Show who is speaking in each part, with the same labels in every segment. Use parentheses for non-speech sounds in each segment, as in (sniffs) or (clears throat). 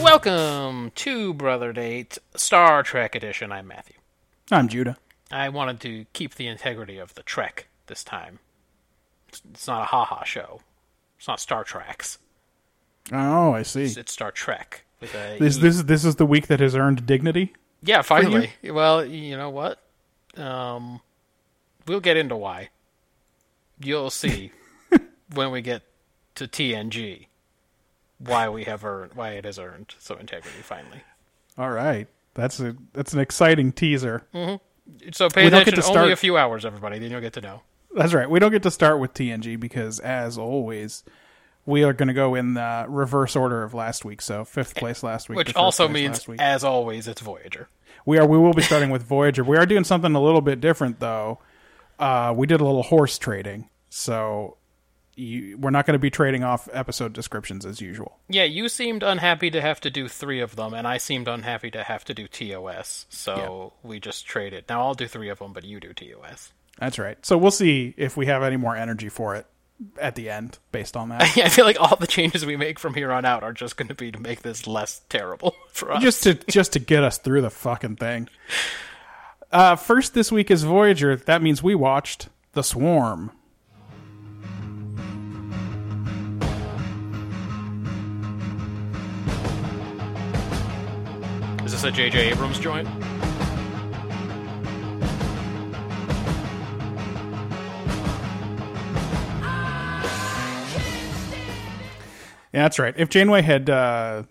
Speaker 1: Welcome to Brother Date Star Trek Edition. I'm Matthew.
Speaker 2: I'm Judah.
Speaker 1: I wanted to keep the integrity of the Trek this time. It's- It's not a haha show. It's not Star Treks.
Speaker 2: Oh, I see.
Speaker 1: It's, it's Star Trek. With a E.
Speaker 2: This this this is the week that has earned dignity.
Speaker 1: yeah, finally. Well, you know what? Um, we'll get into why. You'll
Speaker 2: (laughs)
Speaker 1: see when we get to TNG why we have earned why it has earned some integrity finally.
Speaker 2: All right, that's a that's an exciting teaser.
Speaker 1: Mm. So pay
Speaker 2: We don't get
Speaker 1: attention
Speaker 2: to
Speaker 1: only
Speaker 2: start-
Speaker 1: a few hours, everybody. Then you'll get to know.
Speaker 2: That's right. We don't get to start with TNG because, as always, we are going to go in the reverse order of last week. So fifth place last week, to
Speaker 1: Eh, Which
Speaker 2: first
Speaker 1: also
Speaker 2: place
Speaker 1: means, eh.
Speaker 2: last week.
Speaker 1: as always, it's Voyager.
Speaker 2: we are we will be starting with Voyager. We are doing something a little bit different though. Uh, we did a little horse trading, so you, we're not going to be trading off episode descriptions as usual.
Speaker 1: Yeah, you seemed unhappy to have to do three of them, and I seemed unhappy to have to do TOS. So we just traded. Now I'll do three of them, but you do (laughs) TOS.
Speaker 2: That's right. So we'll see if we have any more energy for it at the end based on that. (laughs)
Speaker 1: Yeah, I feel like all the changes we make from here on out are just going to be to make this less terrible (laughs) for us.
Speaker 2: just to just to get us through the fucking thing. Uh, first this week is Voyager. That means we watched The Swarm.
Speaker 1: Is this a J.J. Abrams joint?
Speaker 2: Yeah, that's right. If Janeway had uh,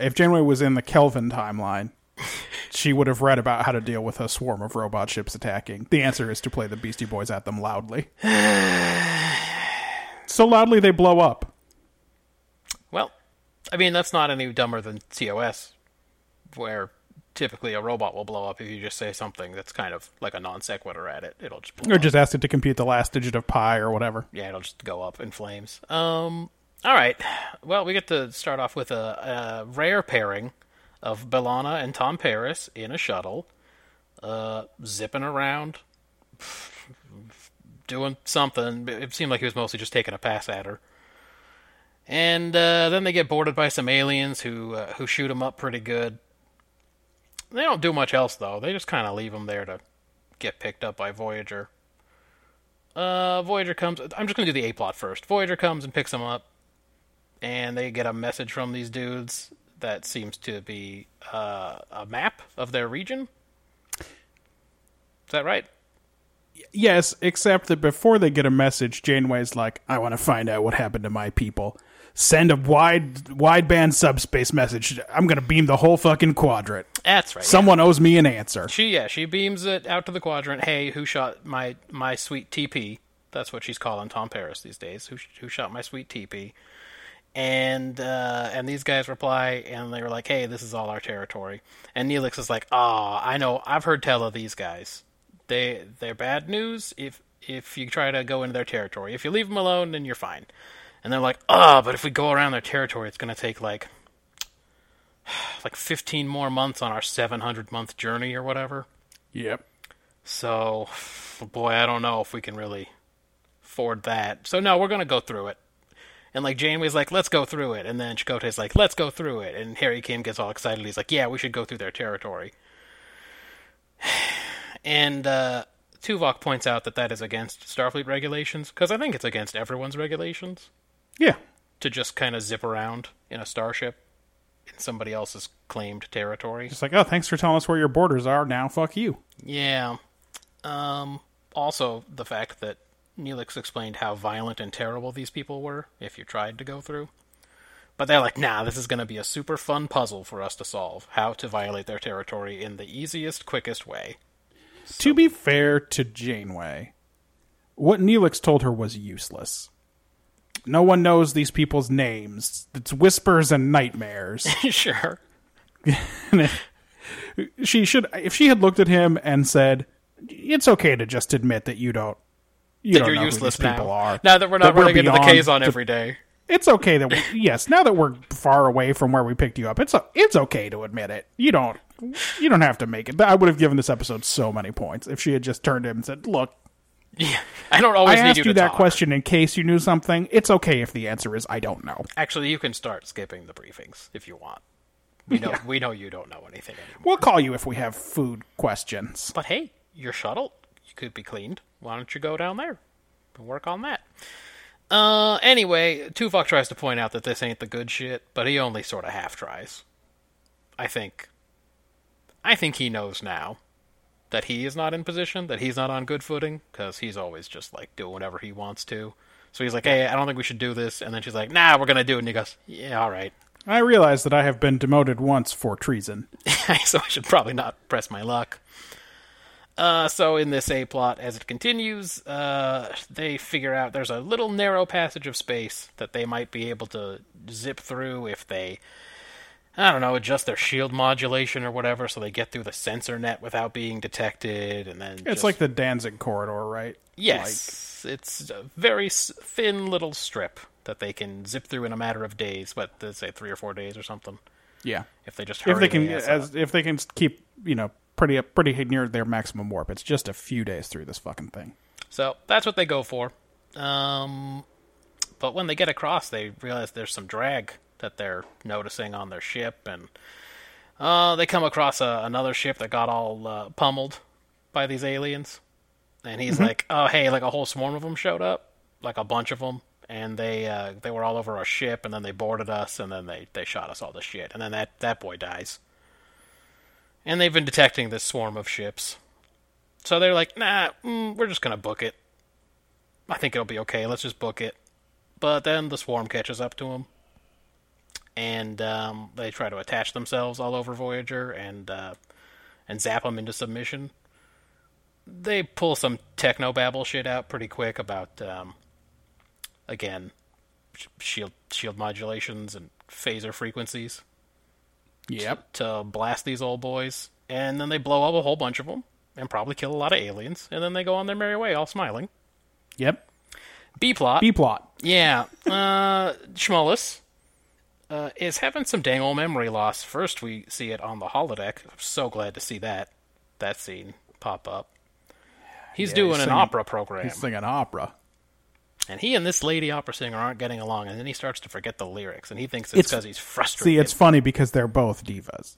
Speaker 2: if Janeway was in the Kelvin timeline, (laughs) she would have read about how to deal with a swarm of robot ships attacking. The answer is to play the Beastie Boys at them loudly. (sighs) so loudly they blow up.
Speaker 1: Well, I mean, that's not any dumber than TOS, where typically a robot will blow up if you just say something that's kind of like a non sequitur at it. It'll just blow
Speaker 2: Or
Speaker 1: up.
Speaker 2: just ask it to compute the last digit of pi or whatever.
Speaker 1: yeah, it'll just go up in flames. Um, all right. Well, we get to start off with a, a rare pairing of Bellana and Tom Paris in a shuttle, uh, zipping around, (laughs) doing something. It seemed like he was mostly just taking a pass at her. And uh, then they get boarded by some aliens who uh, who shoot them up pretty good. They don't do much else though. They just kind of leave them there to get picked up by Voyager. Uh, Voyager comes. I'm just gonna do the A plot first. Voyager comes and picks them up, and they get a message from these dudes that seems to be uh, a map of their region. Is that right?
Speaker 2: Yes, except that before they get a message, Janeway's like, "I want to find out what happened to my people. Send a wide wideband subspace message. I'm going to beam the whole fucking quadrant.
Speaker 1: That's right.
Speaker 2: Someone owes me an answer."
Speaker 1: She yeah, she beams it out to the quadrant. Hey, who shot my my sweet TP? That's what she's calling Tom Paris these days. Who sh- who shot my sweet TP? And uh, and these guys reply, and they were like, "Hey, this is all our territory." And Neelix is like, "Ah, I know. I've heard tell of these guys. They they're bad news if if you try to go into their territory. If you leave them alone, then you're fine." And they're like, "Ah, but if we go around their territory, it's gonna take like like 15 more months on our 700 month journey or whatever."
Speaker 2: Yep.
Speaker 1: So, boy, I don't know if we can really afford that. So, no, we're going to go through it. And, like, Janeway's like, let's go through it. And then Chakotay's like, let's go through it. And Harry Kim gets all excited. He's like, yeah, we should go through their territory. (sighs) And uh, Tuvok points out that that is against Starfleet regulations, because I think it's against everyone's regulations
Speaker 2: Yeah.
Speaker 1: to just kind of zip around in a starship in somebody else's claimed territory.
Speaker 2: It's like, "Oh, thanks for telling us where your borders are. Now, fuck you."
Speaker 1: Yeah. Um, also, the fact that Neelix explained how violent and terrible these people were if you tried to go through. But they're like, nah, this is going to be a super fun puzzle for us to solve how to violate their territory in the easiest, quickest way. (laughs)
Speaker 2: to be fair to Janeway, what Neelix told her was useless. No one knows these people's names. It's whispers and nightmares.
Speaker 1: sure.
Speaker 2: she should, if she had looked at him and said, "It's okay to just admit that you don't, you
Speaker 1: That
Speaker 2: don't
Speaker 1: you're
Speaker 2: know who
Speaker 1: useless
Speaker 2: these people
Speaker 1: now.
Speaker 2: are."
Speaker 1: Now that we're not running into the
Speaker 2: beyond
Speaker 1: K's on
Speaker 2: the-
Speaker 1: every day.
Speaker 2: (laughs) it's okay that we, yes, now that we're far away from where we picked you up, it's a, it's okay to admit it. You don't you don't have to make it. I would have given this episode so many points if she had just turned to him and said, "Look,
Speaker 1: Yeah. I don't
Speaker 2: I
Speaker 1: always need
Speaker 2: asked
Speaker 1: you
Speaker 2: you,
Speaker 1: to
Speaker 2: that
Speaker 1: talk.
Speaker 2: question in case you knew something. It's okay if the answer is I don't know."
Speaker 1: Actually, you can start skipping the briefings if you want.
Speaker 2: (laughs)
Speaker 1: We know we know you don't know anything anymore.
Speaker 2: We'll call you if we have food questions.
Speaker 1: But hey, your shuttle you could be cleaned. Why don't you go down there and work on that? Uh, anyway, Tuvok tries to point out that this ain't the good shit, but he only sort of half tries. I think. I think he knows now that he is not in position, that he's not on good footing, because he's always just like doing whatever he wants to. So he's like, "Hey, I don't think we should do this," and then she's like, "Nah, we're gonna do it." And he goes, "Yeah, all right."
Speaker 2: I realize that I have been demoted once for treason.
Speaker 1: (laughs) so I should probably not press my luck. Uh, so in this A plot, as it continues, uh, they figure out there's a little narrow passage of space that they might be able to zip through if they, I don't know, adjust their shield modulation or whatever, so they get through the sensor net without being detected, and then
Speaker 2: It's like the Danzig corridor, right?
Speaker 1: yes, it's a very s- thin little strip that they can zip through in a matter of days, what they say three or four days or something,
Speaker 2: Yeah.
Speaker 1: if they just hurry
Speaker 2: If they can
Speaker 1: their ass up.
Speaker 2: as if they can keep, you know, pretty pretty near their maximum warp. It's just a few days through this fucking thing.
Speaker 1: So that's what they go for. Um, but when they get across, they realize there's some drag that they're noticing on their ship, and uh, they come across a, another ship that got all uh, pummeled by these aliens. And he's like, "Oh, hey, like a whole swarm of them showed up, like a bunch of them, and they uh, they were all over our ship, and then they boarded us, and then they they shot us all the shit, and then that that boy dies." And they've been detecting this swarm of ships. So they're like, nah, mm, we're just going to book it. I think it'll be okay. Let's just book it. But then the swarm catches up to them. And um, they try to attach themselves all over Voyager and uh, and zap them into submission. They pull some techno babble shit out pretty quick about, um, again, sh- shield shield modulations and phaser frequencies
Speaker 2: Yep.
Speaker 1: to blast these old boys, and then they blow up a whole bunch of them and probably kill a lot of aliens, and then they go on their merry way, all smiling.
Speaker 2: Yep.
Speaker 1: B plot,
Speaker 2: B plot.
Speaker 1: yeah. Uh, Schmollis uh, is having some dang old memory loss. First, we see it on the holodeck. I'm so glad to see that that scene pop up. He's doing an
Speaker 2: singing-
Speaker 1: opera program.
Speaker 2: He's singing opera.
Speaker 1: And he and this lady opera singer aren't getting along, and then he starts to forget the lyrics, and he thinks it's
Speaker 2: It's-
Speaker 1: because he's
Speaker 2: See,
Speaker 1: frustrated.
Speaker 2: it's funny because they're both divas.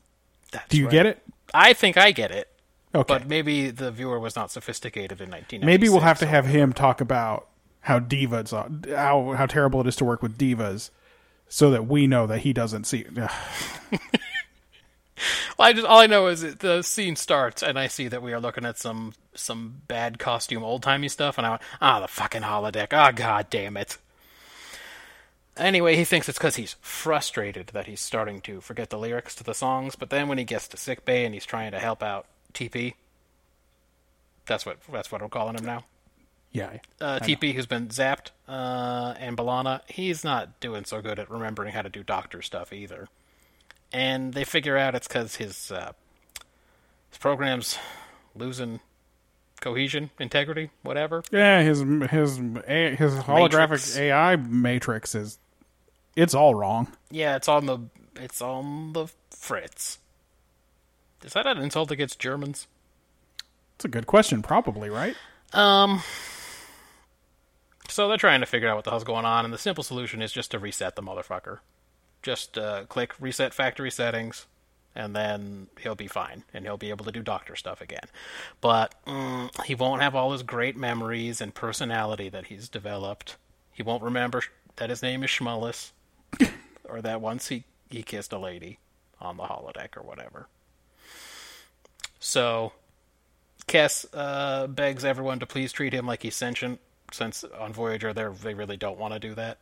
Speaker 1: That's
Speaker 2: Do you
Speaker 1: right.
Speaker 2: get it?
Speaker 1: I think I get it.
Speaker 2: Okay.
Speaker 1: But maybe the viewer was not sophisticated in 1996.
Speaker 2: Maybe we'll have to have him talk about how divas are, how how terrible it is to work with divas, so that we know that he doesn't see. Ugh.
Speaker 1: Well, I just all I know is that the scene starts and I see that we are looking at some some bad costume, old timey stuff, and I went, ah, the fucking holodeck. Ah, god damn it. Anyway, he thinks it's because he's frustrated that he's starting to forget the lyrics to the songs. But then when he gets to sick bay and he's trying to help out TP, that's what that's what I'm calling him now.
Speaker 2: Yeah.
Speaker 1: uh, TP, who's been zapped, uh, and Balana, he's not doing so good at remembering how to do doctor stuff either. And they figure out it's because his uh, his program's losing cohesion, integrity, whatever.
Speaker 2: Yeah, his his his holographic
Speaker 1: Matrix.
Speaker 2: AI matrix is it's all wrong.
Speaker 1: Yeah, it's on the it's on the fritz. Is that an insult against Germans?
Speaker 2: It's a good question, probably right.
Speaker 1: Um. So they're trying to figure out what the hell's going on, and the simple solution is just to reset the motherfucker. Just uh, click reset factory settings, and then he'll be fine, and he'll be able to do doctor stuff again. But mm, he won't have all his great memories and personality that he's developed. He won't remember sh- that his name is Schmullis, or that once he, he kissed a lady on the holodeck or whatever. So Kess uh, begs everyone to please treat him like he's sentient, since on Voyager they they really don't want to do that.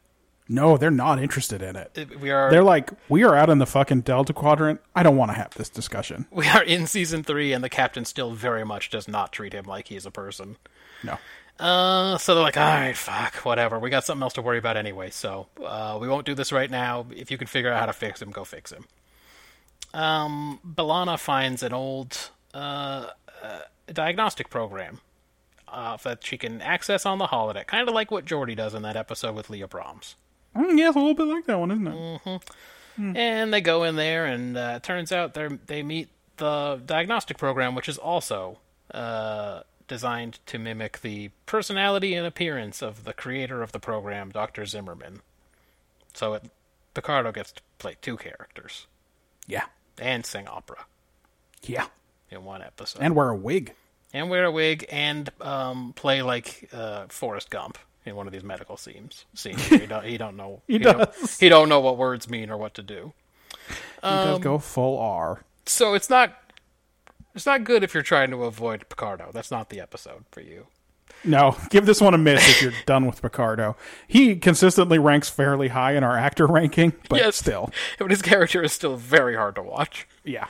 Speaker 2: No, they're not interested in it.
Speaker 1: We are
Speaker 2: They're like, we are out in the fucking Delta Quadrant. I don't want to have this discussion.
Speaker 1: we are in season three, and the captain still very much does not treat him like he's a person.
Speaker 2: No.
Speaker 1: Uh, so they're like, all right, fuck, whatever. We got something else to worry about anyway, so uh, we won't do this right now. If you can figure out how to fix him, go fix him. Um, Belana finds an old uh, uh, diagnostic program uh, that she can access on the holodeck, kind of like what Jordy does in that episode with Leah Brahms.
Speaker 2: Mm, yeah, it's a little bit like that one, isn't it?
Speaker 1: And they go in there, and uh, it turns out they they meet the diagnostic program, which is also uh, designed to mimic the personality and appearance of the creator of the program, Doctor Zimmerman. So it, Picardo gets to play two characters
Speaker 2: Yeah.
Speaker 1: and sing opera
Speaker 2: Yeah.
Speaker 1: in one episode, and,
Speaker 2: And wear a wig.
Speaker 1: wear a wig and um, play like uh, Forrest Gump in one of these medical scenes. Scenes where he don't he don't know
Speaker 2: (laughs) He
Speaker 1: don't-
Speaker 2: does.
Speaker 1: he don't know what words mean or what to do.
Speaker 2: He does go full R.
Speaker 1: so it's not it's not good if you're trying to avoid Picardo. That's not the episode for you.
Speaker 2: No, (laughs) give this one a miss if you're done with Picardo. He consistently ranks fairly high in our actor ranking, but
Speaker 1: Yes.
Speaker 2: still.
Speaker 1: (laughs) But his character is still very hard to watch.
Speaker 2: Yeah.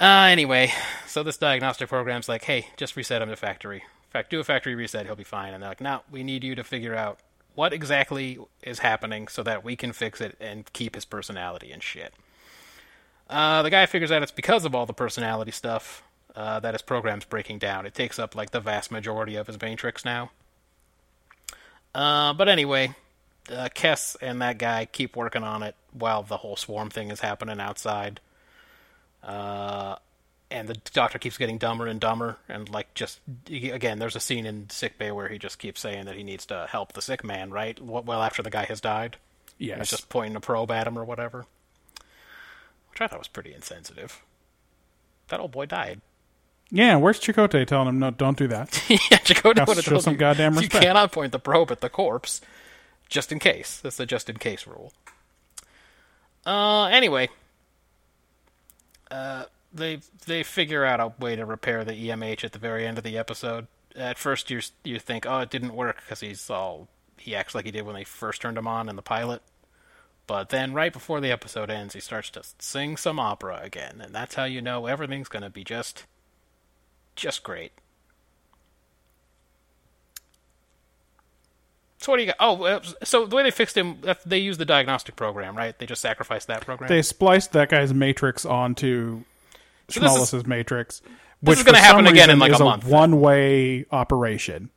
Speaker 1: Uh, anyway, so this diagnostic program's like, hey, just reset him to factory. In fact, do a factory reset, he'll be fine. And they're like, no, we need you to figure out what exactly is happening so that we can fix it and keep his personality and shit. Uh, the guy figures out it's because of all the personality stuff uh, that his program's breaking down. It takes up like the vast majority of his matrix now. Uh, but anyway, uh, Kess and that guy keep working on it while the whole swarm thing is happening outside. Uh, and the doctor keeps getting dumber and dumber, and like just again, there's a scene in sick bay where he just keeps saying that he needs to help the sick man, right? Wh- Well, after the guy has died,
Speaker 2: Yes.
Speaker 1: he's just pointing a probe at him or whatever, which I thought was pretty insensitive. That old boy died.
Speaker 2: yeah, where's Chicote telling him, no, don't do that?
Speaker 1: (laughs) yeah, Jacoda
Speaker 2: Gotta
Speaker 1: would have
Speaker 2: show
Speaker 1: told
Speaker 2: some
Speaker 1: you,
Speaker 2: goddamn
Speaker 1: you
Speaker 2: respect.
Speaker 1: cannot point the probe at the corpse, just in case. That's the just in case rule. Uh, anyway, uh, they they figure out a way to repair the EMH at the very end of the episode. At first, you you think, oh, it didn't work because he's all he acts like he did when they first turned him on in the pilot. But then, right before the episode ends, he starts to sing some opera again, and that's how you know everything's going to be just, just great. So what do you got? Oh, uh, so the way they fixed him, that- they used the diagnostic program, right? They just sacrificed that program.
Speaker 2: They spliced that guy's matrix onto
Speaker 1: this is-
Speaker 2: Schmollis's matrix. Which
Speaker 1: is gonna
Speaker 2: for
Speaker 1: happen
Speaker 2: some
Speaker 1: again in like
Speaker 2: reason
Speaker 1: a
Speaker 2: is
Speaker 1: month.
Speaker 2: One way operation.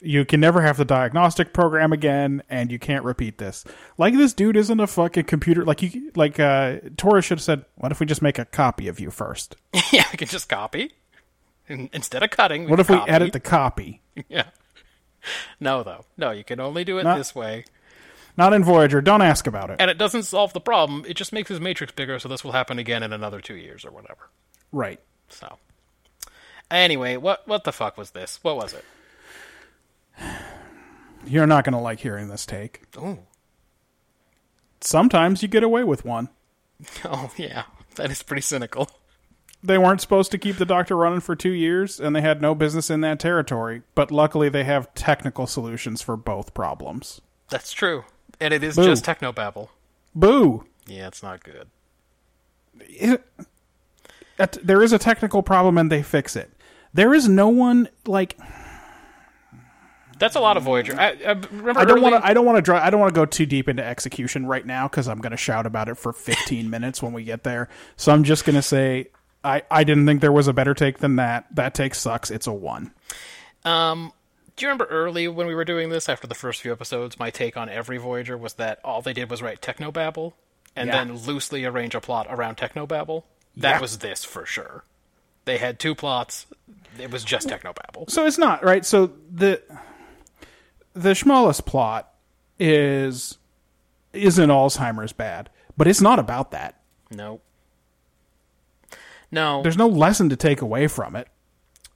Speaker 2: You can never have the diagnostic program again, and you can't repeat this. Like this dude isn't a fucking computer. Like you, like uh, Torres should have said, "What if we just make a copy of you first?
Speaker 1: (laughs) yeah, we can just copy In- instead of cutting. We
Speaker 2: What
Speaker 1: can
Speaker 2: if we
Speaker 1: copy.
Speaker 2: edit the copy?
Speaker 1: (laughs) Yeah. No, though. No, you can only do it
Speaker 2: No.
Speaker 1: this way,
Speaker 2: Not in Voyager. Don't ask about it.
Speaker 1: and it doesn't solve the problem. It just makes his matrix bigger, so this will happen again in another two years or whatever.
Speaker 2: Right.
Speaker 1: So, anyway, what what the fuck was this? What was it?
Speaker 2: You're not gonna like hearing this take.
Speaker 1: Ooh.
Speaker 2: Sometimes you get away with one.
Speaker 1: (laughs) Oh yeah, that is pretty cynical.
Speaker 2: they weren't supposed to keep the doctor running for two years and they had no business in that territory but luckily they have technical solutions for both problems
Speaker 1: That's true, and it is
Speaker 2: Boo.
Speaker 1: just technobabble.
Speaker 2: boo
Speaker 1: Yeah, it's not good.
Speaker 2: It- that- there is a technical problem and they fix it there is no one like
Speaker 1: That's a lot of Voyager. I, I remember.
Speaker 2: i don't want
Speaker 1: want
Speaker 2: to i don't want to draw i don't want to go too deep into execution right now because i'm going to shout about it for 15 minutes when we get there so i'm just going to say i i didn't think there was a better take than that that take sucks it's a one
Speaker 1: Um, do you remember early when we were doing this after the first few episodes? My take on every Voyager was that all they did was write technobabble and
Speaker 2: Yeah.
Speaker 1: then loosely arrange a plot around technobabble. That
Speaker 2: Yeah.
Speaker 1: was this for sure. They had two plots. It was just technobabble.
Speaker 2: So it's not right. So the the Schmallis plot is isn't Alzheimer's bad, but it's not about that.
Speaker 1: No. No.
Speaker 2: There's no lesson to take away from it.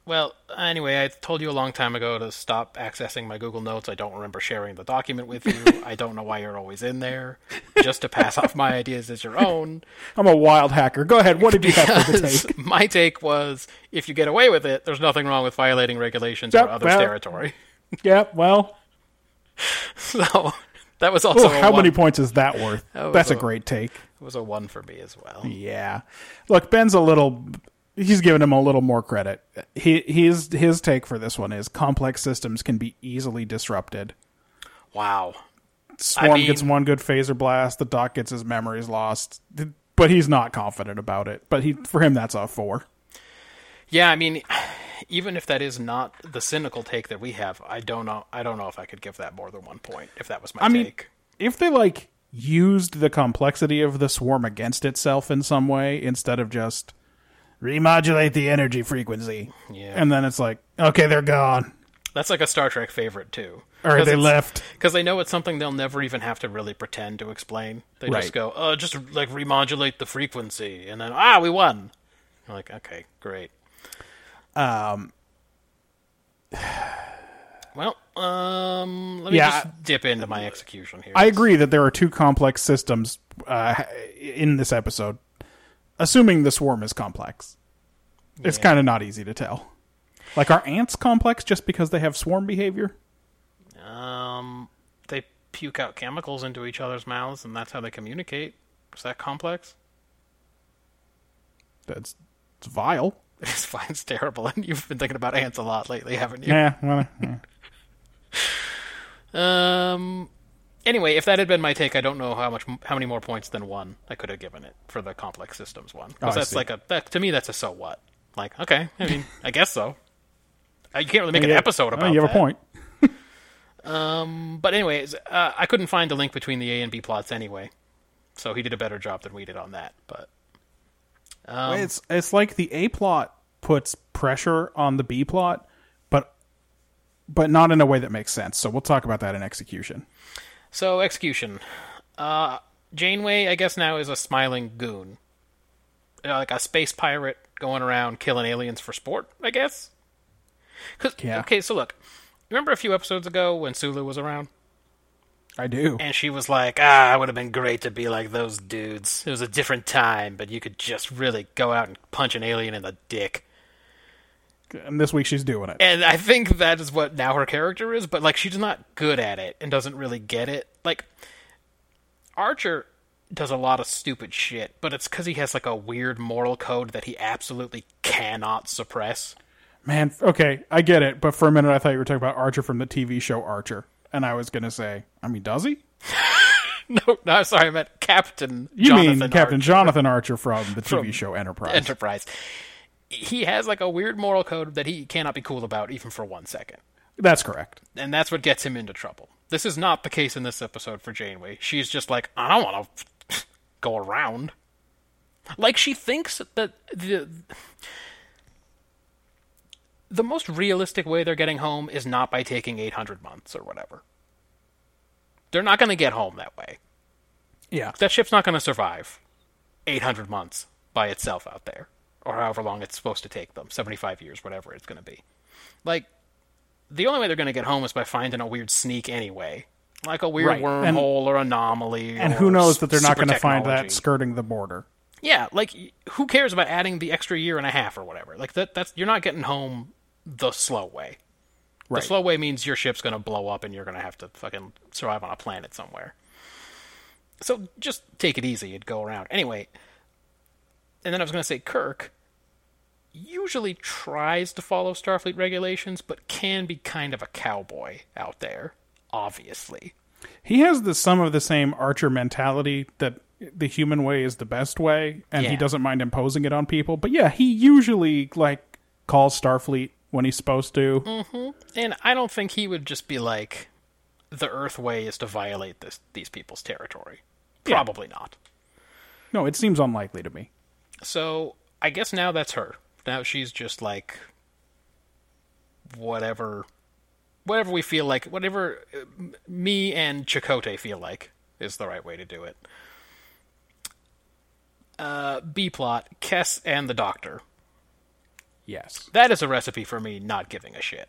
Speaker 1: Well, anyway, I told you a long time ago to stop accessing my Google Notes. I don't remember sharing the document with
Speaker 2: (laughs)
Speaker 1: you. I don't know why you're always in there, just to pass off my ideas as your own.
Speaker 2: I'm a wild hacker. Go ahead. What did (laughs) you
Speaker 1: (laughs)
Speaker 2: have for the
Speaker 1: Because
Speaker 2: take?
Speaker 1: my take was if you get away with it, there's nothing wrong with violating regulations or
Speaker 2: Yep,
Speaker 1: other
Speaker 2: well-
Speaker 1: territory.
Speaker 2: Yep. Well,
Speaker 1: (laughs) So That was also
Speaker 2: Oh,
Speaker 1: a
Speaker 2: how
Speaker 1: one.
Speaker 2: many points is that worth?
Speaker 1: was
Speaker 2: That's a
Speaker 1: a-
Speaker 2: great take.
Speaker 1: It was a one for me as well.
Speaker 2: Yeah. Look, Ben's a little he's giving him a little more credit. He his his take for this one is complex systems can be easily disrupted.
Speaker 1: Wow.
Speaker 2: Swarm
Speaker 1: I mean-
Speaker 2: gets one good phaser blast, the doc gets his memories lost. But he's not confident about it. But he for him that's a four.
Speaker 1: Yeah, I mean, (sighs) even if that is not the cynical take that we have, I don't know. I don't know if I could give that more than one point if that was my
Speaker 2: I mean,
Speaker 1: take.
Speaker 2: if they like used the complexity of the swarm against itself in some way instead of just remodulate the energy frequency,
Speaker 1: Yeah.
Speaker 2: and then it's like, okay, they're gone,
Speaker 1: That's like a Star Trek favorite too.
Speaker 2: or they left.
Speaker 1: because they know it's something they'll never even have to really pretend to explain. They
Speaker 2: Right.
Speaker 1: just go, "Uh, just like remodulate the frequency," and then ah, we won. You're like, okay, great. Um. (sighs) Well, um, let me
Speaker 2: Yeah,
Speaker 1: just dip into my execution here.
Speaker 2: I agree that there are two complex systems uh, in this episode. Assuming the swarm is complex, it's kind of not easy to tell. Like, are ants complex just because they have swarm behavior?
Speaker 1: Um, they puke out chemicals into each other's mouths, and that's how they communicate. Is that complex? (laughs)
Speaker 2: That's it's vile.
Speaker 1: This fine's terrible, and you've been thinking about ants a lot lately, haven't you?
Speaker 2: Yeah, well, yeah.
Speaker 1: Um. Anyway, if that had been my take, I don't know how much, how many more points than one I could have given it for the complex systems one.
Speaker 2: Oh, I
Speaker 1: Because that's
Speaker 2: see.
Speaker 1: like a that, to me that's a so what. Like okay, I
Speaker 2: (laughs)
Speaker 1: mean I guess so. Uh, You can't really make an
Speaker 2: Yeah.
Speaker 1: episode about
Speaker 2: Oh, you have
Speaker 1: that.
Speaker 2: a point.
Speaker 1: But anyways, uh, I couldn't find the link between the A and B plots anyway, so he did a better job than we did on that. But
Speaker 2: it's it's like the A plot puts pressure on the B plot, but but not in a way that makes sense. So we'll talk about that in execution.
Speaker 1: So execution. Uh, Janeway, I guess now is a smiling goon, You know, like a space pirate going around killing aliens for sport. I guess. 'Cause-
Speaker 2: Yeah.
Speaker 1: Okay, so look, remember a few episodes ago when Sulu was around
Speaker 2: I do.
Speaker 1: and she was like, "Ah, it would have been great to be like those dudes. It was a different time, but you could just really go out and punch an alien in the dick."
Speaker 2: And this week she's doing it.
Speaker 1: And I think that is what now her character is, but like she's not good at it and doesn't really get it. Like Archer does a lot of stupid shit, but it's cuz he has like a weird moral code that he absolutely cannot suppress. (laughs)
Speaker 2: Man, okay, I get it, but for a minute I thought you were talking about Archer from the TV show Archer. And I was gonna say, I mean, does he?
Speaker 1: No, no, I'm sorry, I meant Captain
Speaker 2: You
Speaker 1: Jonathan
Speaker 2: mean Captain
Speaker 1: Archer.
Speaker 2: Jonathan Archer from the TV show Enterprise?
Speaker 1: Enterprise. He has like a weird moral code that he cannot be cool about even for 1 second.
Speaker 2: That's correct.
Speaker 1: and that's what gets him into trouble. This is not the case in this episode for Janeway. She's just like, I don't want to (laughs) go around. Like she thinks that the the most realistic way they're getting home is not by taking 800 months or whatever. They're not going to get home that way.
Speaker 2: Yeah.
Speaker 1: That ship's not going to survive 800 months by itself out there, or however long it's supposed to take them 75 years, whatever it's going to be. Like, the only way they're going to get home is by finding a weird sneak anyway. Like a weird
Speaker 2: Right,
Speaker 1: wormhole
Speaker 2: and-
Speaker 1: or anomaly.
Speaker 2: And
Speaker 1: or
Speaker 2: who knows
Speaker 1: s-
Speaker 2: that they're not
Speaker 1: super
Speaker 2: gonna find that
Speaker 1: technology.
Speaker 2: skirting the border.
Speaker 1: Yeah, like y- who cares about adding the extra year and a half or whatever? Like that that's you're not getting home the slow way.
Speaker 2: Right.
Speaker 1: The slow way means your ship's going to blow up and you're going to have to fucking survive on a planet somewhere. So just take it easy and go around. Anyway, and then I was going to say Kirk usually tries to follow Starfleet regulations but can be kind of a cowboy out there, obviously.
Speaker 2: he has the some of the same archer mentality that the human way is the best way and he
Speaker 1: Yeah.
Speaker 2: doesn't mind imposing it on people but yeah he usually like calls starfleet when he's supposed to
Speaker 1: Mm. And I don't think he would just be like, the Earth way is to violate this these people's territory. Probably not.
Speaker 2: no it seems unlikely to me
Speaker 1: So I guess now that's her. Now she's just like, whatever, whatever we feel like, whatever uh, m- me and Chakotay feel like is the right way to do it. Uh, B plot: Kess and the Doctor.
Speaker 2: yes
Speaker 1: That is a recipe for me not giving a shit.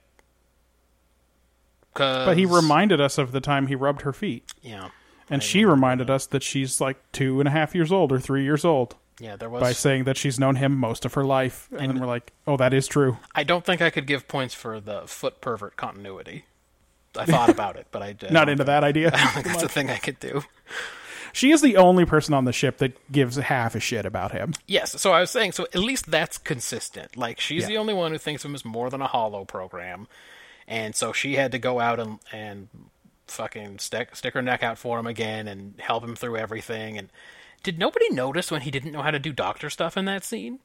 Speaker 2: but he
Speaker 1: reminds.
Speaker 2: reminded us of the time he rubbed her feet
Speaker 1: Yeah.
Speaker 2: and she reminded us that she's like two and a half years old or three years old
Speaker 1: Yeah, there was.
Speaker 2: by saying that she's known him most of her life and, then we're like oh that is true
Speaker 1: I don't think I could give points for the foot pervert continuity. I
Speaker 2: (laughs)
Speaker 1: thought about it, but I I
Speaker 2: Not
Speaker 1: don't
Speaker 2: into that (laughs) idea.
Speaker 1: think (laughs) that's a thing I could do.
Speaker 2: she is the only person on the ship that gives half a shit about him.
Speaker 1: Yes, so I was saying, so at least that's consistent. Like she's the
Speaker 2: Yeah.
Speaker 1: only one who thinks of him as more than a hollow program, and so she had to go out and and fucking stick stick her neck out for him again and help him through everything. And did nobody notice when he didn't know how to do doctor stuff in that scene?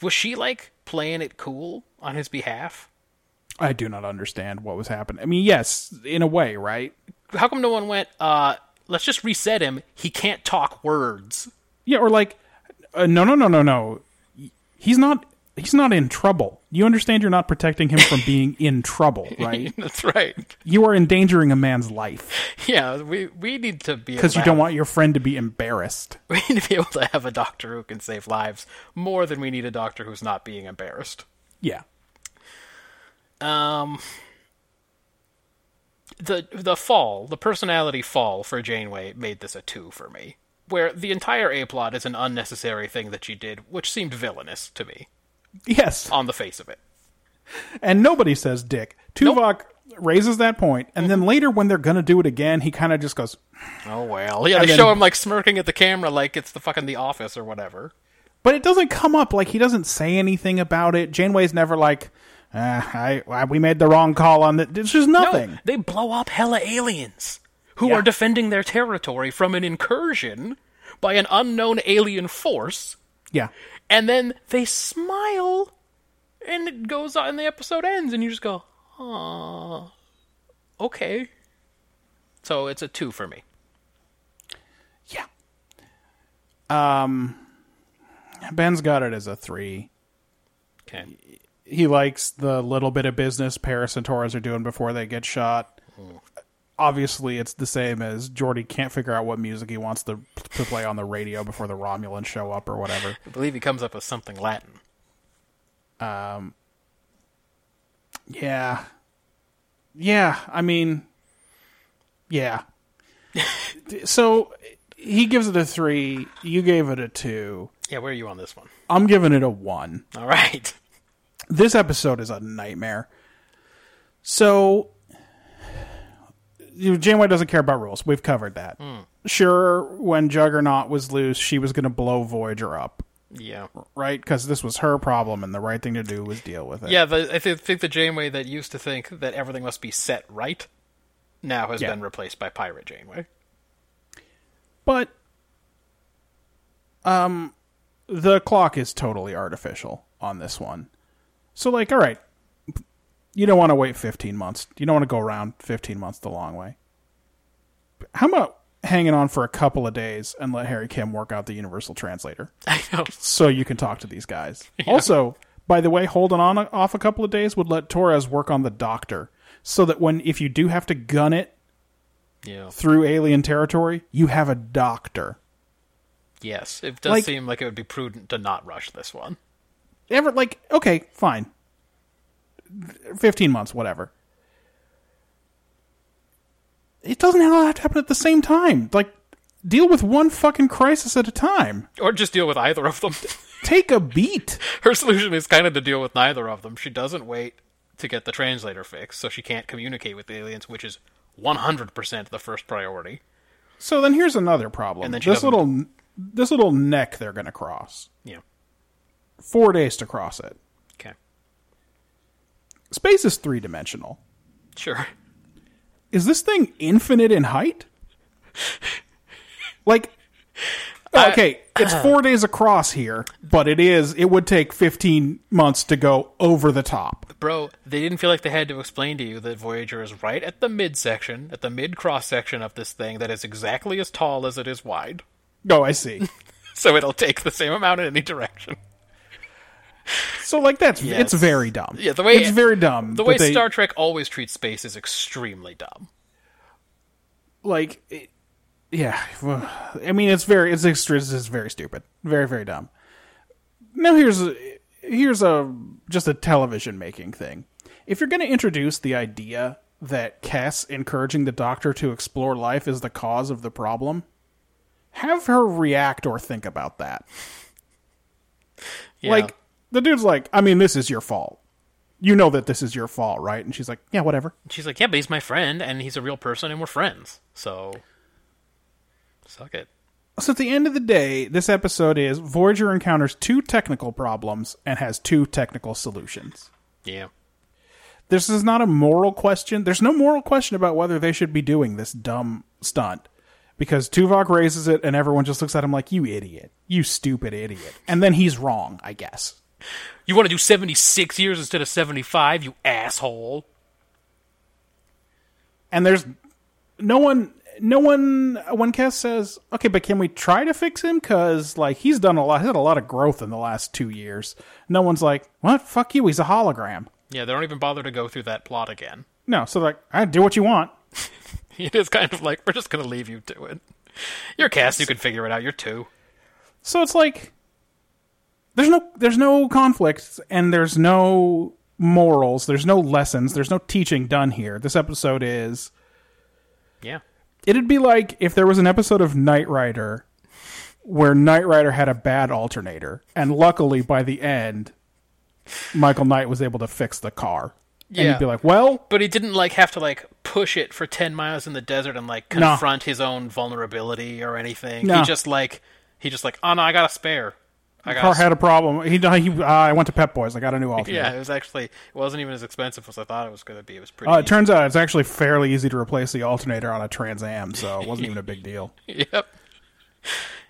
Speaker 1: Was she like playing it cool on his behalf?
Speaker 2: I do not understand what was happening. I mean, yes, in a way, right?
Speaker 1: How come no one went? uh Let's just reset him. He can't talk words.
Speaker 2: Yeah, or like, uh, no, no, no, no, no. He's not. He's not in trouble. You understand? You're not protecting him from (laughs) being in trouble, right?
Speaker 1: (laughs)
Speaker 2: (laughs)
Speaker 1: That's right.
Speaker 2: You are endangering a man's life
Speaker 1: Yeah, we we need to be
Speaker 2: because you
Speaker 1: allowed-
Speaker 2: don't want your friend to be embarrassed.
Speaker 1: (laughs) We need to be able to have a doctor who can save lives more than we need a doctor who's not being embarrassed.
Speaker 2: Yeah.
Speaker 1: Um, the the fall, the personality fall for Janeway made this a two for me. Where the entire A plot is an unnecessary thing that she did, which seemed villainous to me
Speaker 2: Yes.
Speaker 1: on the face of it.
Speaker 2: And nobody says dick. Tuvok raises that point, and then later when they're gonna do it again, he kind of just goes,
Speaker 1: Oh well, yeah. They
Speaker 2: then-
Speaker 1: show him like smirking at the camera, like it's the fucking The Office or whatever.
Speaker 2: but it doesn't come up like he doesn't say anything about it. Janeway's never like, ah, I, I we made the wrong call on that. It's just nothing.
Speaker 1: No, they blow up hella aliens who
Speaker 2: Yeah.
Speaker 1: are defending their territory from an incursion by an unknown alien force,
Speaker 2: Yeah,
Speaker 1: and then they smile, and it goes on, and the episode ends, and you just go, "Aw, okay." So it's a two for me.
Speaker 2: yeah. Um, Ben's got it as a three.
Speaker 1: Okay,
Speaker 2: He likes the little bit of business Paris and Torres are doing before they get shot. Obviously, it's the same as Jordy can't figure out what music he wants to, to play on the radio before the Romulans show up or whatever.
Speaker 1: I believe he comes up with something Latin.
Speaker 2: Yeah. Yeah, I mean yeah. (laughs) so he gives it a 3, you gave it a 2.
Speaker 1: Yeah, where are you on this one?
Speaker 2: I'm giving it a 1.
Speaker 1: All right. (laughs)
Speaker 2: This episode is a nightmare. So you know, Janeway doesn't care about rules. We've covered that. Sure, when Juggernaut was loose, she was going to blow Voyager up,
Speaker 1: Yeah.
Speaker 2: right? Cuz this was her problem and the right thing to do was deal with it.
Speaker 1: Yeah, the, I th- think the Janeway that used to think that everything must be set right now has
Speaker 2: Yeah.
Speaker 1: been replaced by Pirate Janeway.
Speaker 2: But um the clock is totally artificial on this one. So like, all right, you don't want to wait 15 months. You don't want to go around 15 months the long way. How about hanging on for a couple of days and let Harry Kim work out the universal translator
Speaker 1: (laughs) I know.
Speaker 2: so you can talk to these guys. Also, by the way, holding on off a couple of days would let Torres work on the doctor so that when if you do have to gun it
Speaker 1: Yeah.
Speaker 2: through alien territory, you have a doctor.
Speaker 1: Yes, it does
Speaker 2: Like-
Speaker 1: seem like it would be prudent to not rush this one.
Speaker 2: ever like okay fine 15 months whatever it doesn't all have to happen at the same time like deal with one fucking crisis at a time
Speaker 1: Or just deal with either of them. (laughs)
Speaker 2: take a beat
Speaker 1: Her solution is kind of to deal with neither of them. She doesn't wait to get the translator fixed, so she can't communicate with the aliens, which is 100% the first priority.
Speaker 2: so then here's another problem
Speaker 1: And then she
Speaker 2: this
Speaker 1: doesn't-
Speaker 2: little this little neck they're gonna cross
Speaker 1: Yeah.
Speaker 2: four days to cross it
Speaker 1: Okay.
Speaker 2: space is three-dimensional
Speaker 1: Sure.
Speaker 2: is this thing infinite in height like
Speaker 1: I- Uh.
Speaker 2: okay it's four days across here but it is it would take 15 months to go over the top
Speaker 1: Bro, they didn't feel like they had to explain to you that Voyager is right at the midsection, at the mid cross section of this thing that is exactly as tall as it is wide. (laughs)
Speaker 2: oh i see
Speaker 1: So it'll take the same amount in any direction.
Speaker 2: so
Speaker 1: (laughs)
Speaker 2: like that's
Speaker 1: Yes.
Speaker 2: it's very dumb
Speaker 1: Yeah, the way
Speaker 2: it's very dumb
Speaker 1: The
Speaker 2: that
Speaker 1: way
Speaker 2: they-
Speaker 1: Star Trek always treats space is extremely dumb.
Speaker 2: like it, yeah well, i mean it's very it's, extra- it's just very stupid very very dumb now here's a, here's a just a television making thing if you're going to introduce the idea that cass encouraging the doctor to explore life is the cause of the problem have her react or think about that
Speaker 1: Yeah.
Speaker 2: like the dude's like i mean this is your fault you know that this is your fault, right? And she's like, yeah, whatever.
Speaker 1: She's like, yeah, but he's my friend, and he's a real person, and we're friends. So, suck it.
Speaker 2: So at the end of the day, this episode is Voyager encounters two technical problems and has two technical solutions.
Speaker 1: Yeah.
Speaker 2: This is not a moral question. There's no moral question about whether they should be doing this dumb stunt because Tuvok raises it and everyone just looks at him like, you idiot. You stupid idiot. And then he's wrong, I guess.
Speaker 1: You want to do 76 years instead of 75, you asshole?
Speaker 2: And there's no one, no one, when Kes says, okay, but can we try to fix him? Cause like he's done a lot, he's had a lot of growth in the last two years. No one's like, what? Fuck you. He's a hologram.
Speaker 1: Yeah, they don't even bother to go through that plot again. (laughs)
Speaker 2: No. So like, I do what you want.
Speaker 1: It is kind of like, we're just going to leave you to it. You're cast, you can figure it out. You're two.
Speaker 2: So it's like there's no there's no conflicts and there's no morals, there's no lessons, there's no teaching done here. This episode is
Speaker 1: Yeah.
Speaker 2: it'd be like if there was an episode of Knight Rider where Knight Rider had a bad alternator and luckily by the end Michael Knight was able to fix the car. And
Speaker 1: Yeah.
Speaker 2: you'd be like, "Well,
Speaker 1: But he didn't, like, have to, like, push it for 10 miles in the desert and, like,
Speaker 2: No.
Speaker 1: confront his own vulnerability or anything.
Speaker 2: No.
Speaker 1: He just, like, he just, like, oh, no, I got a spare. I got
Speaker 2: car
Speaker 1: a
Speaker 2: had a problem. He, he uh, I went to Pep Boys. I got a new alternator."
Speaker 1: (laughs) Yeah, it was actually it wasn't even as expensive as I thought it was going to be. It was pretty.
Speaker 2: Uh, it turns out it's actually fairly easy to replace the alternator on a Trans Am, so it wasn't even a big (laughs) deal.
Speaker 1: easy. (laughs) yep.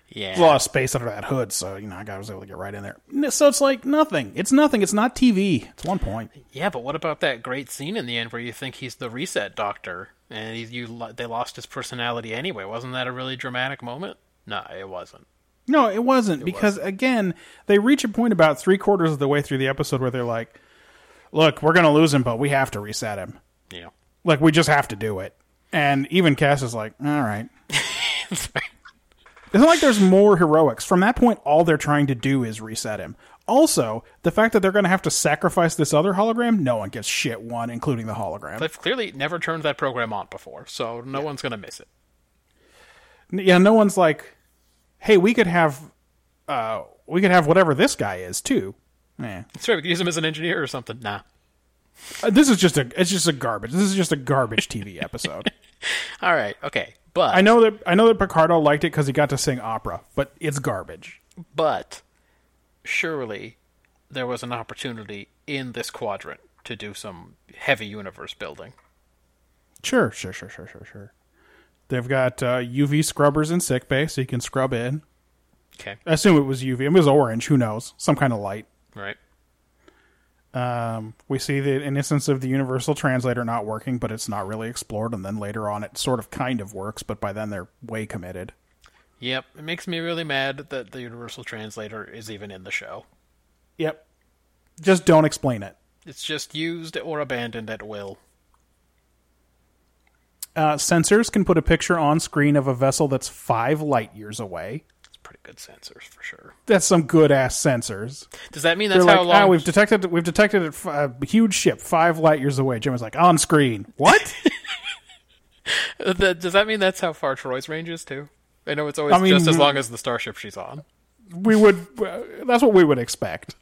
Speaker 1: Yeah.
Speaker 2: a lot of space under that hood, so you know I got- was able to get right in there. N- So it's like nothing. It's nothing. It's not TV. It's one point.
Speaker 1: yeah, but what about that great scene in the end where you think he's the reset doctor and he's, you lo- they lost his personality anyway? Wasn't that a really dramatic moment? No, it wasn't.
Speaker 2: No, it wasn't because again they reach a point about three quarters of the way through the episode where they're like, "Look, we're gonna lose him, but we have to reset him. (laughs)
Speaker 1: Yeah. (laughs)
Speaker 2: Like we just have to do it." And even Cass is like, "All right." It's not like there's more heroics. From that point, all they're trying to do is reset him. Also, the fact that they're going to have to sacrifice this other hologram, no one gives shit one, including the hologram.
Speaker 1: They've clearly never turned that program on before, so no one's going to miss it.
Speaker 2: yeah, no one's like, "Hey, we could have, uh, we could have whatever this guy is too." Eh.
Speaker 1: It's right. We could use him as an engineer or something. Nah.
Speaker 2: Uh, This is just a, it's just a garbage. This is just a garbage (laughs) TV episode.
Speaker 1: All right. Okay. But
Speaker 2: I know that I know that Picardo liked it because he got to sing opera, but it's garbage.
Speaker 1: but surely there was an opportunity in this quadrant to do some heavy universe building.
Speaker 2: Sure, sure, sure, sure, sure, sure. They've got uh, UV scrubbers in sick bay, so you can scrub in.
Speaker 1: Okay.
Speaker 2: I assume it was UV. It was orange. Who knows? Some kind of light.
Speaker 1: Right.
Speaker 2: Um, we see the an instance of the universal translator not working, but it's not really explored. And then later on, it sort of kind of works, but by then they're way committed.
Speaker 1: Yep, it makes me really mad that the Universal Translator is even in the show.
Speaker 2: Yep. Just don't explain it.
Speaker 1: It's just used or abandoned at will.
Speaker 2: Uh, sensors can put a picture on screen of a vessel that's five light years away.
Speaker 1: It's pretty good sensors for sure.
Speaker 2: That's some good ass sensors.
Speaker 1: Does that mean
Speaker 2: They're
Speaker 1: that's
Speaker 2: like,
Speaker 1: how
Speaker 2: ah,
Speaker 1: long?
Speaker 2: we've detected, we've detected a f- a huge ship five light years away. Jim was like, on screen. What?
Speaker 1: (laughs) Th- Does that mean that's how far Troy's range is too? I know it's always
Speaker 2: I mean, mm-hmm.
Speaker 1: just as
Speaker 2: we-
Speaker 1: long as the starship she's on.
Speaker 2: we would uh, that's what we would expect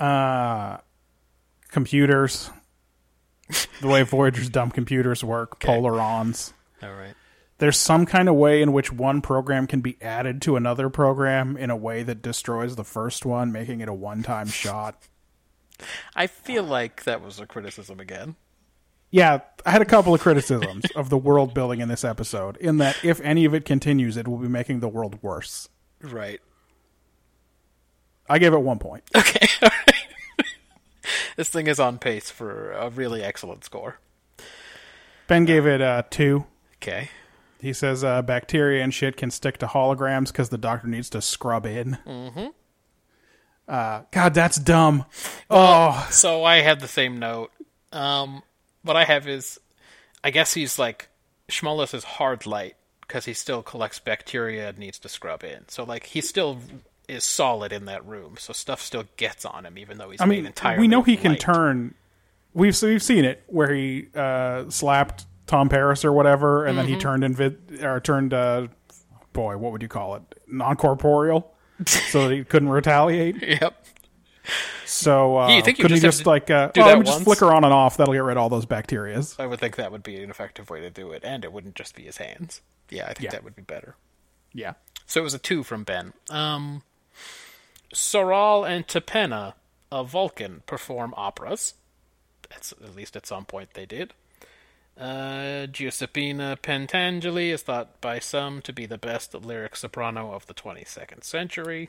Speaker 2: uh computers the way voyager's dumb computers work polarons
Speaker 1: All right.
Speaker 2: there's some kind of way in which one program can be added to another program in a way that destroys the first one making it a one-time shot
Speaker 1: I feel like that was a criticism again.
Speaker 2: yeah i had a couple of (laughs) criticisms of the world building in this episode in that if any of it continues it will be making the world worse
Speaker 1: Right.
Speaker 2: i gave it one point
Speaker 1: This thing is on pace for a really excellent score.
Speaker 2: ben gave it uh two
Speaker 1: Okay.
Speaker 2: He says uh, bacteria and shit can stick to holograms because the doctor needs to scrub in. Mm-hmm. Uh, God, that's dumb. Oh,
Speaker 1: So I had the same note. Um, what I have is, I guess he's like Schmollus is hard light because he still collects bacteria and needs to scrub in. So like he still is solid in that room, so stuff still gets on him, even though he's
Speaker 2: I mean,
Speaker 1: entirely.
Speaker 2: we know he can
Speaker 1: light.
Speaker 2: turn. We've we've seen it where he uh, slapped Tom Paris or whatever, and
Speaker 1: Mm-hmm.
Speaker 2: then he turned invid or turned uh, boy, what would you call it? Non corporeal, so that he couldn't retaliate.
Speaker 1: (laughs) Yep.
Speaker 2: So uh,
Speaker 1: Yeah, (laughs) you think you
Speaker 2: couldn't
Speaker 1: just
Speaker 2: you
Speaker 1: have
Speaker 2: just
Speaker 1: to
Speaker 2: like uh,
Speaker 1: do
Speaker 2: well,
Speaker 1: that
Speaker 2: let me just
Speaker 1: once?
Speaker 2: flicker on and off? That'll get rid of all those bacterias.
Speaker 1: I would think that would be an effective way to do it, and it wouldn't just be his hands. Yeah, I think
Speaker 2: Yeah.
Speaker 1: that would be better.
Speaker 2: Yeah.
Speaker 1: So it was a two from Ben. Um, Soral and Tepena of Vulcan perform operas. That's at least at some point they did. Uh, Giuseppina Pentangeli is thought by some to be the best lyric soprano of the 22nd century.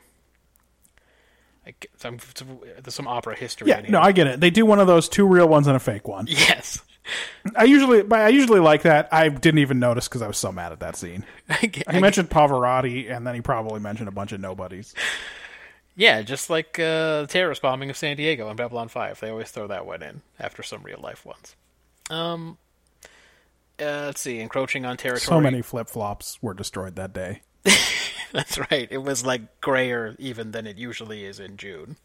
Speaker 1: I g- some, some- there's some opera history
Speaker 2: Yeah,
Speaker 1: in here.
Speaker 2: no, I get it. They do one of those two real ones and a fake one.
Speaker 1: (laughs) yes,
Speaker 2: I usually, but I usually like that. I didn't even notice because I was so mad at that scene.
Speaker 1: I g-
Speaker 2: He
Speaker 1: I
Speaker 2: mentioned Pavarotti, and then he probably mentioned a bunch of nobodies.
Speaker 1: Yeah, just like uh, the terrorist bombing of San Diego and Babylon 5. They always throw that one in after some real life ones. Um, uh, let's see, encroaching on territory.
Speaker 2: So many flip flops were destroyed that day.
Speaker 1: That's right. It was like grayer even than it usually is in June.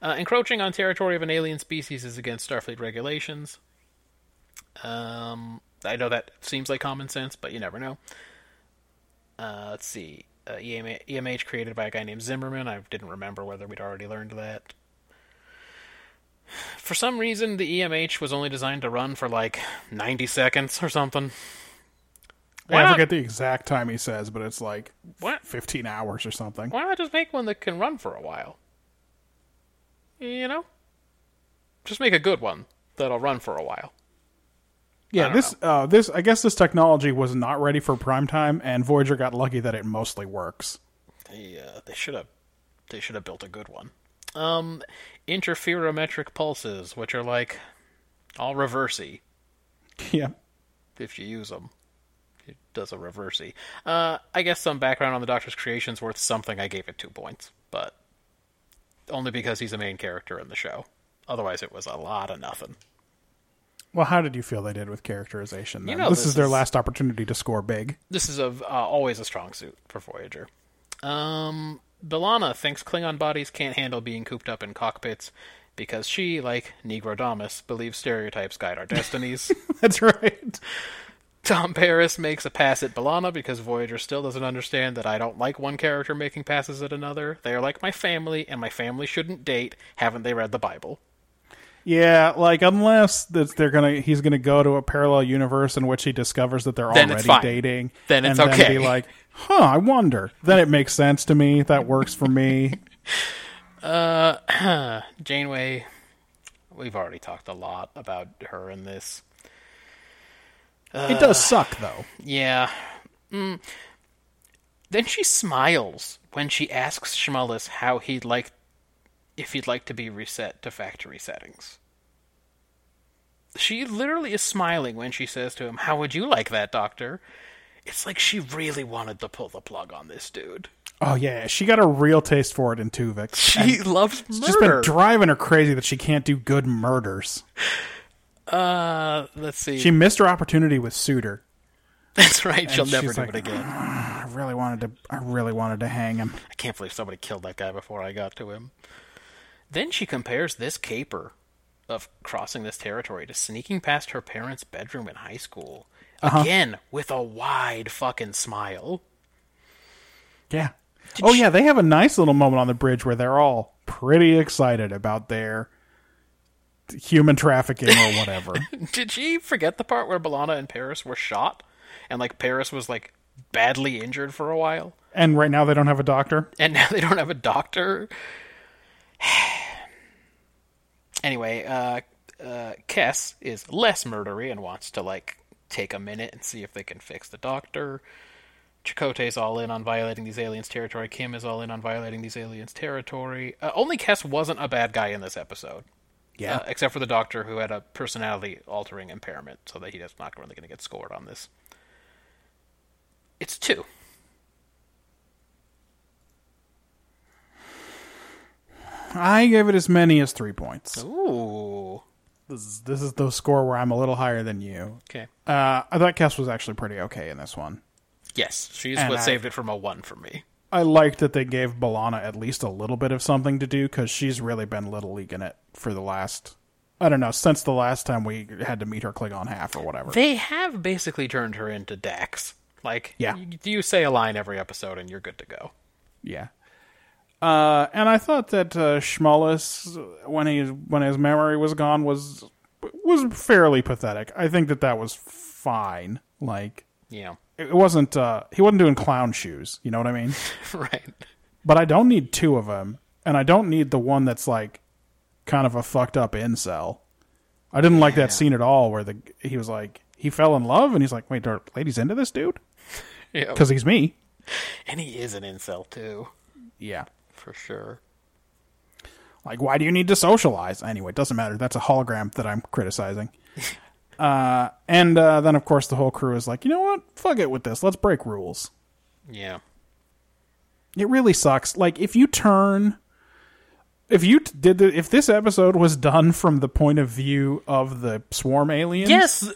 Speaker 1: Uh, encroaching on territory of an alien species is against Starfleet regulations. Um, I know that seems like common sense, but you never know. Uh, let's see. Uh, EMA, EMH created by a guy named Zimmerman. I didn't remember whether we'd already learned that. For some reason, the EMH was only designed to run for like 90 seconds or something. Why
Speaker 2: I
Speaker 1: not-
Speaker 2: forget the exact time he says, but it's like
Speaker 1: What?
Speaker 2: fifteen hours or something.
Speaker 1: why not just make one that can run for a while? You know? Just make a good one that'll run for a while.
Speaker 2: Yeah, this uh, this I guess this technology was not ready for prime time, and Voyager got lucky that it mostly works. (laughs)
Speaker 1: They uh, they should have they should have built a good one. Um interferometric pulses, which are like all reversey
Speaker 2: Yeah,
Speaker 1: if you use them. It does a reversey. Uh I guess some background on the Doctor's creation's worth something. I gave it 2 points, but only because he's a main character in the show. Otherwise it was a lot of nothing.
Speaker 2: Well, how did you feel they did with characterization? Then?
Speaker 1: You know
Speaker 2: this,
Speaker 1: this
Speaker 2: is their
Speaker 1: is-
Speaker 2: last opportunity to score big. (laughs)
Speaker 1: this is a uh, always a strong suit for Voyager. Um, Belana thinks Klingon bodies can't handle being cooped up in cockpits because she, like Negrodamus, believes stereotypes guide our destinies.
Speaker 2: That's right.
Speaker 1: Tom Paris makes a pass at Belana because Voyager still doesn't understand that I don't like one character making passes at another. They are like my family, and my family shouldn't date. Haven't they read the Bible?
Speaker 2: Yeah, like unless that they're gonna, he's gonna go to a parallel universe in which he discovers that they're
Speaker 1: Then it's
Speaker 2: already
Speaker 1: fine.
Speaker 2: dating.
Speaker 1: Then it's
Speaker 2: and
Speaker 1: okay.
Speaker 2: Then be like, huh? I wonder. Then it makes sense to me. That works for me.
Speaker 1: Janeway, we've already talked a lot about her in this.
Speaker 2: (laughs) it does suck though.
Speaker 1: Yeah. Mm. Then she smiles when she asks Schmullis how he'd like if he'd like to be reset to factory settings. She literally is smiling when she says to him, "How would you like that, doctor?" It's like she really wanted to pull the plug on this dude.
Speaker 2: Oh yeah, she got a real taste for it in Tuvix.
Speaker 1: She loves murder.
Speaker 2: It's just been driving her crazy that she can't do good murders.
Speaker 1: uh, let's see.
Speaker 2: She missed her opportunity with Suter.
Speaker 1: (laughs) That's right. She'll never
Speaker 2: she's
Speaker 1: do
Speaker 2: like,
Speaker 1: it again.
Speaker 2: I really wanted to. I really wanted to hang him.
Speaker 1: I can't believe somebody killed that guy before I got to him. Then she compares this caper of crossing this territory to sneaking past her parents' bedroom in high school. Again, with a wide fucking smile. (laughs)
Speaker 2: Yeah. oh yeah, they have a nice little moment on the bridge where they're all pretty excited about their human trafficking or whatever.
Speaker 1: Did she forget the part where Balana and Paris were shot? And, like, Paris was, like, badly injured for a while?
Speaker 2: and right now they don't have a doctor.
Speaker 1: and now (laughs) they don't have a doctor. (sighs) anyway, uh, uh, Kess is less murdery and wants to like take a minute and see if they can fix the doctor. Chakotay's all in on violating these aliens' territory. Kim is all in on violating these aliens' territory. Uh, only Kess wasn't a bad guy in this episode.
Speaker 2: Yeah.
Speaker 1: Uh, except for the doctor who had a personality altering impairment, so that he is not really going to get scored on this. It's two.
Speaker 2: I gave it as many as three points.
Speaker 1: Ooh.
Speaker 2: This is, this is the score where I'm a little higher than you.
Speaker 1: Okay.
Speaker 2: Uh, I thought Cass was actually pretty okay in this one.
Speaker 1: Yes, she's
Speaker 2: And
Speaker 1: what
Speaker 2: I-
Speaker 1: saved it from a one for me.
Speaker 2: I liked that they gave Balana at least a little bit of something to do because she's really been little league in it for the last. I don't know since the last time we had to meet her Klingon half or whatever.
Speaker 1: They have basically turned her into Dax. Like,
Speaker 2: Yeah.
Speaker 1: you, you say a line every episode and you're good to go.
Speaker 2: Yeah. Uh, and I thought that uh, Schmollis, when he when his memory was gone, was was fairly pathetic. I think that that was fine. Like
Speaker 1: Yeah.
Speaker 2: it wasn't. Uh, he wasn't doing clown shoes. You know what I mean?
Speaker 1: (laughs) right.
Speaker 2: But I don't need two of them, and I don't need the one that's like kind of a fucked up incel. I didn't like that scene at all where the he was like he fell in love and he's like, wait, are ladies into this dude?
Speaker 1: Yeah.
Speaker 2: Because he's me.
Speaker 1: And he is an incel too,
Speaker 2: Yeah.
Speaker 1: for sure.
Speaker 2: Like, why do you need to socialize? Anyway, it doesn't matter. That's a hologram that I'm criticizing. uh, and uh, then, of course, the whole crew is like, you know what? Fuck it with this. Let's break rules.
Speaker 1: Yeah.
Speaker 2: It really sucks. Like, if you turn. If you t- did the, if this episode was done from the point of view of the swarm aliens,
Speaker 1: Yes.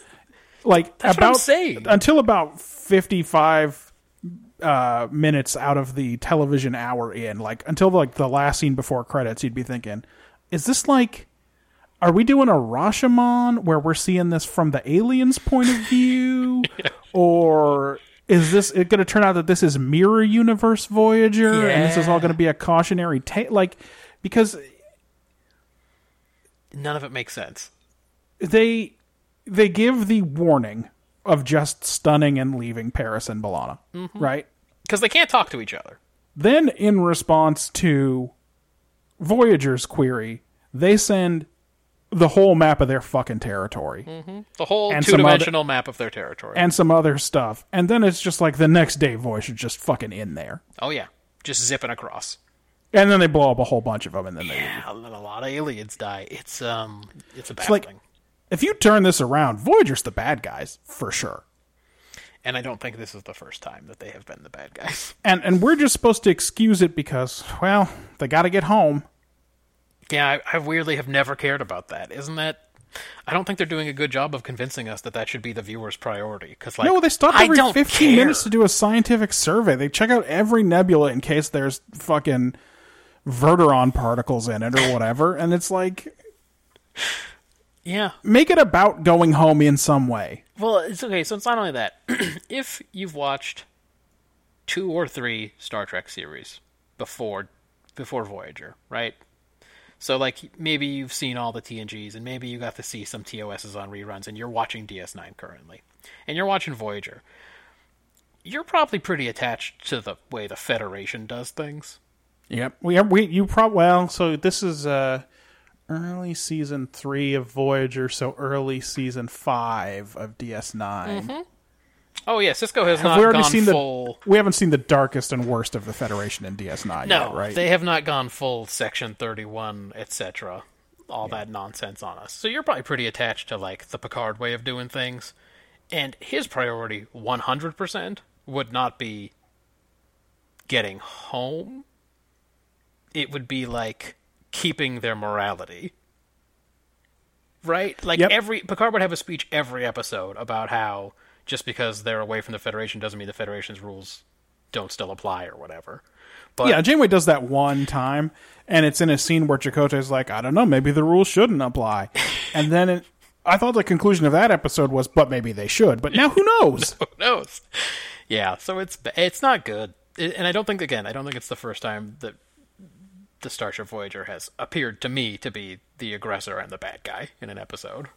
Speaker 2: like
Speaker 1: That's what I'm
Speaker 2: about
Speaker 1: saying.
Speaker 2: until about 55 uh minutes out of the television hour in like until like the last scene before credits you'd be thinking is this like are we doing a Rashomon where we're seeing this from the aliens point of
Speaker 1: (laughs)
Speaker 2: view or is this it going to turn out that this is mirror universe voyager and this is all
Speaker 1: Yeah.
Speaker 2: going to be a cautionary tale like because
Speaker 1: None of it makes sense.
Speaker 2: they they give the warning of just stunning and leaving Paris and Bellana, right?
Speaker 1: Because they can't talk to each other.
Speaker 2: Then in response to Voyager's query, they send the whole map of their fucking territory
Speaker 1: The whole
Speaker 2: And
Speaker 1: two
Speaker 2: some other-
Speaker 1: dimensional map of their territory.
Speaker 2: and some other stuff, and then it's just like the next day Voyager's just fucking in there,
Speaker 1: oh yeah. Just zipping across.
Speaker 2: and then they blow up a whole bunch of them, and then they
Speaker 1: Yeah, a lot of aliens die. It's um it's a bad
Speaker 2: like-
Speaker 1: thing.
Speaker 2: if you turn this around, Voyager's the bad guys for sure.
Speaker 1: And I don't think this is the first time that they have been the bad guys. (laughs)
Speaker 2: And and we're just supposed to excuse it because well they got to get home.
Speaker 1: Yeah, I, I weirdly have never cared about that. Isn't that? I don't think they're doing a good job of convincing us that that should be the viewer's priority. Because like,
Speaker 2: No, they stop
Speaker 1: I
Speaker 2: every
Speaker 1: don't
Speaker 2: 15
Speaker 1: care.
Speaker 2: minutes to do a scientific survey. They check out every nebula in case there's fucking verderon particles in it or whatever. and it's like,
Speaker 1: Yeah.
Speaker 2: make it about going home in some way.
Speaker 1: Well, it's okay. So it's not only that. (clears throat) if you've watched two or three Star Trek series before before Voyager, right? So like maybe you've seen all the TNGs and maybe you got to see some TOSs on reruns and you're watching DS9 currently. And you're watching Voyager. You're probably pretty attached to the way the Federation does things.
Speaker 2: Yep. We, we you probably well. So this is uh, early season three of Voyager. So early season five of DS 9
Speaker 1: Oh yeah, Cisco has
Speaker 2: Have
Speaker 1: not
Speaker 2: we already
Speaker 1: gone
Speaker 2: seen
Speaker 1: full.
Speaker 2: the? We haven't seen the darkest and worst of the Federation in DS nine.
Speaker 1: No,
Speaker 2: yet, right?
Speaker 1: they have not gone full Section Thirty-One, etc. All that nonsense on us. So you're probably pretty attached to like the Picard way of doing things, and his priority, one hundred percent, would not be getting home. It would be like keeping their morality. Right? Like
Speaker 2: Yep.
Speaker 1: every Picard would have a speech every episode about how just because they're away from the Federation doesn't mean the Federation's rules don't still apply or whatever. But
Speaker 2: Yeah, Janeway does that one time, and it's in a scene where Chakotay's like, "I don't know, maybe the rules shouldn't apply," and then it, I thought the conclusion of that episode was, "But maybe they should." But now who knows?
Speaker 1: who knows? Yeah, so it's ba- it's not good, I- and I don't think again. I don't think it's the first time that the Starship Voyager has appeared to me to be the aggressor and the bad guy in an episode.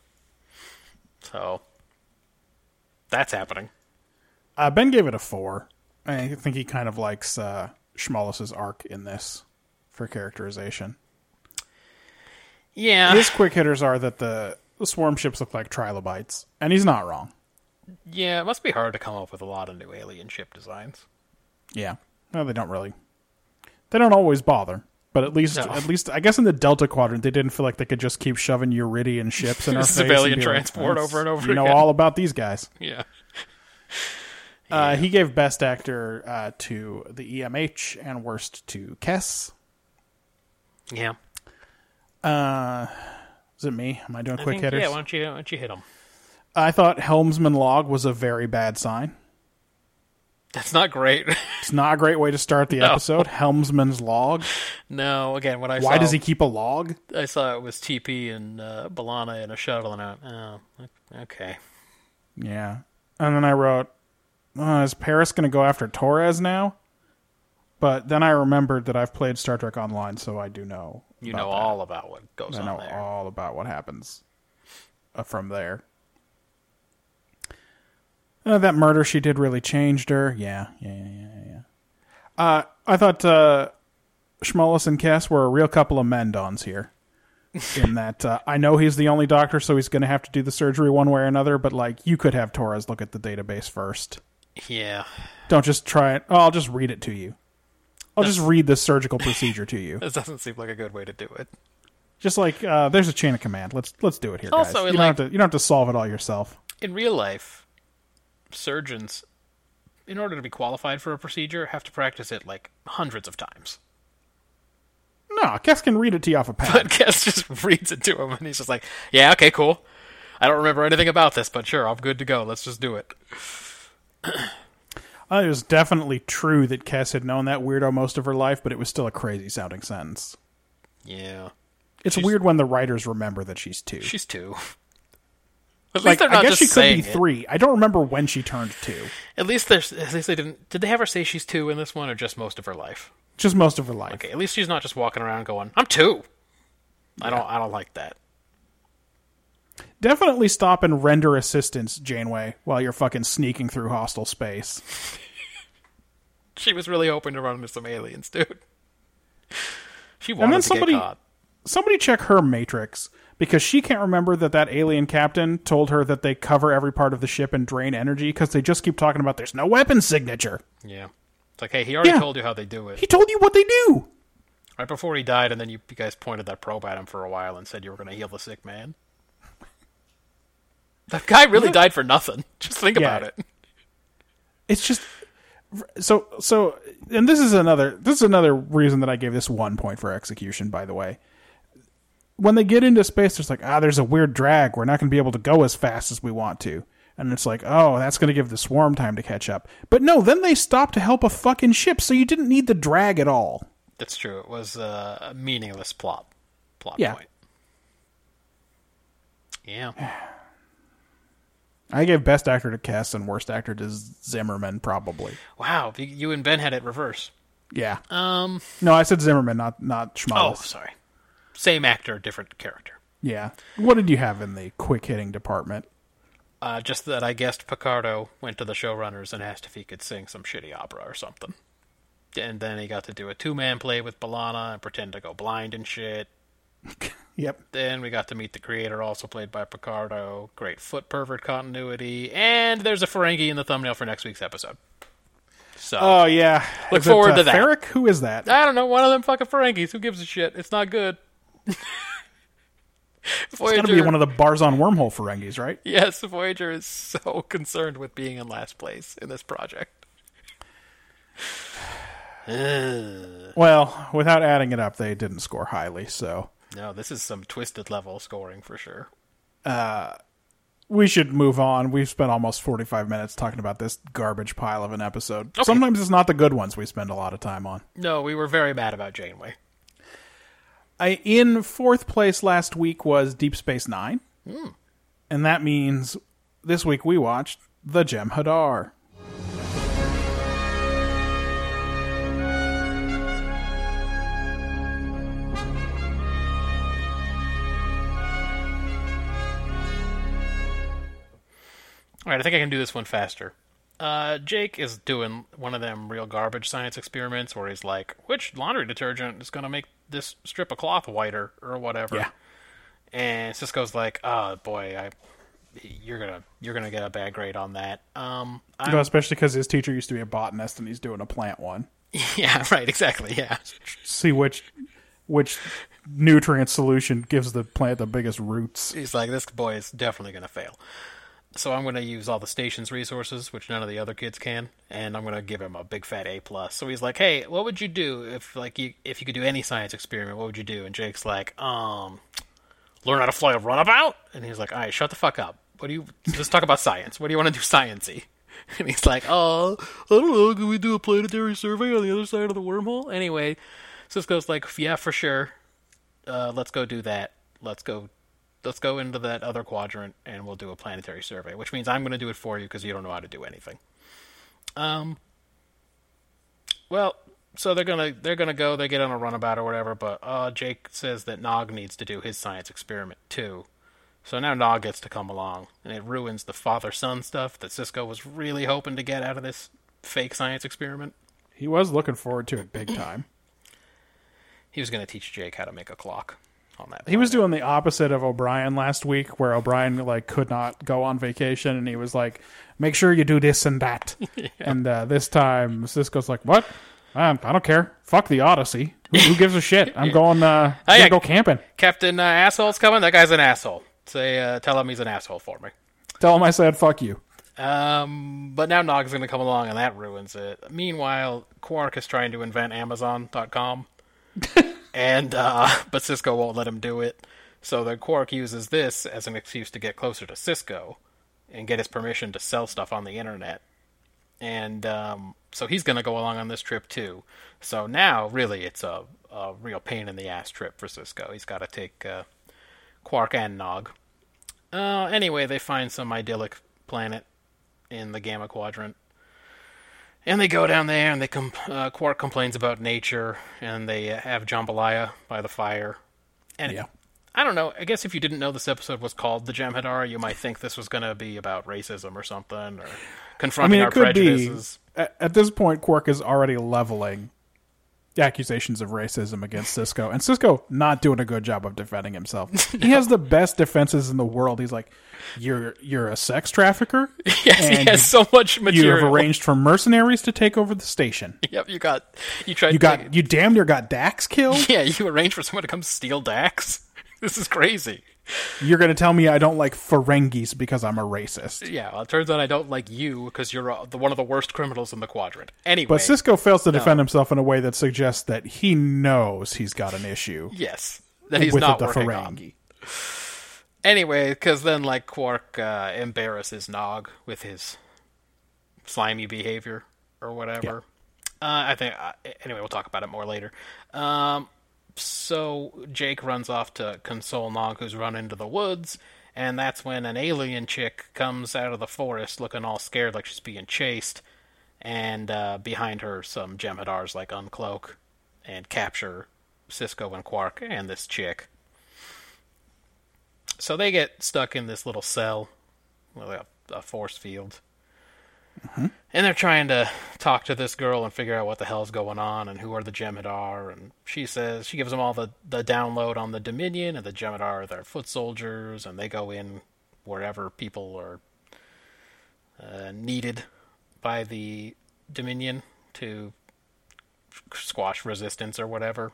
Speaker 1: So that's happening.
Speaker 2: Uh, ben gave it a four. I think he kind of likes uh, Schmollis's arc in this for characterization.
Speaker 1: Yeah,
Speaker 2: His quick hitters are that the, the swarm ships look like trilobites, and he's not wrong.
Speaker 1: yeah. It must be hard to come up with a lot of new alien ship designs.
Speaker 2: Yeah. No, they don't really. They don't always bother. But at least,
Speaker 1: No.
Speaker 2: at least, I guess in the Delta Quadrant, they didn't feel like they could just keep shoving Eurydian
Speaker 1: (laughs)
Speaker 2: ships in our face and
Speaker 1: Civilian
Speaker 2: be like,
Speaker 1: transport over and over
Speaker 2: You know
Speaker 1: again."
Speaker 2: all about these guys.
Speaker 1: Yeah,
Speaker 2: Uh, he gave best actor uh, to the EMH and worst to Kess.
Speaker 1: yeah.
Speaker 2: Is it me? Am I doing
Speaker 1: I
Speaker 2: quick
Speaker 1: think-
Speaker 2: hitters?
Speaker 1: Yeah, why don't you why don't you hit them?
Speaker 2: I thought Helmsman Log was a very bad sign.
Speaker 1: That's not great. (laughs)
Speaker 2: It's not a great way to start the episode. Helmsman's Log.
Speaker 1: no, again, what I
Speaker 2: Why
Speaker 1: saw-
Speaker 2: does he keep a log?
Speaker 1: I saw it was TP and uh, Balana in a shuttle, and I went, oh, okay.
Speaker 2: Yeah. And then I wrote, uh, is Paris going to go after Torres now? But then I remembered that I've played Star Trek Online, so I do know.
Speaker 1: You
Speaker 2: about
Speaker 1: know
Speaker 2: that.
Speaker 1: all about what goes
Speaker 2: I
Speaker 1: on
Speaker 2: know
Speaker 1: there.
Speaker 2: all about what happens uh, from there. Uh, that murder she did really changed her. Yeah, yeah, yeah, yeah. yeah. Uh, I thought uh, Schmollis and Cass were a real couple of
Speaker 1: (laughs)
Speaker 2: mendons here. In that, uh, I know he's the only doctor, so he's going to have to do the surgery one way or another. But like, you could have Torres look at the database first.
Speaker 1: Yeah,
Speaker 2: Don't just try it. Oh, I'll just read it to you. I'll just read the surgical procedure to you.
Speaker 1: this doesn't seem like a good way to do it.
Speaker 2: Just like uh, there's a chain of command. Let's let's do it here, guys.
Speaker 1: Also,
Speaker 2: you
Speaker 1: it,
Speaker 2: don't
Speaker 1: like-
Speaker 2: have to you don't have to solve it all yourself.
Speaker 1: In real life, surgeons, in order to be qualified for a procedure, have to practice it like hundreds of times. (laughs)
Speaker 2: No, Cass can read it to you off a pad.
Speaker 1: But Guess just reads it to him, and he's just like, "Yeah, okay, cool. I don't remember anything about this, but sure, I'm good to go. Let's just do it."
Speaker 2: Uh, it was definitely true that Cass had known that weirdo most of her life, but it was still a crazy sounding sentence.
Speaker 1: Yeah,
Speaker 2: It's
Speaker 1: She's-
Speaker 2: weird when the writers remember that she's two.
Speaker 1: she's
Speaker 2: (laughs)
Speaker 1: two. At least
Speaker 2: like
Speaker 1: they're not
Speaker 2: I
Speaker 1: just
Speaker 2: guess she could be
Speaker 1: saying it.
Speaker 2: three. I don't remember when she turned two.
Speaker 1: At least there's. At least they didn't. Did they ever say she's two in this one, or just most of her life?
Speaker 2: Just most of her life.
Speaker 1: Okay, at least she's not just walking around going, "I'm two. I don't. I don't like that.
Speaker 2: Definitely stop and render assistance, Janeway, while you're fucking sneaking through hostile space.
Speaker 1: She was really hoping to run into some aliens, (laughs) dude. She wanted
Speaker 2: And then
Speaker 1: to
Speaker 2: somebody-
Speaker 1: get caught.
Speaker 2: somebody check her matrix because she can't remember that that alien captain told her that they cover every part of the ship and drain energy because they just keep talking about there's no weapon signature.
Speaker 1: Yeah. It's like, hey, he already
Speaker 2: Yeah.
Speaker 1: told you how they do it.
Speaker 2: He told you what they do.
Speaker 1: Right before he died, and then you, you guys pointed that probe at him for a while and said you were going to heal the sick man. That guy really died for nothing. (laughs) Just think
Speaker 2: Yeah.
Speaker 1: about it.
Speaker 2: It's just so so and this is another this is another reason that I gave this 1 point for execution by the way. When they get into space there's like ah there's a weird drag we're not going to be able to go as fast as we want to. And it's like, oh, that's going to give the swarm time to catch up. But no, then they stop to help a fucking ship, so you didn't need the drag at all.
Speaker 1: That's true. It was uh, a meaningless plot plot
Speaker 2: Yeah.
Speaker 1: point. Yeah.
Speaker 2: I gave best actor to Kess and worst actor to Zimmerman, probably.
Speaker 1: Wow. you- You and Ben had it reverse.
Speaker 2: Yeah.
Speaker 1: Um.
Speaker 2: No, I said Zimmerman, not
Speaker 1: Oh,
Speaker 2: not Schmalis.
Speaker 1: sorry. Same actor, different character.
Speaker 2: Yeah. What did you have in the quick hitting department?
Speaker 1: Uh, just that I guessed Picardo went to the showrunners and asked if he could sing some shitty opera or something. And then he got to do a two man play with Balana and pretend to go blind and shit.
Speaker 2: Yep.
Speaker 1: Then we got to meet the creator, also played by Picardo. Great foot pervert continuity. And there's a Ferengi in the thumbnail for next week's episode. So,
Speaker 2: Oh yeah.
Speaker 1: Look
Speaker 2: Is it,
Speaker 1: forward
Speaker 2: uh,
Speaker 1: to that.
Speaker 2: Ferrick, who is that?
Speaker 1: I don't know, one of them fucking Ferengis. Who gives a shit? It's not good.
Speaker 2: It's
Speaker 1: Voyager,
Speaker 2: got to be one of the bars on wormhole Ferengis, right?
Speaker 1: yes, Voyager is so (laughs) concerned with being in last place in this project.
Speaker 2: Well, without adding it up, they didn't score highly, so
Speaker 1: No, this is some twisted level scoring for sure.
Speaker 2: we should move on. We've spent almost 45 minutes talking about this garbage pile of an episode. Sometimes it's not the good ones we spend a lot of time on.
Speaker 1: No, we were very mad about Janeway.
Speaker 2: I in fourth place last week was Deep Space Nine, and that means this week we watched the Jem'Hadar.
Speaker 1: All right, I think I can do this one faster. Uh, Jake is doing one of them real garbage science experiments where he's like, which laundry detergent is going to make this strip of cloth whiter or whatever.
Speaker 2: Yeah.
Speaker 1: And Cisco's like, "Oh boy, I you're going to you're going to get a bad grade on that." Um I
Speaker 2: No, especially because his teacher used to be a botanist, and he's doing a plant one.
Speaker 1: (laughs) yeah, right, exactly. Yeah.
Speaker 2: See which which nutrient solution gives the plant the biggest roots.
Speaker 1: He's like, "This boy is definitely going to fail." So I'm going to use all the station's resources, which none of the other kids can, and I'm going to give him a big fat A plus. So he's like, "Hey, what would you do if like you if you could do any science experiment? What would you do?" And Jake's like, "Um, learn how to fly a runabout." And he's like, "All right, shut the fuck up. What do you? Let's talk about science. What do you want to do sciencey?" (laughs) And he's like, "Oh, I don't know. Can we do a planetary survey on the other side of the wormhole?" Anyway, Cisco's like, "Yeah, for sure. Uh, let's go do that. Let's go." Let's go into that other quadrant and we'll do a planetary survey, which means I'm going to do it for you because you don't know how to do anything. Um, well, so they're gonna they're gonna go. They get on a runabout or whatever. But uh, Jake says that Nog needs to do his science experiment too. So now Nog gets to come along, and it ruins the father son stuff that Cisco was really hoping to get out of this fake science experiment.
Speaker 2: He was looking forward to it big time.
Speaker 1: He was gonna teach Jake how to make a clock on that.
Speaker 2: He was doing the opposite of O'Brien last week, where O'Brien like could not go on vacation, and he was like, "Make sure you do this and that." And uh, this time, Cisco's like, "What? Um, I don't care. Fuck the Odyssey. Who, who gives a shit? I'm going. Uh, I'm
Speaker 1: Hey,
Speaker 2: gonna
Speaker 1: I-
Speaker 2: go camping.
Speaker 1: Captain uh, Asshole's coming. That guy's an asshole. Say, uh, tell him he's an asshole for me.
Speaker 2: Tell him I said fuck you."
Speaker 1: Um, but now Nog's going to come along, and that ruins it. Meanwhile, Quark is trying to invent Amazon.com, and uh, but Cisco won't let him do it. So then Quark uses this as an excuse to get closer to Cisco and get his permission to sell stuff on the internet. And um, so he's going to go along on this trip too. So now, really, it's a, a real pain in the ass trip for Cisco. He's got to take uh, Quark and Nog. Uh, anyway, they find some idyllic planet in the Gamma Quadrant. And they go down there, and they com- uh, Quark complains about nature, and they uh, have jambalaya by the fire. And
Speaker 2: Yeah.
Speaker 1: I don't know. I guess if you didn't know this episode was called the Jamhadar, you might think this was going to be about racism or something, or
Speaker 2: I
Speaker 1: confronting
Speaker 2: mean, it
Speaker 1: our
Speaker 2: could be.
Speaker 1: prejudices. (laughs)
Speaker 2: At, at this point, Quark is already leveling accusations of racism against Cisco, and Cisco not doing a good job of defending himself.
Speaker 1: (laughs)
Speaker 2: He has the best defenses in the world. He's like, "You're you're a sex trafficker,
Speaker 1: (laughs) Yes, he
Speaker 2: and
Speaker 1: has so much
Speaker 2: you
Speaker 1: material.
Speaker 2: have arranged for mercenaries to take over the station.
Speaker 1: Yep, you got. You tried.
Speaker 2: You got you damn near got Dax
Speaker 1: (laughs)
Speaker 2: killed.
Speaker 1: Yeah, you arranged for someone to come steal Dax. (laughs) This is crazy.
Speaker 2: You're gonna tell me I don't like Ferengis because I'm a racist."
Speaker 1: Yeah, well, it turns out I don't like you because you're uh, the, one of the worst criminals in the quadrant. Anyway,
Speaker 2: But Cisco fails to defend himself in a way that suggests that he knows he's got an issue.
Speaker 1: yes, that he's
Speaker 2: with
Speaker 1: not
Speaker 2: the
Speaker 1: working on.
Speaker 2: Ferengi.
Speaker 1: Anyway, because then like Quark uh, embarrasses Nog with his slimy behavior or whatever. Uh, I think. Uh, anyway, we'll talk about it more later. Um, so Jake runs off to console Nog, who's run into the woods, and that's when an alien chick comes out of the forest, looking all scared, like she's being chased. And uh, behind her, some Jem'Hadar's like uncloak and capture Cisco and Quark and this chick. So they get stuck in this little cell, with a, a force field, and they're trying to talk to this girl and figure out what the hell's going on and who are the Jem'Hadar. And she says she gives them all the the download on the Dominion and the Jem'Hadar are their foot soldiers, and they go in wherever people are uh, needed by the Dominion to squash resistance or whatever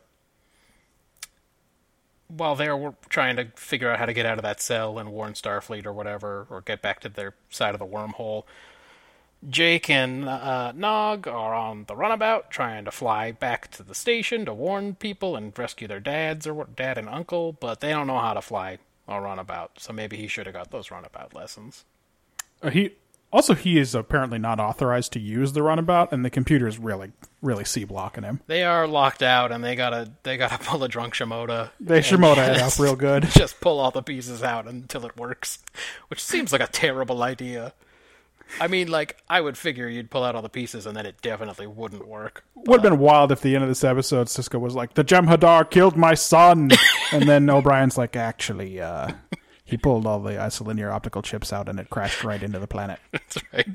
Speaker 1: while they're w- trying to figure out how to get out of that cell and warn Starfleet or whatever, or get back to their side of the wormhole, Jake and uh, Nog are on the runabout trying to fly back to the station to warn people and rescue their dads or what- dad and uncle, but they don't know how to fly a runabout, so maybe he should have got those runabout lessons.
Speaker 2: Uh, he also he is apparently not authorized to use the runabout, and the computer is really really c blocking him.
Speaker 1: They are locked out, and they gotta they gotta (laughs) pull a drunk Shimoda. (laughs)
Speaker 2: They Shimoda it up real good.
Speaker 1: just pull all the pieces out until it works, (laughs) which seems like a terrible idea. I mean, like I would figure you'd pull out all the pieces and then it definitely wouldn't work.
Speaker 2: Would have been wild if the end of this episode Cisco was like, "The Jem'Hadar killed my son," and then O'Brien's like, "Actually, uh, he pulled all the isolinear optical chips out, and it crashed right into the planet."
Speaker 1: That's right.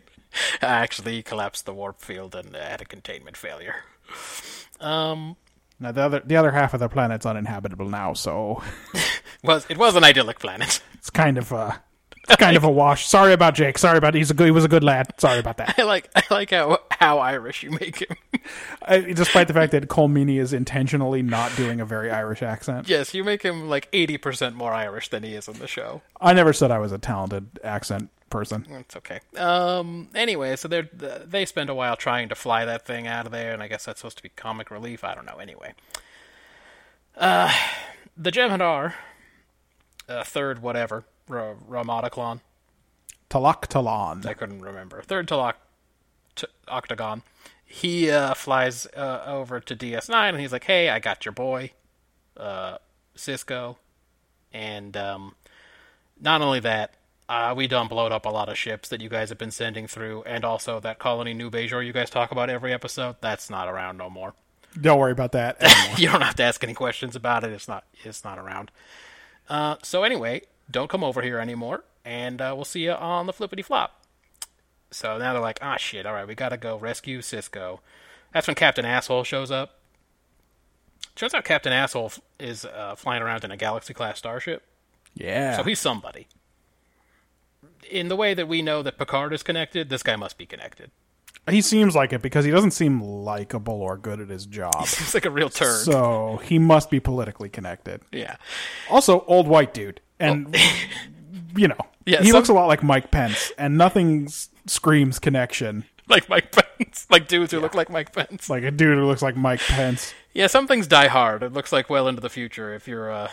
Speaker 1: I actually collapsed the warp field and uh, had a containment failure. Um,
Speaker 2: Now the other the other half of the planet's uninhabitable now, so
Speaker 1: was it was an idyllic planet. (laughs)
Speaker 2: it's kind of uh it's kind of a wash. Sorry about Jake. Sorry about he's a good, he was a good lad. Sorry about that.
Speaker 1: I like I like how how Irish you make him. (laughs)
Speaker 2: I, despite the fact that Cole Meany is intentionally not doing a very Irish accent.
Speaker 1: yes, you make him like eighty percent more Irish than he is in the show.
Speaker 2: I never said I was a talented accent person.
Speaker 1: It's okay. Um. Anyway, so they are they spend a while trying to fly that thing out of there, and I guess that's supposed to be comic relief. I don't know. Anyway, uh, the Jem'Hadar, uh, third whatever Ra- Ramadaclon.
Speaker 2: Talak Talon.
Speaker 1: I couldn't remember. Third to, lock, to Octagon. He uh, flies uh, over to DS9 and he's like, "Hey, I got your boy, uh, Cisco." And um, not only that, uh, we done blowed up a lot of ships that you guys have been sending through, and also that colony New Bejor you guys talk about every episode. That's not around no more.
Speaker 2: Don't worry about
Speaker 1: (laughs)
Speaker 2: that. anymore.
Speaker 1: you don't have to ask any questions about it. It's not it's not around. Uh, so anyway, don't come over here anymore, and uh, we'll see you on the flippity flop. So now they're like, ah, shit. All right, we gotta go rescue Cisco. That's when Captain Asshole shows up. Turns out Captain Asshole f- is uh, flying around in a galaxy class starship,
Speaker 2: yeah.
Speaker 1: so he's somebody. In the way that we know that Picard is connected, this guy must be connected. (laughs)
Speaker 2: he seems like it because he doesn't seem likable or good at his job.
Speaker 1: He's like a real turd.
Speaker 2: so he must be politically connected.
Speaker 1: yeah.
Speaker 2: Also, old white dude, and
Speaker 1: (laughs)
Speaker 2: you know,
Speaker 1: Oh. Yeah,
Speaker 2: he
Speaker 1: some-
Speaker 2: looks a lot like Mike Pence, and nothing s- screams connection
Speaker 1: Like Mike Pence. Like dudes who look like Mike Pence.
Speaker 2: like a dude who looks like Mike Pence.
Speaker 1: Yeah, some things die hard. It looks like well into the future. If you're a,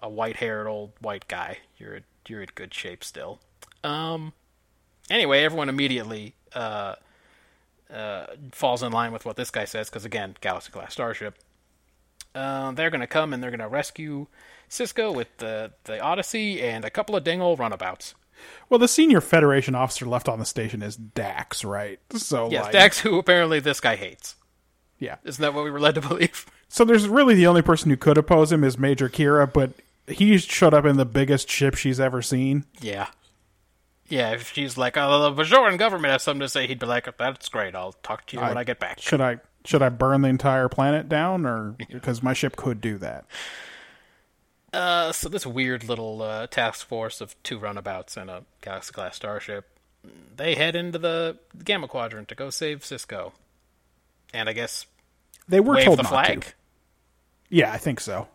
Speaker 1: a white-haired old white guy, you're you're in good shape still. Um, anyway, everyone immediately uh, uh, falls in line with what this guy says because again, galaxy class starship. Uh, they're gonna come and they're gonna rescue Cisco with the the Odyssey and a couple of dang old runabouts.
Speaker 2: Well, the senior Federation officer left on the station is Dax, right? So
Speaker 1: Yes,
Speaker 2: like,
Speaker 1: Dax, who apparently this guy hates.
Speaker 2: Yeah.
Speaker 1: Isn't that what we were led to (laughs) believe?
Speaker 2: So there's really the only person who could oppose him is Major Kira, but he showed up in the biggest ship she's ever seen.
Speaker 1: Yeah. Yeah, if she's like, oh, the Bajoran government has something to say, he'd be like, that's great. I'll talk to you when I get back.
Speaker 2: Should I should I burn the entire planet down, or because my ship could do that?
Speaker 1: Uh, so this weird little uh, task force of two runabouts and a galaxy class starship, they head into the Gamma Quadrant to go save Cisco, and I guess
Speaker 2: They were
Speaker 1: wave
Speaker 2: told
Speaker 1: the
Speaker 2: not
Speaker 1: flag Uh,
Speaker 2: to. Yeah, I think so.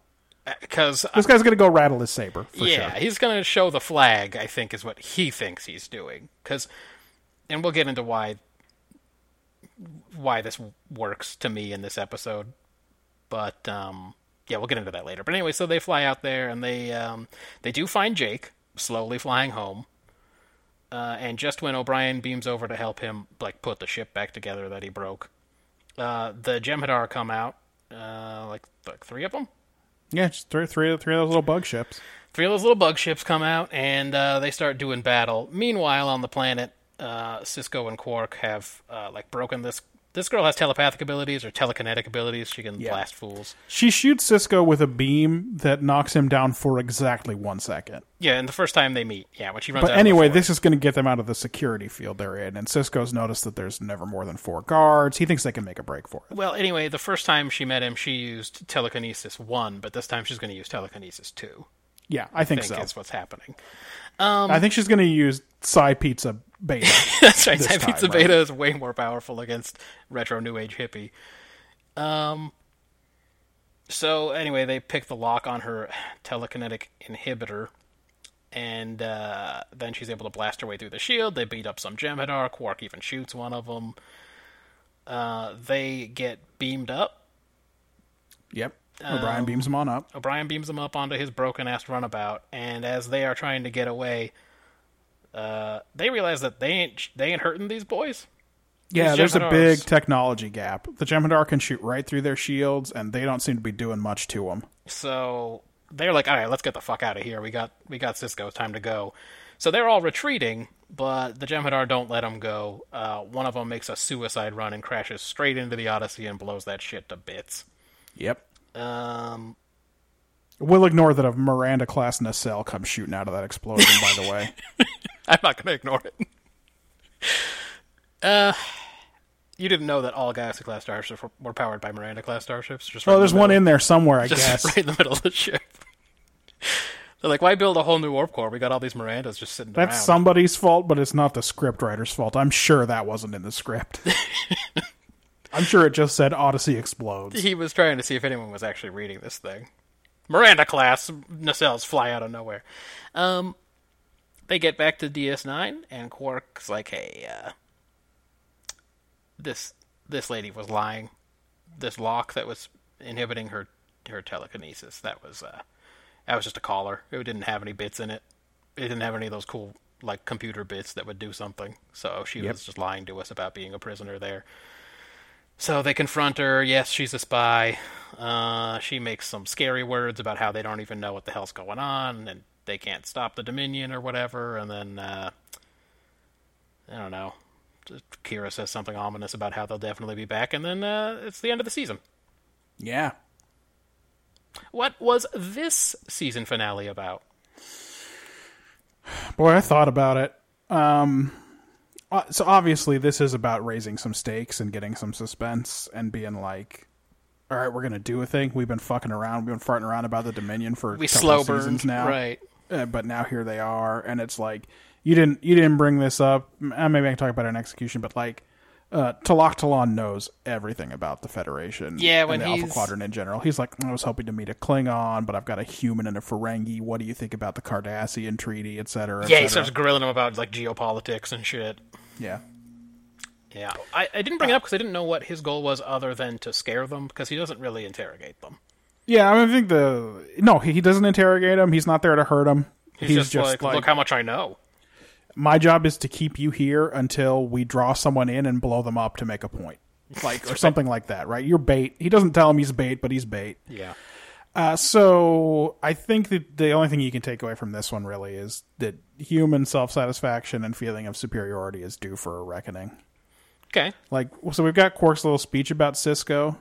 Speaker 1: because
Speaker 2: This guy's gonna go rattle his saber for
Speaker 1: yeah,
Speaker 2: sure.
Speaker 1: he's going to show the flag. I think is what he thinks he's doing. Because, and we'll get into why why this works to me in this episode. But um, yeah, we'll get into that later. But anyway, so they fly out there and they um, they do find Jake slowly flying home. Uh, and just when O'Brien beams over to help him, like put the ship back together that he broke, uh, the Jem'Hadar come out, uh, like like three of them.
Speaker 2: Yeah, just three, three, three of those little bug ships.
Speaker 1: three of those little bug ships come out and uh, they start doing battle. Meanwhile, on the planet, uh, Cisco and Quark have uh, like broken this. This girl has telepathic abilities or telekinetic abilities. She can blast fools.
Speaker 2: She shoots Cisco with a beam that knocks him down for exactly one second.
Speaker 1: Yeah, and the first time they meet, yeah, when she runs.
Speaker 2: But
Speaker 1: out of the
Speaker 2: anyway,
Speaker 1: forest.
Speaker 2: this is going to get them out of the security field they're in, and Cisco's noticed that there's never more than four guards. He thinks they can make a break for it.
Speaker 1: Well, anyway, the first time she met him, she used telekinesis one, but this time she's going to use telekinesis two.
Speaker 2: Yeah, I think,
Speaker 1: I think
Speaker 2: so.
Speaker 1: is what's happening.
Speaker 2: I think she's going to use Psy Pizza Beta. (laughs)
Speaker 1: (laughs) That's right. Time
Speaker 2: time,
Speaker 1: Pizza
Speaker 2: right?
Speaker 1: Beta is way more powerful against retro new age hippie. Um. So anyway, they pick the lock on her telekinetic inhibitor, and uh, then she's able to blast her way through the shield. They beat up some Jem'Hadar. Quark even shoots one of them. Uh, they get beamed up.
Speaker 2: yep. O'Brien beams him on up.
Speaker 1: O'Brien beams them up onto his broken ass runabout, and as they are trying to get away, uh, they realize that they ain't they ain't hurting these boys.
Speaker 2: Yeah,
Speaker 1: these
Speaker 2: there's a
Speaker 1: Jem'Hadars.
Speaker 2: big technology gap. The Jem'Hadar can shoot right through their shields, and they don't seem to be doing much to them.
Speaker 1: So they're like, all right, let's get the fuck out of here. We got we got Cisco. It's time to go. So they're all retreating, but the Jem'Hadar don't let them go. Uh, one of them makes a suicide run and crashes straight into the Odyssey and blows that shit to bits. (laughs)
Speaker 2: Yep.
Speaker 1: Um,
Speaker 2: We'll ignore that a Miranda class nacelle comes shooting out of that explosion, by the (laughs) way.
Speaker 1: I'm not going to ignore it. uh, you didn't know that all Galaxy class starships were, were powered by Miranda class starships. Just right
Speaker 2: Oh, there's
Speaker 1: the
Speaker 2: one
Speaker 1: middle-
Speaker 2: in there somewhere, I
Speaker 1: just (laughs)
Speaker 2: guess.
Speaker 1: right in the middle of the ship. They're like, why build a whole new warp core? We got all these Mirandas just sitting
Speaker 2: That's
Speaker 1: around.
Speaker 2: somebody's fault, but it's not the script writer's fault. I'm sure that wasn't in
Speaker 1: (laughs)
Speaker 2: the script. I'm sure it just said Odyssey
Speaker 1: (laughs)
Speaker 2: explodes.
Speaker 1: he was trying to see if anyone was actually reading this thing. Miranda class nacelles fly out of nowhere. Um, they get back to DS9, and Quark's like, "Hey, uh, this this lady was lying. This lock that was inhibiting her her telekinesis that was uh, that was just a collar. It didn't have any bits in it. It didn't have any of those cool like computer bits that would do something. So she was just lying to us about being a prisoner there." So they confront her. Yes, she's a spy. Uh, she makes some scary words about how they don't even know what the hell's going on and they can't stop the Dominion or whatever. And then, uh, I don't know. Kira says something ominous about how they'll definitely be back. And then uh, it's the end of the season.
Speaker 2: Yeah.
Speaker 1: What was this season finale about?
Speaker 2: Boy, I thought about it. Um, uh, so obviously, this is about raising some stakes and getting some suspense and being like, "All right, we're gonna do a thing. We've been fucking around. We've been farting around about the Dominion for
Speaker 1: We
Speaker 2: a couple
Speaker 1: slow
Speaker 2: of seasons
Speaker 1: burned,
Speaker 2: now,
Speaker 1: right?
Speaker 2: Uh, but now here they are, and it's like you didn't you didn't bring this up. M- uh, Maybe I can talk about an execution, but like. Uh, Talak Talon knows everything about the Federation.
Speaker 1: Yeah, when
Speaker 2: and the Alpha
Speaker 1: he's-
Speaker 2: Quadrant in general, he's like, I was hoping to meet a Klingon, but I've got a human and a Ferengi. What do you think about the Cardassian Treaty, et cetera? et
Speaker 1: Yeah, he
Speaker 2: cetera?"
Speaker 1: starts grilling him about like geopolitics and shit.
Speaker 2: Yeah.
Speaker 1: Yeah, I, I didn't bring it up because I didn't know what his goal was other than to scare them because he doesn't really interrogate them.
Speaker 2: Yeah, I, mean, I think the no, he, he doesn't interrogate him. He's not there to hurt him.
Speaker 1: He's, just, like, look how much I (laughs) know.
Speaker 2: my job is to keep you here until we draw someone in and blow them up to make a point, like or something like that, right? You're bait. He doesn't tell him he's bait, but he's bait.
Speaker 1: (laughs) Yeah,
Speaker 2: Uh, so I think that the only thing you can take away from this one really is that human self satisfaction and feeling of superiority is due for a reckoning.
Speaker 1: okay,
Speaker 2: Like, so we've got Quark's little speech about Cisco,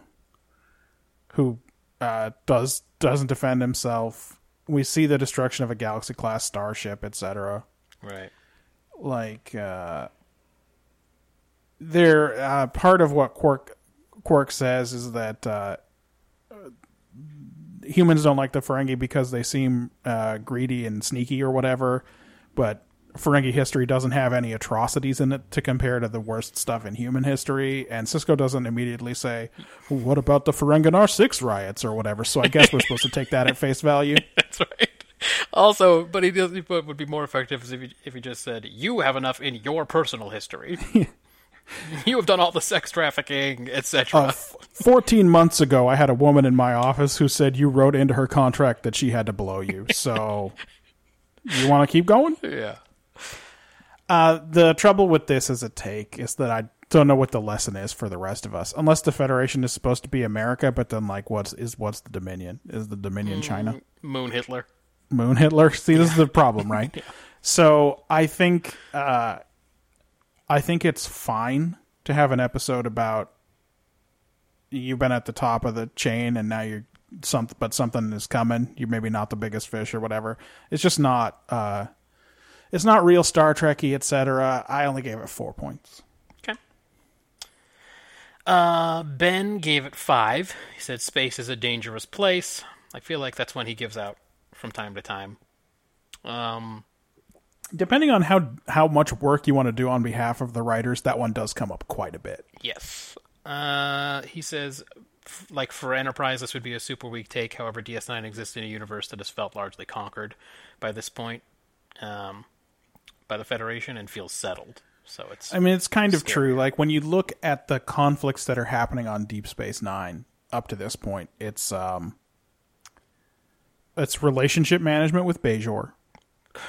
Speaker 2: who uh, does doesn't defend himself. We see the destruction of a galaxy class starship, etc.
Speaker 1: right.
Speaker 2: Like, uh, there uh, part of what Quark Quark says is that uh, humans don't like the Ferengi because they seem uh, greedy and sneaky or whatever, but. Ferengi history doesn't have any atrocities in it to compare to the worst stuff in human history, and Cisco doesn't immediately say, "Well, "What about the Ferengi R6 riots or whatever?" So I guess we're supposed to take that at face value.
Speaker 1: (laughs) That's right. Also, but he does. But would be more effective is if he, if he just said, "You have enough in your personal (laughs) history. you have done all the sex trafficking, etc."
Speaker 2: Uh, f- 14 months ago, I had a woman in my office who said you wrote into her contract that she had to blow you. So, you want to keep going?
Speaker 1: yeah.
Speaker 2: Uh, the trouble with this as a take is that I don't know what the lesson is for the rest of us, unless the Federation is supposed to be America. But then, like, what's is what's the Dominion? Is the Dominion China?
Speaker 1: Moon Hitler.
Speaker 2: Moon Hitler. See, this is the problem, right? So I think uh, I think it's fine to have an episode about you've been at the top of the chain and now you're some, but something is coming. You're maybe not the biggest fish or whatever. It's just not. Uh, it's not real Star Trekky, etc. I only gave it four points.
Speaker 1: Okay. Uh, ben gave it five. He said space is a dangerous place. I feel like that's when he gives out from time to time. Um,
Speaker 2: Depending on how how much work you want to do on behalf of the writers, that one does come up quite a bit.
Speaker 1: yes. Uh, he says, f- like for Enterprise, this would be a super weak take. However, DS9 exists in a universe that has felt largely conquered by this point, um, by the Federation and feels settled. So it's
Speaker 2: I mean, it's kind of true. Like when you look at the conflicts that are happening on Deep Space Nine up to this point, it's um, it's relationship management with Bejor,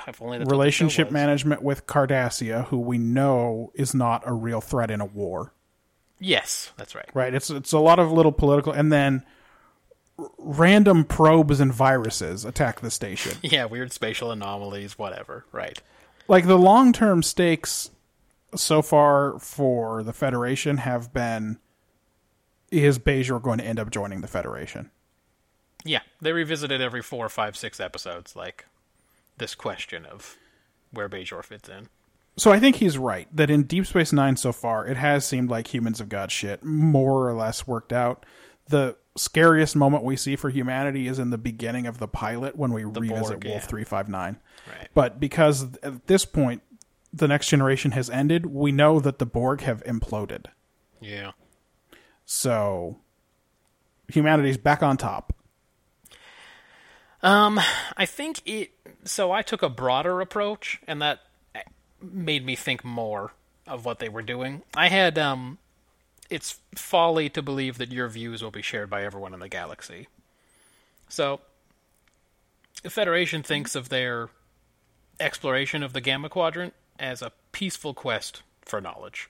Speaker 1: if only that's what the show
Speaker 2: relationship
Speaker 1: was.
Speaker 2: management with Cardassia, who we know is not a real threat in a war.
Speaker 1: Yes, that's right.
Speaker 2: Right? It's it's a lot of little political, and then r- random probes and viruses attack the station.
Speaker 1: Yeah, weird spatial anomalies, whatever. Right.
Speaker 2: like the long term stakes so far for the Federation have been is Bajor going to end up joining the Federation?
Speaker 1: Yeah, they revisit it every four, five, six episodes, like this question of where Bajor fits in.
Speaker 2: So I think he's right that in Deep Space Nine so far, it has seemed like humans have got shit more or less worked out. The scariest moment we see for humanity is in the beginning of the pilot when we revisit
Speaker 1: Borg,
Speaker 2: Wolf
Speaker 1: yeah.
Speaker 2: 359.
Speaker 1: Right.
Speaker 2: But because at this point, the next generation has ended, we know that the Borg have imploded.
Speaker 1: Yeah.
Speaker 2: So humanity's back on top.
Speaker 1: I think it. So I took a broader approach, and that made me think more of what they were doing. I had. um It's folly to believe that your views will be shared by everyone in the galaxy. So, the Federation thinks of their exploration of the Gamma Quadrant as a peaceful quest for knowledge.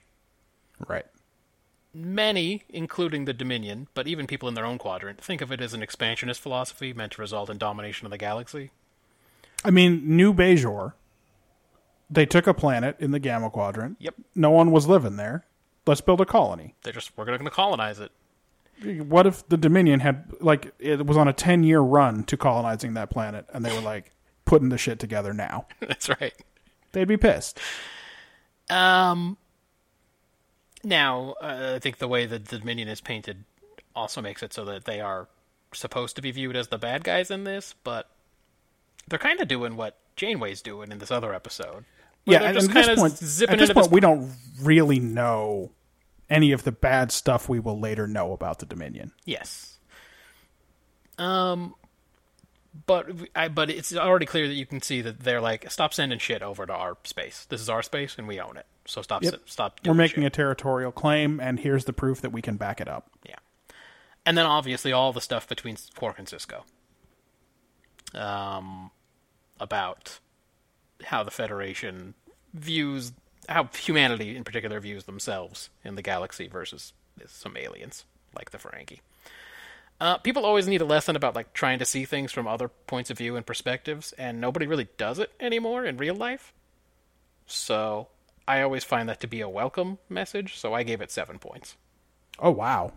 Speaker 2: Right.
Speaker 1: Many, including the Dominion, but even people in their own quadrant, think of it as an expansionist philosophy meant to result in domination of the galaxy.
Speaker 2: I mean, New Bejor. They took a planet in the Gamma Quadrant.
Speaker 1: Yep.
Speaker 2: No one was living there. Let's build a colony.
Speaker 1: They're just, we're going to colonize it. (laughs)
Speaker 2: what if the Dominion had like it was on a ten year run to colonizing that planet, and they were like putting the shit together now?
Speaker 1: That's right.
Speaker 2: They'd be pissed.
Speaker 1: Um. Now, uh, I think the way that the Dominion is painted also makes it so that they are supposed to be viewed as the bad guys in this, but they're kind of doing what Janeway's doing in this other episode. Where
Speaker 2: yeah,
Speaker 1: they're
Speaker 2: and
Speaker 1: just
Speaker 2: at this
Speaker 1: kinda
Speaker 2: point,
Speaker 1: zipping
Speaker 2: at this
Speaker 1: into
Speaker 2: point, we don't really know any of the bad stuff we will later know about the Dominion.
Speaker 1: Yes. Um, but w- I but it's already clear that you can see that they're like, stop sending shit over to our space. This is our space, and we own it. So stop, s- stop.
Speaker 2: We're
Speaker 1: Doing
Speaker 2: making
Speaker 1: shit.
Speaker 2: a territorial claim, and here's the proof that we can back it up.
Speaker 1: Yeah. And then obviously all the stuff between Quark and Cisco. Um, about how the Federation views how humanity in particular views themselves in the galaxy versus some aliens like the Ferengi. Uh, people always need a lesson about like trying to see things from other points of view and perspectives, and nobody really does it anymore in real life. So I always find that to be a welcome message. So I gave it seven points
Speaker 2: Oh wow,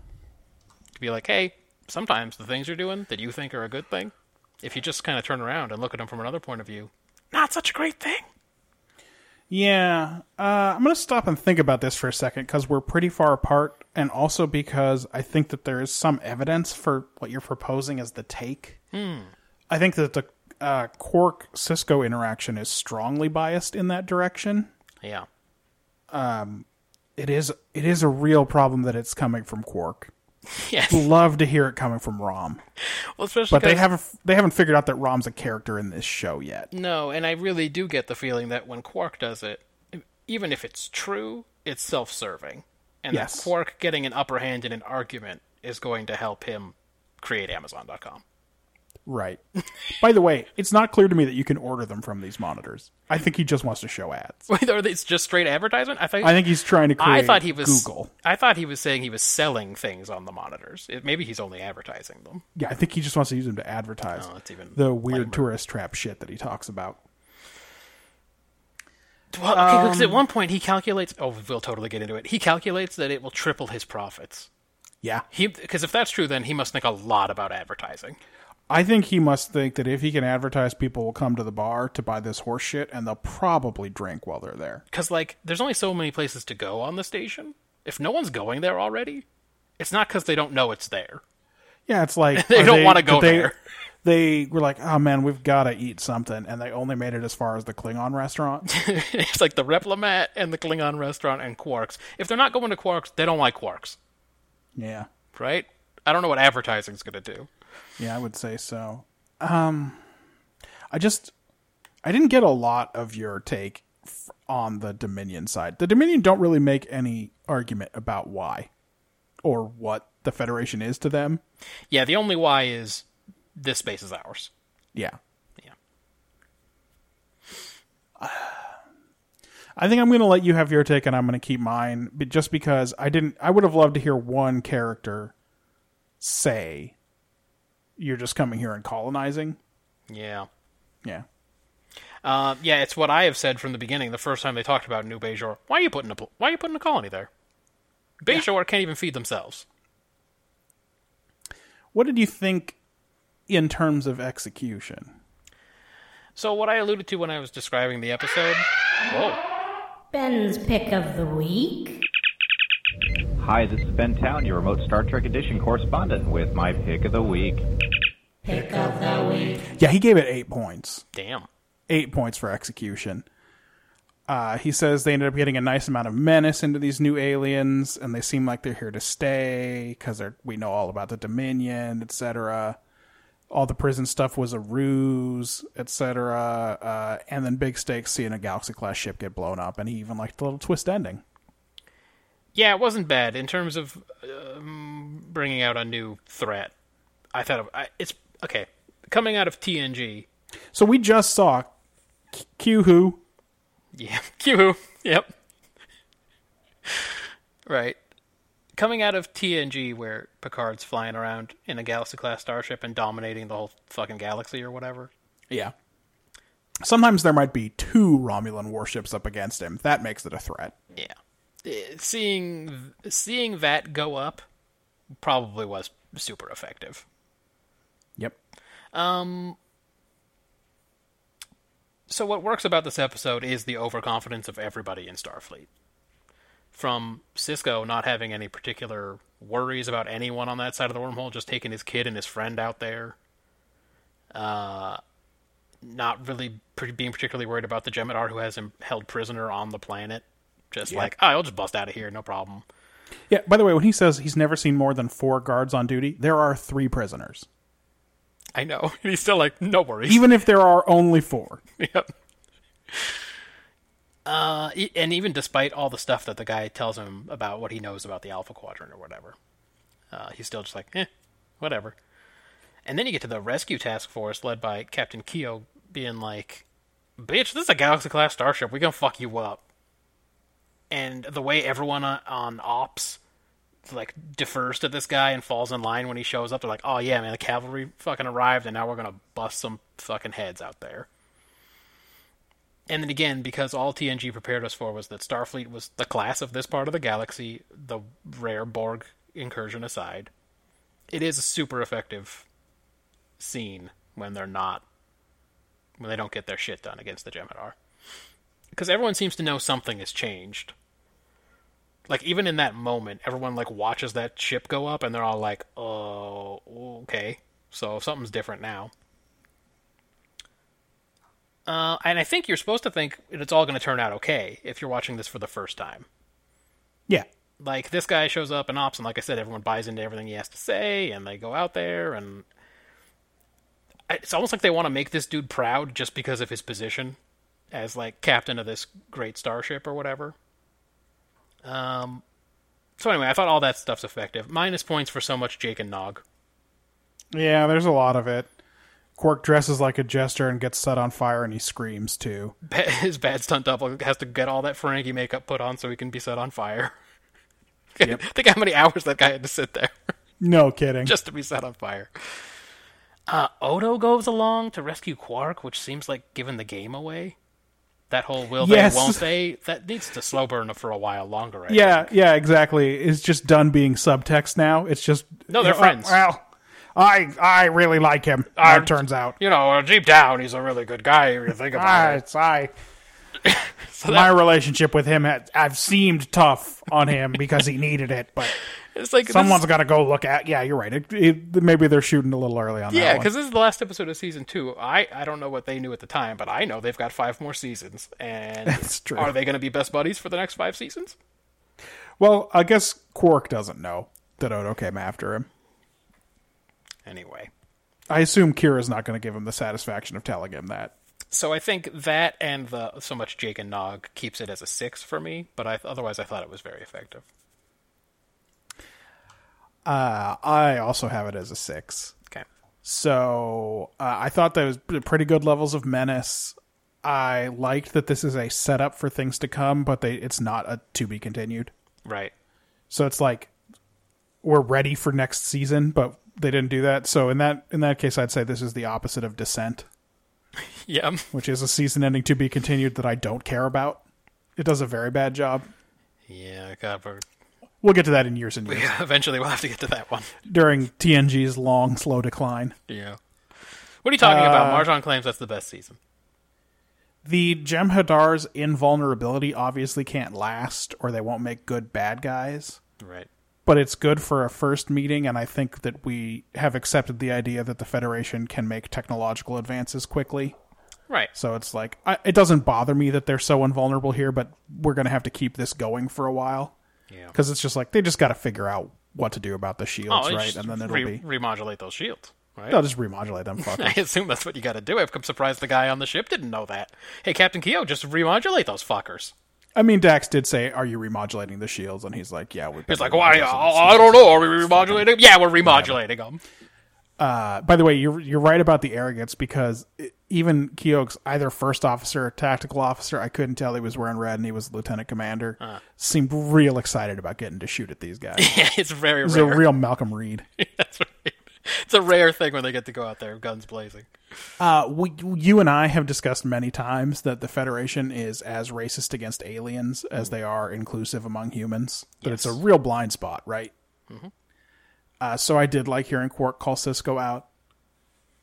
Speaker 1: to be like, hey, sometimes the things you're doing that you think are a good thing, if you just kind of turn around and look at them from another point of view, not such a great thing.
Speaker 2: Yeah, uh, I'm going to stop and think about this for a second because we're pretty far apart, and also because I think that there is some evidence for what you're proposing as the take. I think that the uh, Quark Cisco interaction is strongly biased in that direction.
Speaker 1: Yeah.
Speaker 2: It is it is a real problem that it's coming from Quark.
Speaker 1: Yes.
Speaker 2: Love to hear it coming from Rom,
Speaker 1: Well, especially
Speaker 2: but they
Speaker 1: 'cause-
Speaker 2: haven't they haven't figured out that Rom's a character in this show yet.
Speaker 1: no, and I really do get the feeling that when Quark does it, even if it's true, it's self-serving, and
Speaker 2: Yes.
Speaker 1: that Quark getting an upper hand in an argument is going to help him create Amazon.com.
Speaker 2: Right. By the way, it's not clear to me that you can order them from these monitors. I think he just wants to show ads.
Speaker 1: (laughs) Wait, are they- it's just straight advertisement? I thought.
Speaker 2: I think he's trying to create
Speaker 1: I thought he was
Speaker 2: Google.
Speaker 1: I thought he was saying he was selling things on the monitors. It, maybe he's only advertising them.
Speaker 2: Yeah, I think he just wants to use them to advertise
Speaker 1: Oh, that's even
Speaker 2: the weird tourist trap shit that he talks about.
Speaker 1: Well, okay, because at one point he calculates. Oh, we'll totally get into it. He calculates that it will triple his profits.
Speaker 2: Yeah.
Speaker 1: He because if that's true, then he must think a lot about advertising.
Speaker 2: I think he must think that if he can advertise, people will come to the bar to buy this horse shit and they'll probably drink while they're there.
Speaker 1: Because like, there's only so many places to go on the station. If no one's going there already, it's not because they don't know it's there. (laughs)
Speaker 2: Yeah, it's like
Speaker 1: They
Speaker 2: are
Speaker 1: don't wanna
Speaker 2: did
Speaker 1: go
Speaker 2: they,
Speaker 1: there.
Speaker 2: They were like, "Oh man, we've got to eat something," and they only made it as far as the Klingon restaurant.
Speaker 1: (laughs) it's like the Replimat and the Klingon restaurant and Quarks. If they're not going to Quarks, they don't like Quarks,
Speaker 2: yeah,
Speaker 1: right? I don't know what advertising's going to do.
Speaker 2: Yeah, I would say so. Um, I just I didn't get a lot of your take f- on the Dominion side. The Dominion don't really make any argument about why or what the Federation is to them.
Speaker 1: Yeah, the only why is this space is ours.
Speaker 2: Yeah,
Speaker 1: Yeah.
Speaker 2: (sighs) I think I'm going to let you have your take, and I'm going to keep mine, but just because I didn't, I would have loved to hear one character say, "You're just coming here and colonizing."
Speaker 1: Yeah.
Speaker 2: Yeah.
Speaker 1: Uh, yeah, it's what I have said from the beginning. The first time they talked about New Bejor, why are you putting a pl- why are you putting a colony there? Bejor can't even feed themselves.
Speaker 2: What did you think in terms of execution?
Speaker 1: So what I alluded to when I was describing the episode. Whoa!
Speaker 3: Ben's pick of the week.
Speaker 4: Hi, this is Ben Town, your remote Star Trek Edition correspondent, with my pick of the week.
Speaker 3: Pick of the week.
Speaker 2: Yeah, he gave it eight points.
Speaker 1: Damn.
Speaker 2: Eight points for execution. Uh, he says they ended up getting a nice amount of menace into these new aliens, and they seem like they're here to stay because we know all about the Dominion, etc. All the prison stuff was a ruse, etc. Uh, and then big stakes seeing a galaxy class ship get blown up, and he even liked the little twist ending.
Speaker 1: Yeah, it wasn't bad in terms of um, bringing out a new threat. I thought of, I, it's okay coming out of TNG.
Speaker 2: So we just saw Q who
Speaker 1: Yeah, (laughs) Q. Yep. right. Coming out of TNG, where Picard's flying around in a galaxy class starship and dominating the whole fucking galaxy or whatever.
Speaker 2: Yeah. Sometimes there might be two Romulan warships up against him. That makes it a threat.
Speaker 1: Yeah. Eh, Seeing seeing that go up probably was super effective.
Speaker 2: Yep.
Speaker 1: Um, So what works about this episode is the overconfidence of everybody in Starfleet. From Cisco not having any particular worries about anyone on that side of the wormhole, just taking his kid and his friend out there. Uh, not really pretty, being particularly worried about the Jemadar who has him held prisoner on the planet. Just like, oh, I'll just bust out of here, no problem.
Speaker 2: Yeah. By the way, when he says he's never seen more than four guards on duty, there are three prisoners,
Speaker 1: I know. (laughs) And he's still like, no worries.
Speaker 2: even if there are only four.
Speaker 1: Yep. Uh, e- and even despite all the stuff that the guy tells him about what he knows about the Alpha Quadrant or whatever, uh, he's still just like, eh, whatever. And then you get to the rescue task force led by Captain Keo being like, bitch, this is a galaxy class starship. we going to fuck you up. And the way everyone on, on ops like defers to this guy and falls in line when he shows up, they're like, oh yeah, man, the cavalry fucking arrived and now we're going to bust some fucking heads out there. And then again, because all TNG prepared us for was that Starfleet was the class of this part of the galaxy, the rare Borg incursion aside, it is a super effective scene when they're not, when they don't get their shit done against the Jemadar. Because everyone seems to know something has changed. Like even in that moment, everyone like watches that ship go up, and they're all like, "Oh, okay, so something's different now." Uh, and I think you're supposed to think it's all going to turn out okay if you're watching this for the first time.
Speaker 2: Yeah.
Speaker 1: Like this guy shows up in ops, and like I said, everyone buys into everything he has to say, and they go out there, and I- it's almost like they want to make this dude proud just because of his position as like captain of this great starship or whatever. Um. So anyway, I thought all that stuff's effective. Minus points for so much Jake and Nog.
Speaker 2: Yeah. There's a lot of it. Quark dresses like a jester and gets set on fire, and he screams too.
Speaker 1: Ba- (laughs) His bad stunt double has to get all that Ferengi makeup put on so he can be set on fire. (laughs) Think how many hours that guy had to sit there. (laughs)
Speaker 2: No kidding.
Speaker 1: just to be set on fire. Uh, Odo goes along to rescue Quark, which seems like giving the game away. That whole will
Speaker 2: Yes.
Speaker 1: they, won't they? That needs to slow burn for a while longer. I
Speaker 2: yeah.
Speaker 1: think.
Speaker 2: Yeah. Exactly. It's just done being subtext now. It's just
Speaker 1: No, they're
Speaker 2: Uh,
Speaker 1: friends.
Speaker 2: Well, I I really like him.
Speaker 1: I-
Speaker 2: it turns out.
Speaker 1: You know, uh, deep down, he's a really good guy. If you think about
Speaker 2: Ah,
Speaker 1: it. (laughs)
Speaker 2: it's I. My relationship with him, had, I've seemed tough on him because he needed it, but
Speaker 1: It's like (laughs) this-
Speaker 2: someone's got to go look at. Yeah, you're right. It, it, maybe they're shooting a little early on
Speaker 1: Yeah,
Speaker 2: that one.
Speaker 1: because this is the last episode of season two. I, I don't know what they knew at the time, but I know they've got five more seasons. And
Speaker 2: (laughs) That's true.
Speaker 1: are they going to be best buddies for the next five seasons?
Speaker 2: Well, I guess Quark doesn't know that Odo came after him.
Speaker 1: Anyway.
Speaker 2: I assume Kira's not going to give him the satisfaction of telling him that.
Speaker 1: So I think that and the so much Jake and Nog keeps it as a six for me, but I, otherwise I thought it was very effective.
Speaker 2: Uh, I also have it as a six.
Speaker 1: Okay.
Speaker 2: So uh, I thought that was pretty good levels of menace. I liked that this is a setup for things to come, but they it's not a to be continued.
Speaker 1: Right.
Speaker 2: So it's like we're ready for next season, but they didn't do that. So in that in that case, I'd say this is the opposite of Descent,
Speaker 1: Yeah.
Speaker 2: which is a season ending to be continued that I don't care about. It does a very bad job.
Speaker 1: Yeah, God, we're, (laughs)
Speaker 2: We'll get to that in years and years
Speaker 1: eventually we'll have to get to that one.
Speaker 2: during TNG's long slow decline.
Speaker 1: Yeah. What are you talking
Speaker 2: Uh,
Speaker 1: about? Marjan claims that's the best season.
Speaker 2: The Jem'Hadar's invulnerability obviously can't last, or they won't make good bad guys.
Speaker 1: Right.
Speaker 2: But it's good for a first meeting, and I think that we have accepted the idea that the Federation can make technological advances quickly.
Speaker 1: Right.
Speaker 2: So it's like I, it doesn't bother me that they're so invulnerable here, but we're gonna have to keep this going for a while
Speaker 1: Yeah.
Speaker 2: because it's just like they just got to figure out what to do about the shields,
Speaker 1: Oh, you
Speaker 2: right?
Speaker 1: just
Speaker 2: And then it'll
Speaker 1: re-
Speaker 2: be
Speaker 1: remodulate those shields. Right.
Speaker 2: they'll just remodulate them.
Speaker 1: (laughs)
Speaker 2: Fuck.
Speaker 1: I
Speaker 2: it.
Speaker 1: assume that's what you got to do. I'm surprised the guy on the ship didn't know that. Hey, Captain Keo, just remodulate those fuckers.
Speaker 2: I mean, Dax did say, "Are you remodulating the shields?" And he's like, "Yeah, we."
Speaker 1: He's like, why? uh, I, I don't know. Are we remodulating? them? Yeah, we're remodulating them.
Speaker 2: (laughs) By the way, you're you're right about the arrogance because i- even Keogh's either first officer or tactical officer, I couldn't tell he was wearing red and he was lieutenant commander.
Speaker 1: Uh.
Speaker 2: Seemed real excited about getting to shoot at
Speaker 1: (laughs)
Speaker 2: these guys.
Speaker 1: (laughs) Yeah, it's very
Speaker 2: He's a
Speaker 1: rare.
Speaker 2: real Malcolm Reed.
Speaker 1: That's right. (laughs) It's a rare thing when they get to go out there, guns blazing.
Speaker 2: Uh, we, you and I have discussed many times that the Federation is as racist against aliens as they are inclusive among humans. That it's a real blind spot, right? Uh, so I did like hearing Quark call Cisco out,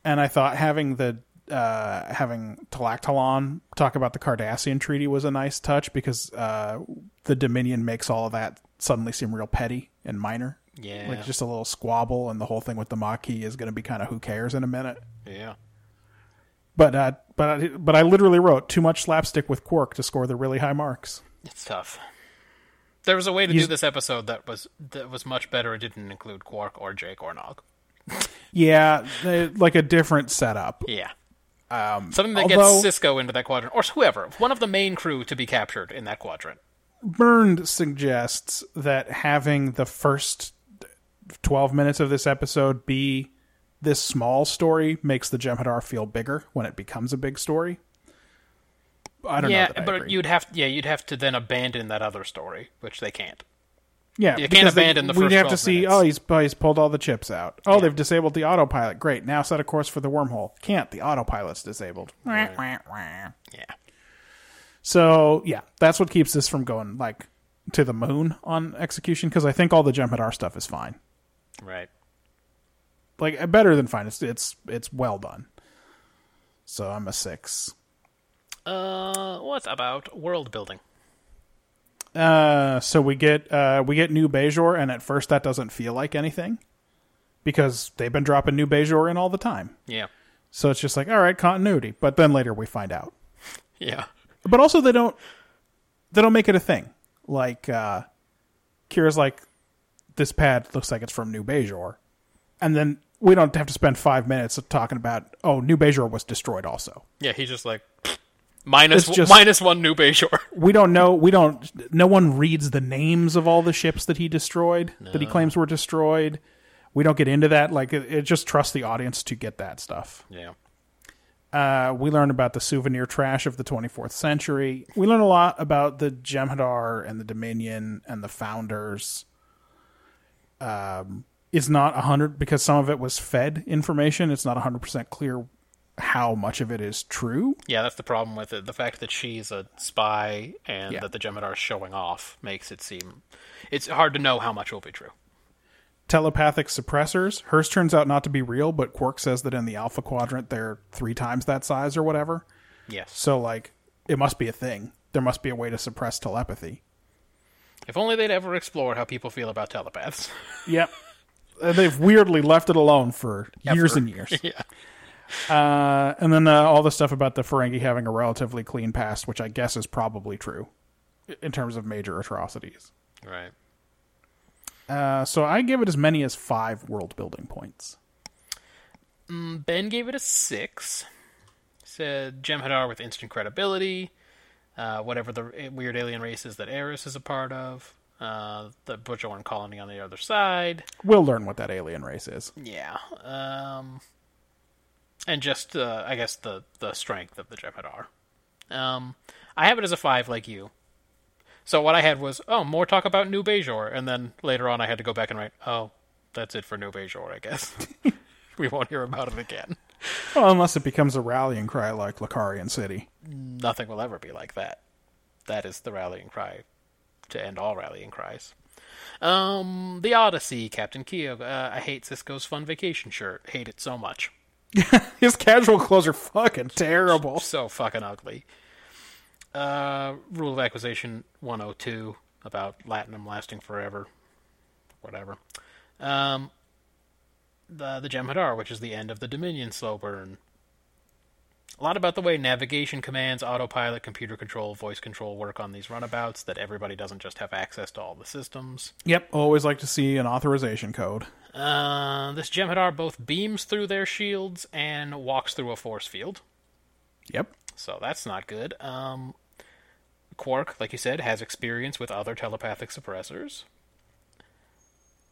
Speaker 2: and I thought having the uh, having Talactalon talk about the Cardassian treaty was a nice touch because uh, the Dominion makes all of that suddenly seem real petty and minor.
Speaker 1: Yeah.
Speaker 2: like just a little squabble, and the whole thing with the Maquis is going to be kind of who cares in a minute.
Speaker 1: Yeah.
Speaker 2: But uh, but I, but I literally wrote too much slapstick with Quark to score the really high marks.
Speaker 1: It's tough. There was a way to
Speaker 2: You-
Speaker 1: do this episode that was that was much better. It didn't include Quark or Jake or Nog.
Speaker 2: Yeah, they, like a different setup.
Speaker 1: Yeah. Um, Something that
Speaker 2: although-
Speaker 1: gets Cisco into that quadrant, or whoever, one of the main crew to be captured in that quadrant.
Speaker 2: Burned suggests that having the first 12 minutes of this episode be this small story makes the Jem'Hadar feel bigger when it becomes a big story. I don't know.
Speaker 1: Yeah,
Speaker 2: that I
Speaker 1: but
Speaker 2: agree.
Speaker 1: you'd have yeah you'd have to then abandon that other story, which they can't.
Speaker 2: yeah,
Speaker 1: you can't
Speaker 2: because they-
Speaker 1: abandon the
Speaker 2: We'd
Speaker 1: first
Speaker 2: have to
Speaker 1: 12
Speaker 2: see.
Speaker 1: minutes.
Speaker 2: Oh, he's oh, he's pulled all the chips out. Oh, they've disabled the autopilot. Great. Now set a course for the wormhole. Can't. The autopilot's disabled.
Speaker 1: Yeah,
Speaker 2: So yeah, that's what keeps this from going like to the moon on execution because I think all the Jem'Hadar stuff is fine.
Speaker 1: right.
Speaker 2: like uh, better than fine. It's it's it's well done. So I'm a six.
Speaker 1: Uh, what about world building?
Speaker 2: Uh, so we get uh we get new Bejor, and at first that doesn't feel like anything because they've been dropping new Bejor in all the time.
Speaker 1: Yeah,
Speaker 2: So it's just like all right, continuity. But then later we find out.
Speaker 1: yeah,
Speaker 2: But also they don't they don't make it a thing. Like uh Kira's like this pad looks like it's from New Bejor, and then we don't have to spend five minutes of talking about oh New Bejor was destroyed also.
Speaker 1: yeah. He's just like (sniffs) minus
Speaker 2: It's just-
Speaker 1: minus one new Bajor. (laughs)
Speaker 2: we don't know we don't no one reads the names of all the ships that he destroyed that he claims were destroyed we don't get into that like it, it just trusts the audience to get that stuff
Speaker 1: yeah,
Speaker 2: uh, we learn about the souvenir trash of the 24th century we learn a lot about the jem'hadar and the dominion and the founders um, it's not 100 because some of it was fed information it's not 100% clear how much of it is true
Speaker 1: yeah. That's the problem with it. The fact that she's a spy and
Speaker 2: Yeah.
Speaker 1: that the Jem'Hadar is showing off makes it seem it's hard to know how much will be true.
Speaker 2: telepathic suppressors. Hers turns out not to be real, but Quark says that in the Alpha Quadrant they're three times that size or whatever.
Speaker 1: Yes.
Speaker 2: So like it must be a thing. There must be a way to suppress telepathy.
Speaker 1: If only they'd ever explored how people feel about telepaths. (laughs)
Speaker 2: Yep. (laughs) And they've weirdly left it alone for years
Speaker 1: Ever.
Speaker 2: and years.
Speaker 1: yeah.
Speaker 2: Uh, and then uh, all the stuff about the Ferengi having a relatively clean past, which I guess is probably true in terms of major atrocities.
Speaker 1: Right.
Speaker 2: Uh, so I give it as many as five world building points.
Speaker 1: Ben gave it a six. Said Jem'Hadar with instant credibility. Uh, whatever the weird alien race is that Eris is a part of. Uh, the Butchorn colony on the other side.
Speaker 2: We'll learn what that alien race is.
Speaker 1: Yeah. Um, and just uh, I guess the the strength of the Jem'Hadar. Um, I have it as a five, like you. So what I had was oh more talk about New Bejor, and then later on I had to go back and write oh that's it for New Bejor, I guess. (laughs) we won't hear about it again.
Speaker 2: Well, unless it becomes a rallying cry like Lakarian City. (laughs)
Speaker 1: nothing will ever be like that. That is the rallying cry to end all rallying cries. Um, the Odyssey, Captain Keogh. Uh, I hate Cisco's fun vacation shirt. Hate it so much.
Speaker 2: His casual clothes are fucking terrible.
Speaker 1: (laughs) So fucking ugly. Uh, Rule of Acquisition 102 about Latinum lasting forever. Whatever. Um, the the Jem'Hadar, which is the end of the Dominion slow burn. A lot about the way navigation commands, autopilot, computer control, voice control work on these runabouts. That everybody doesn't just have access to all the systems.
Speaker 2: Yep, always like to see an authorization code.
Speaker 1: Uh, this Jem'Hadar both beams through their shields and walks through a force field.
Speaker 2: Yep.
Speaker 1: So that's not good. Um, Quark, like you said, has experience with other telepathic suppressors.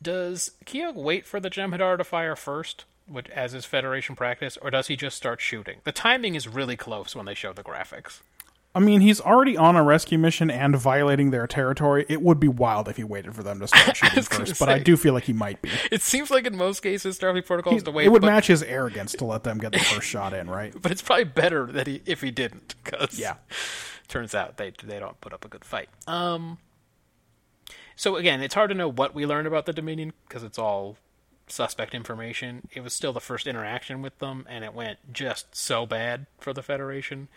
Speaker 1: Does Keogh wait for the Jem'Hadar to fire first, which, as is Federation practice, or does he just start shooting? The timing is really close when they show the graphics. (laughs)
Speaker 2: I mean, he's already on a rescue mission and violating their territory. It would be wild if he waited for them
Speaker 1: (laughs)
Speaker 2: to start shooting
Speaker 1: was gonna
Speaker 2: first, but I
Speaker 1: say.
Speaker 2: do feel like he might
Speaker 1: (laughs)
Speaker 2: be.
Speaker 1: It seems like in most cases Starfleet Protocol is the way,
Speaker 2: it would
Speaker 1: but,
Speaker 2: match his arrogance to let them get the first shot in, right?
Speaker 1: (laughs) but it's probably better that he if he didn't, because
Speaker 2: Yeah.
Speaker 1: (laughs) turns out they they don't put up a good fight. Um. So again, it's hard to know what we learn about the Dominion because it's all suspect information. It was still the first interaction with them, and it went just so bad for the Federation.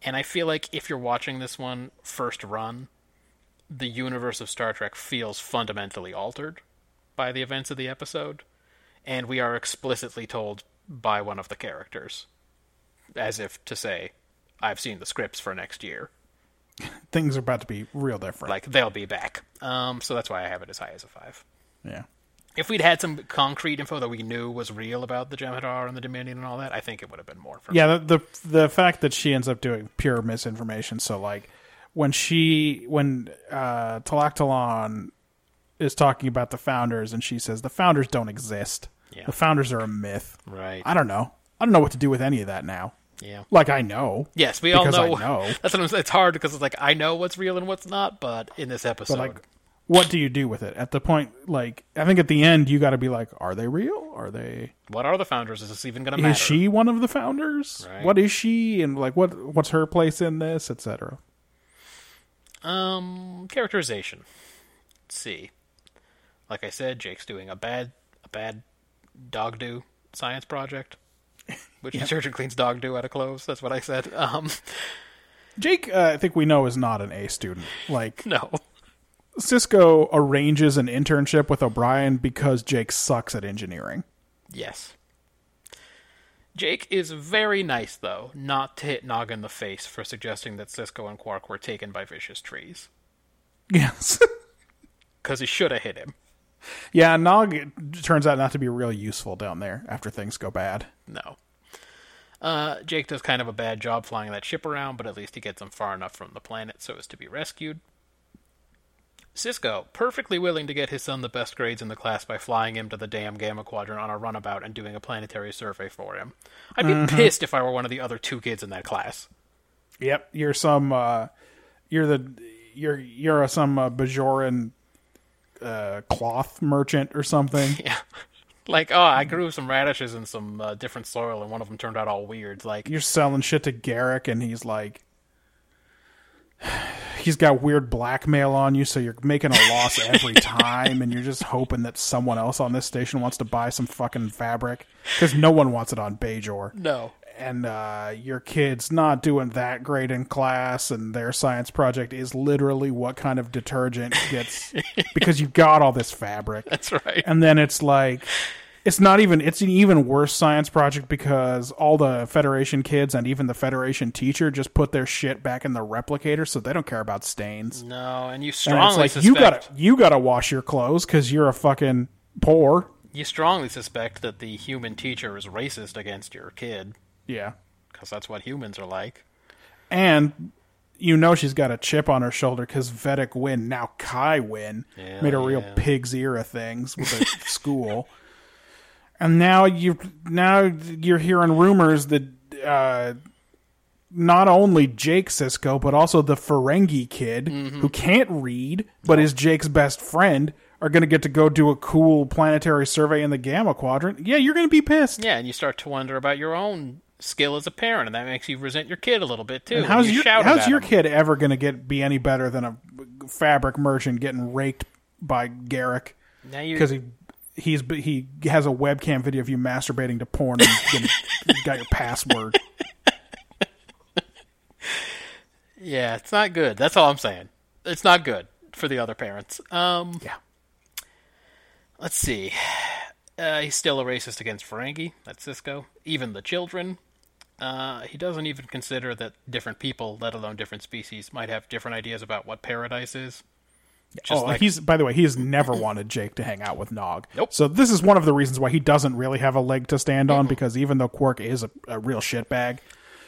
Speaker 1: And I feel like if you're watching this one first run, the universe of Star Trek feels fundamentally altered by the events of the episode, and we are explicitly told by one of the characters, as if to say, I've seen the scripts for next year.
Speaker 2: Things are about to be real different.
Speaker 1: Like, they'll be back. Um, so that's why I have it as high as a five
Speaker 2: yeah.
Speaker 1: if we'd had some concrete info that we knew was real about the Jem'Hadar and the Dominion and all that, I think it would have been more. For
Speaker 2: Yeah, the, the the fact that she ends up doing pure misinformation. So like when she when uh Talactalon is talking about the founders and she says the founders don't exist.
Speaker 1: Yeah.
Speaker 2: The founders are a myth.
Speaker 1: Right.
Speaker 2: I don't know. I don't know what to do with any of that now.
Speaker 1: Yeah.
Speaker 2: Like I know.
Speaker 1: Yes, we all
Speaker 2: because
Speaker 1: know.
Speaker 2: I know.
Speaker 1: (laughs) That's what I'm saying. It's hard because it's like I know what's real and what's not, but in this episode,
Speaker 2: But like what do you do with it? At the point like I think at the end you got to be like are they real? Are they
Speaker 1: what are the founders? Is this even going to matter?
Speaker 2: is she one of the founders?
Speaker 1: Right.
Speaker 2: What is she and like what what's her place in this, etc.
Speaker 1: Um, characterization. Let's see. Like I said, Jake's doing a bad, a bad dog do science project, which detergent cleans dog do out of clothes. That's what I said. Um, (laughs)
Speaker 2: Jake, uh, I think we know is not an A student. Like
Speaker 1: no.
Speaker 2: Cisco arranges an internship with O'Brien because Jake sucks at engineering. (laughs)
Speaker 1: Yes. Jake is very nice, though, not to hit Nog in the face for suggesting that Cisco and Quark were taken by vicious trees.
Speaker 2: Yes. (laughs)
Speaker 1: Because he should have hit him.
Speaker 2: yeah, Nog turns out not to be real useful down there after things go bad.
Speaker 1: No. Uh, Jake does kind of a bad job flying that ship around, but at least he gets them far enough from the planet so as to be rescued. Cisco, perfectly willing to get his son the best grades in the class by flying him to the damn Gamma Quadrant on a runabout and doing a planetary survey for him. I'd be pissed if I were one of the other two kids in that class.
Speaker 2: Yep, you're some, uh, you're the, you're you're some uh, Bajoran uh, cloth merchant or something.
Speaker 1: Yeah. Like, oh, I grew some radishes in some uh, different soil, and one of them turned out all weird. Like,
Speaker 2: you're selling shit to Garrick, and he's like, (sighs) he's got weird blackmail on you, so you're making a loss every time, and you're just hoping that someone else on this station wants to buy some fucking fabric because no one wants it on Bajor.
Speaker 1: no.
Speaker 2: And uh, your kid's not doing that great in class, and their science project is literally what kind of detergent
Speaker 1: (laughs)
Speaker 2: gets because you got all this fabric.
Speaker 1: (laughs) That's right.
Speaker 2: And then it's like it's not even it's an even worse science project because all the Federation kids and even the Federation teacher just put their shit back in the replicator so they don't care about stains.
Speaker 1: No, and you
Speaker 2: And
Speaker 1: strongly
Speaker 2: it's like
Speaker 1: suspect
Speaker 2: you gotta you gotta wash your clothes because you're a fucking poor.
Speaker 1: you strongly suspect that the human teacher is racist against your kid
Speaker 2: Yeah.
Speaker 1: because that's what humans are like.
Speaker 2: And you know she's got a chip on her shoulder because Vedic Win, now Kai Win,
Speaker 1: Yeah,
Speaker 2: made a real
Speaker 1: yeah.
Speaker 2: pig's ear of things with the (laughs) school. And now you now you're hearing rumors that uh, not only Jake Cisco but also the Ferengi kid
Speaker 1: Mm-hmm.
Speaker 2: who can't read but is Jake's best friend are going to get to go do a cool planetary survey in the Gamma Quadrant. Yeah, you're going to be pissed.
Speaker 1: Yeah, and you start to wonder about your own skill as a parent, and that makes you resent your kid a little bit too.
Speaker 2: And how's
Speaker 1: you
Speaker 2: your
Speaker 1: shout
Speaker 2: how's
Speaker 1: about
Speaker 2: your
Speaker 1: him.
Speaker 2: kid ever going to get be any better than a fabric merchant getting raked by Garrick
Speaker 1: Now you
Speaker 2: because he he's he has a webcam video of you masturbating to porn and (laughs) you got your password.
Speaker 1: Yeah, it's not good. That's all I'm saying. It's not good for the other parents. Um,
Speaker 2: Yeah.
Speaker 1: Let's see. Uh, he's still a racist against Ferengi. That's Cisco. Even the children. Uh, he doesn't even consider that different people, let alone different species, might have different ideas about what paradise is. Just
Speaker 2: oh,
Speaker 1: like-
Speaker 2: he's by the way, he's never wanted Jake to hang out with Nog.
Speaker 1: Nope.
Speaker 2: So this is one of the reasons why he doesn't really have a leg to stand on because even though Quark is a, a real shitbag,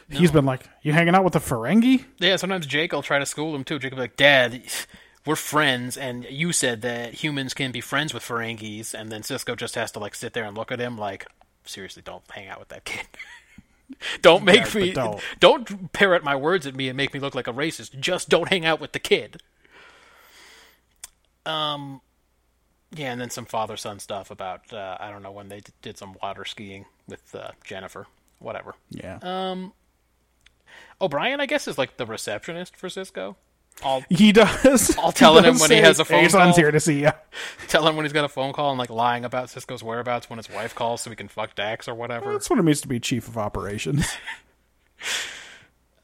Speaker 2: he's been like, "You hanging out with the Ferengi?"
Speaker 1: Yeah, sometimes Jake will try to school him too. Jake will be like, Dad, we're friends, and you said that humans can be friends with Ferengis, and then Cisco just has to like sit there and look at him like, seriously, don't hang out with that kid. (laughs) don't make
Speaker 2: but
Speaker 1: me
Speaker 2: don't.
Speaker 1: (laughs) don't. parrot my words at me and make me look like a racist. Just don't hang out with the kid. Um yeah, and then some father son stuff about uh, I don't know when they d- did some water skiing with uh, Jennifer, whatever.
Speaker 2: Yeah.
Speaker 1: O'Brien, I guess, is like the receptionist for Cisco. I'll
Speaker 2: (laughs) He does.
Speaker 1: I'll tell him
Speaker 2: does
Speaker 1: when he
Speaker 2: say,
Speaker 1: has a phone
Speaker 2: Your son's
Speaker 1: call."
Speaker 2: here to see you.
Speaker 1: (laughs) tell him when he's got a phone call and like lying about Cisco's whereabouts when his wife calls so he can fuck Dax or whatever.
Speaker 2: That's what it means to be chief
Speaker 1: (laughs)
Speaker 2: of operations.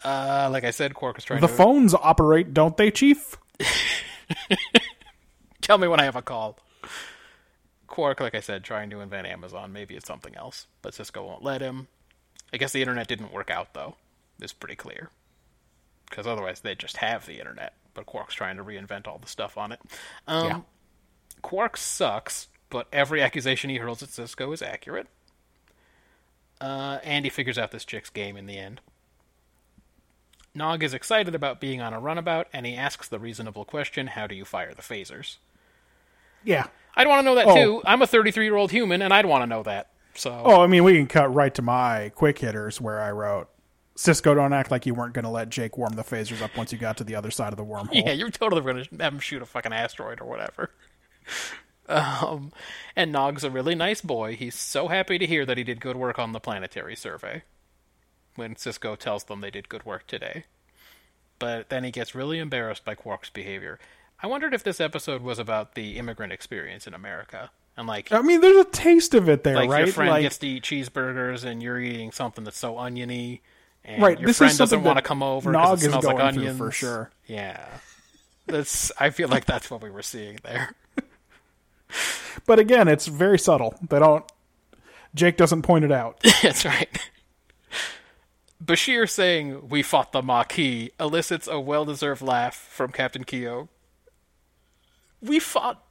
Speaker 1: Uh, like I said, Quark is trying
Speaker 2: The
Speaker 1: to
Speaker 2: phones operate, don't they, chief?
Speaker 1: tell me when I have a call. Quark, like I said, trying to invent Amazon. Maybe it's something else, but Cisco won't let him. I guess the internet didn't work out though. It's pretty clear because otherwise they just have the internet. But Quark's trying to reinvent all the stuff on it. Um,
Speaker 2: Yeah.
Speaker 1: Quark sucks, but every accusation he hurls at Cisco is accurate. Uh, and he figures out this chick's game in the end. Nog is excited about being on a runabout, and he asks the reasonable question how do you fire the phasers?
Speaker 2: Yeah.
Speaker 1: I'd want to know that
Speaker 2: Oh.
Speaker 1: too. I'm a 33 year old human, and I'd want to know that. So
Speaker 2: Oh, I mean, we can cut right to my quick hitters where I wrote Cisco, don't act like you weren't going to let Jake warm the phasers up once you got to the other side of the wormhole.
Speaker 1: (laughs) (laughs) yeah, you're totally going to have him shoot a fucking asteroid or whatever. (laughs) Um, and Nog's a really nice boy. He's so happy to hear that he did good work on the planetary survey. When Cisco tells them they did good work today, but then he gets really embarrassed by Quark's behavior. I wondered if this episode was about the immigrant experience in America and like
Speaker 2: I mean, there's a taste of it there,
Speaker 1: like
Speaker 2: right?
Speaker 1: your friend gets to eat cheeseburgers and you're eating something that's so oniony and
Speaker 2: Right,
Speaker 1: your
Speaker 2: this
Speaker 1: friend
Speaker 2: is
Speaker 1: doesn't
Speaker 2: something
Speaker 1: want to
Speaker 2: that
Speaker 1: come over
Speaker 2: Nog
Speaker 1: because
Speaker 2: is
Speaker 1: it smells
Speaker 2: going
Speaker 1: like
Speaker 2: through
Speaker 1: onions
Speaker 2: for sure.
Speaker 1: yeah that's i feel like that's what we were seeing there (laughs)
Speaker 2: but again, it's very subtle. They don't. Jake doesn't point
Speaker 1: (laughs)
Speaker 2: it out.
Speaker 1: that's right bashir saying we fought the maquis elicits a well-deserved laugh from captain keo we fought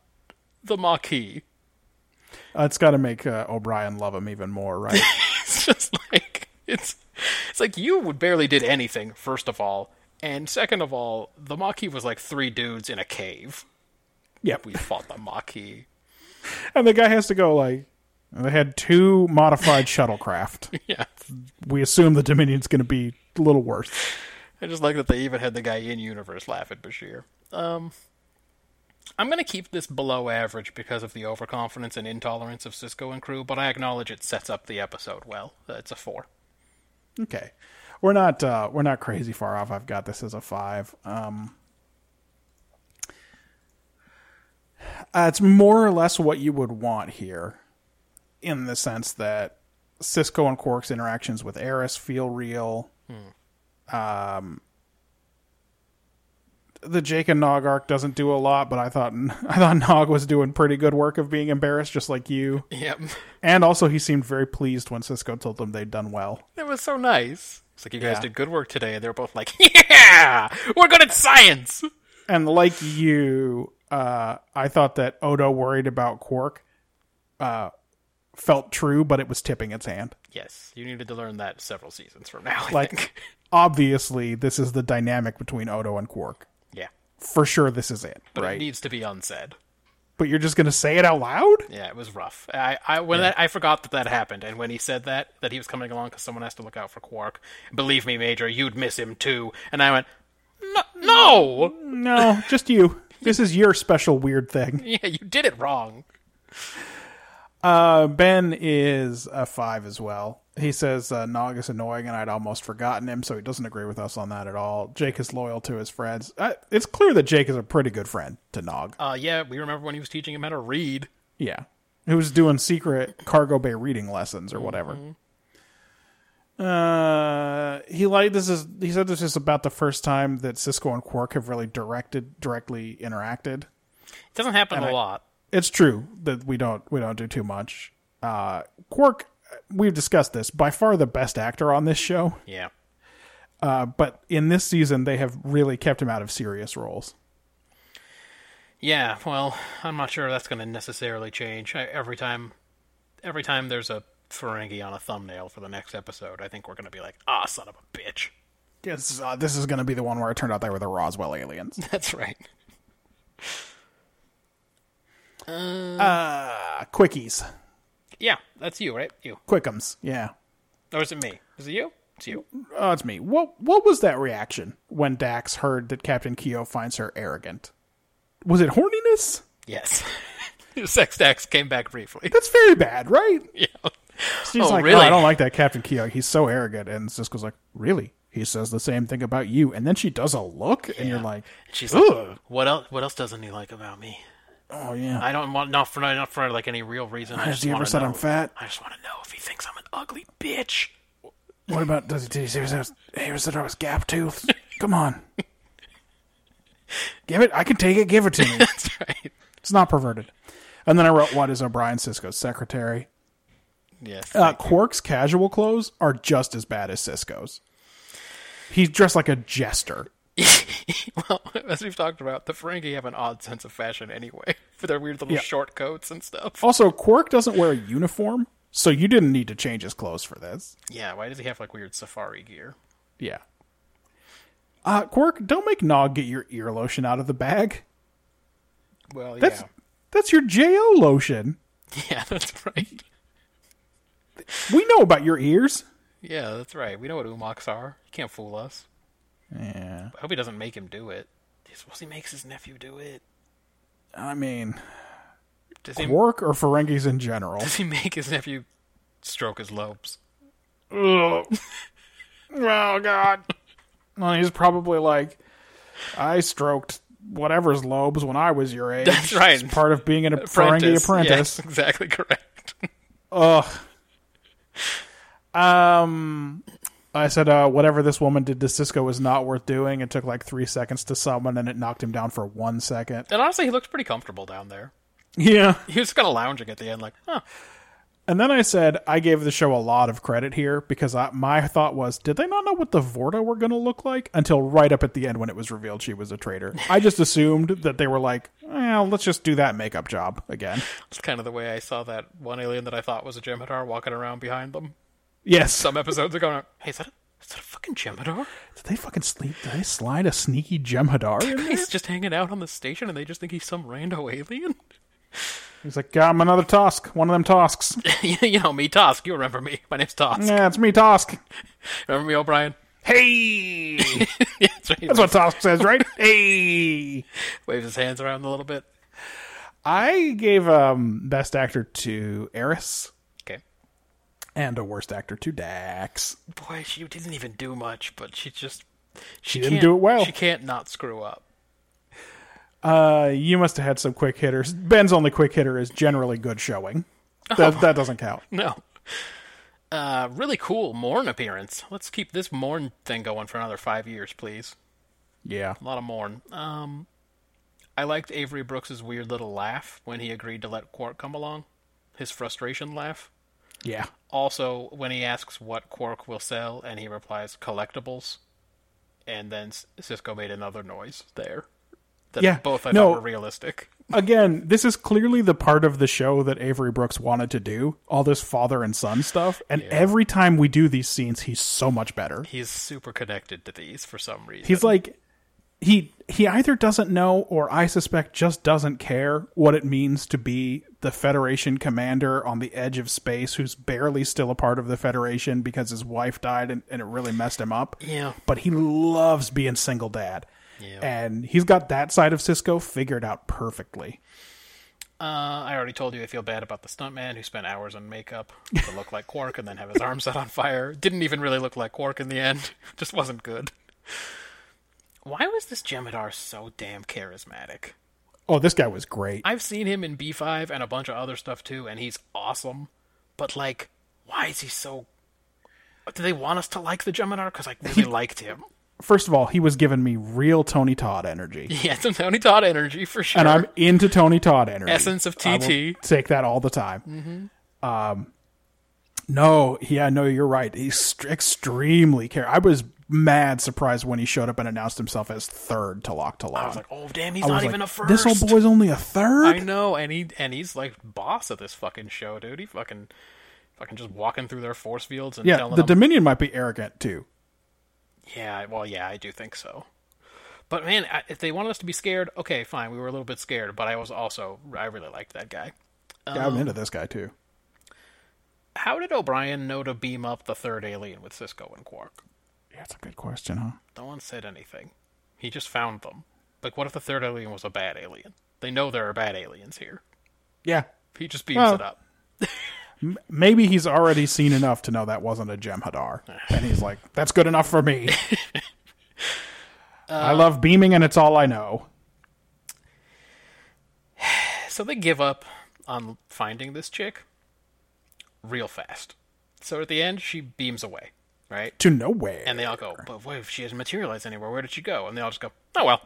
Speaker 1: the maquis
Speaker 2: Uh, it's got to make uh, O'Brien love him even more,
Speaker 1: (laughs)
Speaker 2: right?
Speaker 1: it's just like it's it's like you would barely did anything first of all and second of all the maquis was like three dudes in a cave
Speaker 2: yep.
Speaker 1: we fought the Maquis. (laughs)
Speaker 2: And the guy has to go like, they had two modified
Speaker 1: (laughs)
Speaker 2: shuttlecraft.
Speaker 1: Yeah.
Speaker 2: We assume the Dominion's going to be a little worse.
Speaker 1: I just like that they even had the guy in universe laugh at Bashir. Um, I'm going to keep this below average because of the overconfidence and intolerance of Cisco and crew, but I acknowledge it sets up the episode well. Uh, It's a four. (laughs)
Speaker 2: Okay. We're not uh we're not crazy far off. I've got this as a 5. Um uh, it's more or less what you would want here in the sense that Cisco and Quark's interactions with Eris feel real. Um the Jake and Nog arc doesn't do a lot, but I thought (laughs) I thought Nog was doing pretty good work of being embarrassed, just like you.
Speaker 1: Yep.
Speaker 2: And also, he seemed very pleased when Cisco told them they'd done well.
Speaker 1: It was so nice. It's like you guys
Speaker 2: Yeah.
Speaker 1: did good work today, and they were both like, (laughs) "Yeah, we're good at science."
Speaker 2: and like you, uh, I thought that Odo worried about Quark uh, felt true, but it was tipping its hand.
Speaker 1: Yes, you needed to learn that several seasons from now. I
Speaker 2: Like,
Speaker 1: think. (laughs)
Speaker 2: obviously, this is the dynamic between Odo and Quark.
Speaker 1: yeah,
Speaker 2: For sure, this is it,
Speaker 1: but
Speaker 2: right?
Speaker 1: it needs to be unsaid.
Speaker 2: but you're just going to say it out loud?
Speaker 1: Yeah, it was rough. I, I when that, I forgot that that happened, and when he said that that he was coming along because someone has to look out for Quark. Believe me, Major, you'd miss him too. And I went, no, no, (laughs)
Speaker 2: No, just you. This is your special weird thing.
Speaker 1: yeah, you did it wrong.
Speaker 2: (laughs) Uh, ben is a five as well. He says uh, Nog is annoying, and I'd almost forgotten him, so he doesn't agree with us on that at all. Jake is loyal to his friends. Uh, it's clear that Jake is a pretty good friend to Nog.
Speaker 1: Uh, yeah, we remember when he was teaching him how to read.
Speaker 2: Yeah. Who's doing secret cargo bay reading lessons or whatever. Uh he like this is he said this is about the first time that Cisco and Quark have really directed directly interacted.
Speaker 1: It doesn't happen a lot.
Speaker 2: It's true that we don't we don't do too much. Uh Quark we've discussed this, by far the best actor on this show.
Speaker 1: Yeah,
Speaker 2: Uh, but in this season they have really kept him out of serious roles.
Speaker 1: yeah. Well, I'm not sure that's going to necessarily change. I, every time, every time there's a Ferengi on a thumbnail for the next episode, I think we're going to be like, ah, son of a
Speaker 2: (laughs)
Speaker 1: bitch.
Speaker 2: Yes, uh, this is going to be the one where it turned out they were the Roswell aliens.
Speaker 1: That's right.
Speaker 2: Uh, quickies,
Speaker 1: Yeah, that's you, right? You,
Speaker 2: quickums, yeah.
Speaker 1: or is it me? Is it you? It's you.
Speaker 2: Oh, it's me. What what was that reaction when Dax heard that Captain Keo finds her arrogant? Was it horniness?
Speaker 1: (laughs) Yes. Sex tax came back briefly. (laughs)
Speaker 2: That's very bad, right?
Speaker 1: Yeah.
Speaker 2: She's
Speaker 1: Oh,
Speaker 2: like,
Speaker 1: really?
Speaker 2: "Oh, I don't like that Captain Keo. He's so arrogant. And Cisco's like, really? he says the same thing about you. And then she does a look, and you're like,
Speaker 1: She's
Speaker 2: Ugh.
Speaker 1: like, what else? What else doesn't he like about me?
Speaker 2: oh, yeah.
Speaker 1: I don't want not for not for like any real reason. I
Speaker 2: Has
Speaker 1: just
Speaker 2: he ever
Speaker 1: wanna
Speaker 2: said
Speaker 1: know.
Speaker 2: I'm fat?
Speaker 1: I just want to know if he thinks I'm an ugly bitch. (laughs)
Speaker 2: What about does he? Did he say that I was- he said I was
Speaker 1: (laughs)
Speaker 2: gap toothed? Come on, give it. I can take it. Give it
Speaker 1: (laughs)
Speaker 2: to me.
Speaker 1: That's right.
Speaker 2: It's not perverted. And then I wrote, "What is O'Brien Cisco's secretary?"
Speaker 1: Yes.
Speaker 2: Uh, Quark's casual clothes are just as bad as Cisco's. He's dressed like a jester.
Speaker 1: well, (laughs) as we've talked about, the Ferengi have an odd sense of fashion anyway, (laughs) for their weird little
Speaker 2: Yeah.
Speaker 1: short coats and stuff. (laughs)
Speaker 2: Also, Quark doesn't wear a uniform, so you didn't need to change his clothes for this.
Speaker 1: Yeah, why does he have like weird safari gear?
Speaker 2: Yeah. Uh, Quark, don't make Nog get your ear lotion out of the bag.
Speaker 1: (laughs) Well,
Speaker 2: That's that's your Jo lotion.
Speaker 1: yeah, yeah, (laughs) that's right.
Speaker 2: We know about your ears.
Speaker 1: Yeah, that's right. We know what umoks are. You can't fool us.
Speaker 2: Yeah.
Speaker 1: I hope he doesn't make him do it. I Suppose he makes his nephew do it.
Speaker 2: I mean,
Speaker 1: Does he?
Speaker 2: Quark or Ferengis in general.
Speaker 1: Does he make his nephew stroke his
Speaker 2: (laughs)
Speaker 1: lobes?
Speaker 2: Oh God. Well, he's probably like, I stroked whatever's lobes when I was your
Speaker 1: (laughs)
Speaker 2: age.
Speaker 1: That's right.
Speaker 2: It's part of being an Ferengi apprentice.
Speaker 1: Yes, (laughs) exactly correct. (laughs)
Speaker 2: Um, I said, uh, whatever this woman did to Cisco was not worth doing. It took like three seconds to summon, and it knocked him down for one second.
Speaker 1: and honestly, he looked pretty comfortable down there.
Speaker 2: Yeah.
Speaker 1: He was kind of lounging at the end, like, huh.
Speaker 2: And then I said, I gave the show a lot of credit here because I, my thought was, did they not know what the Vorta were going to look like until right up at the end when it was revealed she was a traitor? I just assumed that they were like, well, let's just do that makeup job again.
Speaker 1: It's kind of the way I saw that one alien that I thought was a Jem'Hadar walking around behind them.
Speaker 2: Yes.
Speaker 1: Some episodes are going, hey, is that a, is that a fucking Jem'Hadar?
Speaker 2: did they fucking sleep? Did they slide a sneaky Jem'Hadar in there?
Speaker 1: He's just hanging out on the station and they just think he's some rando alien? (laughs)
Speaker 2: He's like, "Yeah, I'm another Tosk. One of them Tosks.
Speaker 1: you know, me, Tosk. You remember me. My name's Tosk.
Speaker 2: yeah, it's me, Tosk.
Speaker 1: Remember me, O'Brien? (laughs)
Speaker 2: Hey!
Speaker 1: yeah, that's right. He
Speaker 2: (laughs) That's what Tosk says, right? (laughs) hey!
Speaker 1: waves his hands around a little bit.
Speaker 2: I gave um, Best Actor to Eris
Speaker 1: Okay.
Speaker 2: and a Worst Actor to Dax.
Speaker 1: boy, she didn't even do much, but she just she,
Speaker 2: didn't
Speaker 1: can't-
Speaker 2: do it well.
Speaker 1: She can't not screw up.
Speaker 2: Uh, you must have had some quick hitters. Ben's only quick hitter is generally good showing. That, that doesn't count.
Speaker 1: No. Uh, really cool Morn appearance. Let's keep this Morn thing going for another five years, please.
Speaker 2: Yeah.
Speaker 1: A lot of Morn. Um, I liked Avery Brooks's weird little laugh when he agreed to let Quark come along. His frustration laugh.
Speaker 2: Yeah.
Speaker 1: Also, when he asks what Quark will sell, and he replies collectibles, and then S- Cisco made another noise there. That
Speaker 2: Yeah.
Speaker 1: both I
Speaker 2: No.
Speaker 1: thought were realistic.
Speaker 2: Again, this is clearly the part of the show that Avery Brooks wanted to do all this father and son stuff. And every time we do these scenes, he's so much better.
Speaker 1: he's super connected to these for some reason.
Speaker 2: He's like, he he either doesn't know or I suspect just doesn't care what it means to be the Federation commander on the edge of space who's barely still a part of the Federation because his wife died and, and it really messed him up.
Speaker 1: Yeah.
Speaker 2: But he loves being single dad.
Speaker 1: Yeah.
Speaker 2: And he's got that side of Cisco figured out perfectly.
Speaker 1: uh, I already told you I feel bad about the stuntman who spent hours on makeup to look like Quark and then have his arm set on fire. Didn't even really look like Quark in the end. (laughs) Just wasn't good. Why was this Jemadar so damn charismatic?
Speaker 2: Oh, this guy was great.
Speaker 1: I've seen him in B5 and a bunch of other stuff too, and he's awesome. But like, why is he so? Do they want us to like the Jemadar? Because I
Speaker 2: (laughs)
Speaker 1: really liked him. (laughs)
Speaker 2: First of all, he was giving me real Tony Todd energy.
Speaker 1: He had some Tony Todd energy for sure.
Speaker 2: And I'm into Tony Todd energy.
Speaker 1: Essence of Mm-hmm.
Speaker 2: I will
Speaker 1: TT.
Speaker 2: Take that all the time. Um, no, yeah, no, you're right. He's st- extremely care. I was mad surprised when he showed up and announced himself as third to Lock to Lock.
Speaker 1: I was like, oh damn, he's not even a first.
Speaker 2: This old boy's only a
Speaker 1: I
Speaker 2: third.
Speaker 1: know, and he and he's like boss of this fucking show, dude. He fucking fucking just walking through their force fields and
Speaker 2: yeah,
Speaker 1: telling
Speaker 2: the
Speaker 1: them,
Speaker 2: Dominion might be arrogant too.
Speaker 1: yeah, well, yeah, I do think so. But man, I, if they wanted us to be scared, okay, fine. We were a little bit scared, but I was also I really liked that guy.
Speaker 2: yeah,
Speaker 1: Oh.
Speaker 2: I'm into this guy too.
Speaker 1: How did O'Brien know to beam up the third alien with Cisco and Quark?
Speaker 2: Yeah, that's a good question, huh?
Speaker 1: No one said anything. He just found them. Like, what if the third alien was a bad alien? They know there are bad aliens here.
Speaker 2: Yeah,
Speaker 1: He just beams
Speaker 2: Well,
Speaker 1: it up.
Speaker 2: Maybe he's already seen enough to know that wasn't
Speaker 1: (laughs)
Speaker 2: a Jem'Hadar, and he's like, "That's good enough for me." I love beaming, and it's all I know.
Speaker 1: So they give up on finding this chick real fast. So at the end, she beams away, right?
Speaker 2: To nowhere.
Speaker 1: And they all go, but what if she hasn't materialized anywhere? Where did she go? And they all just go, oh well.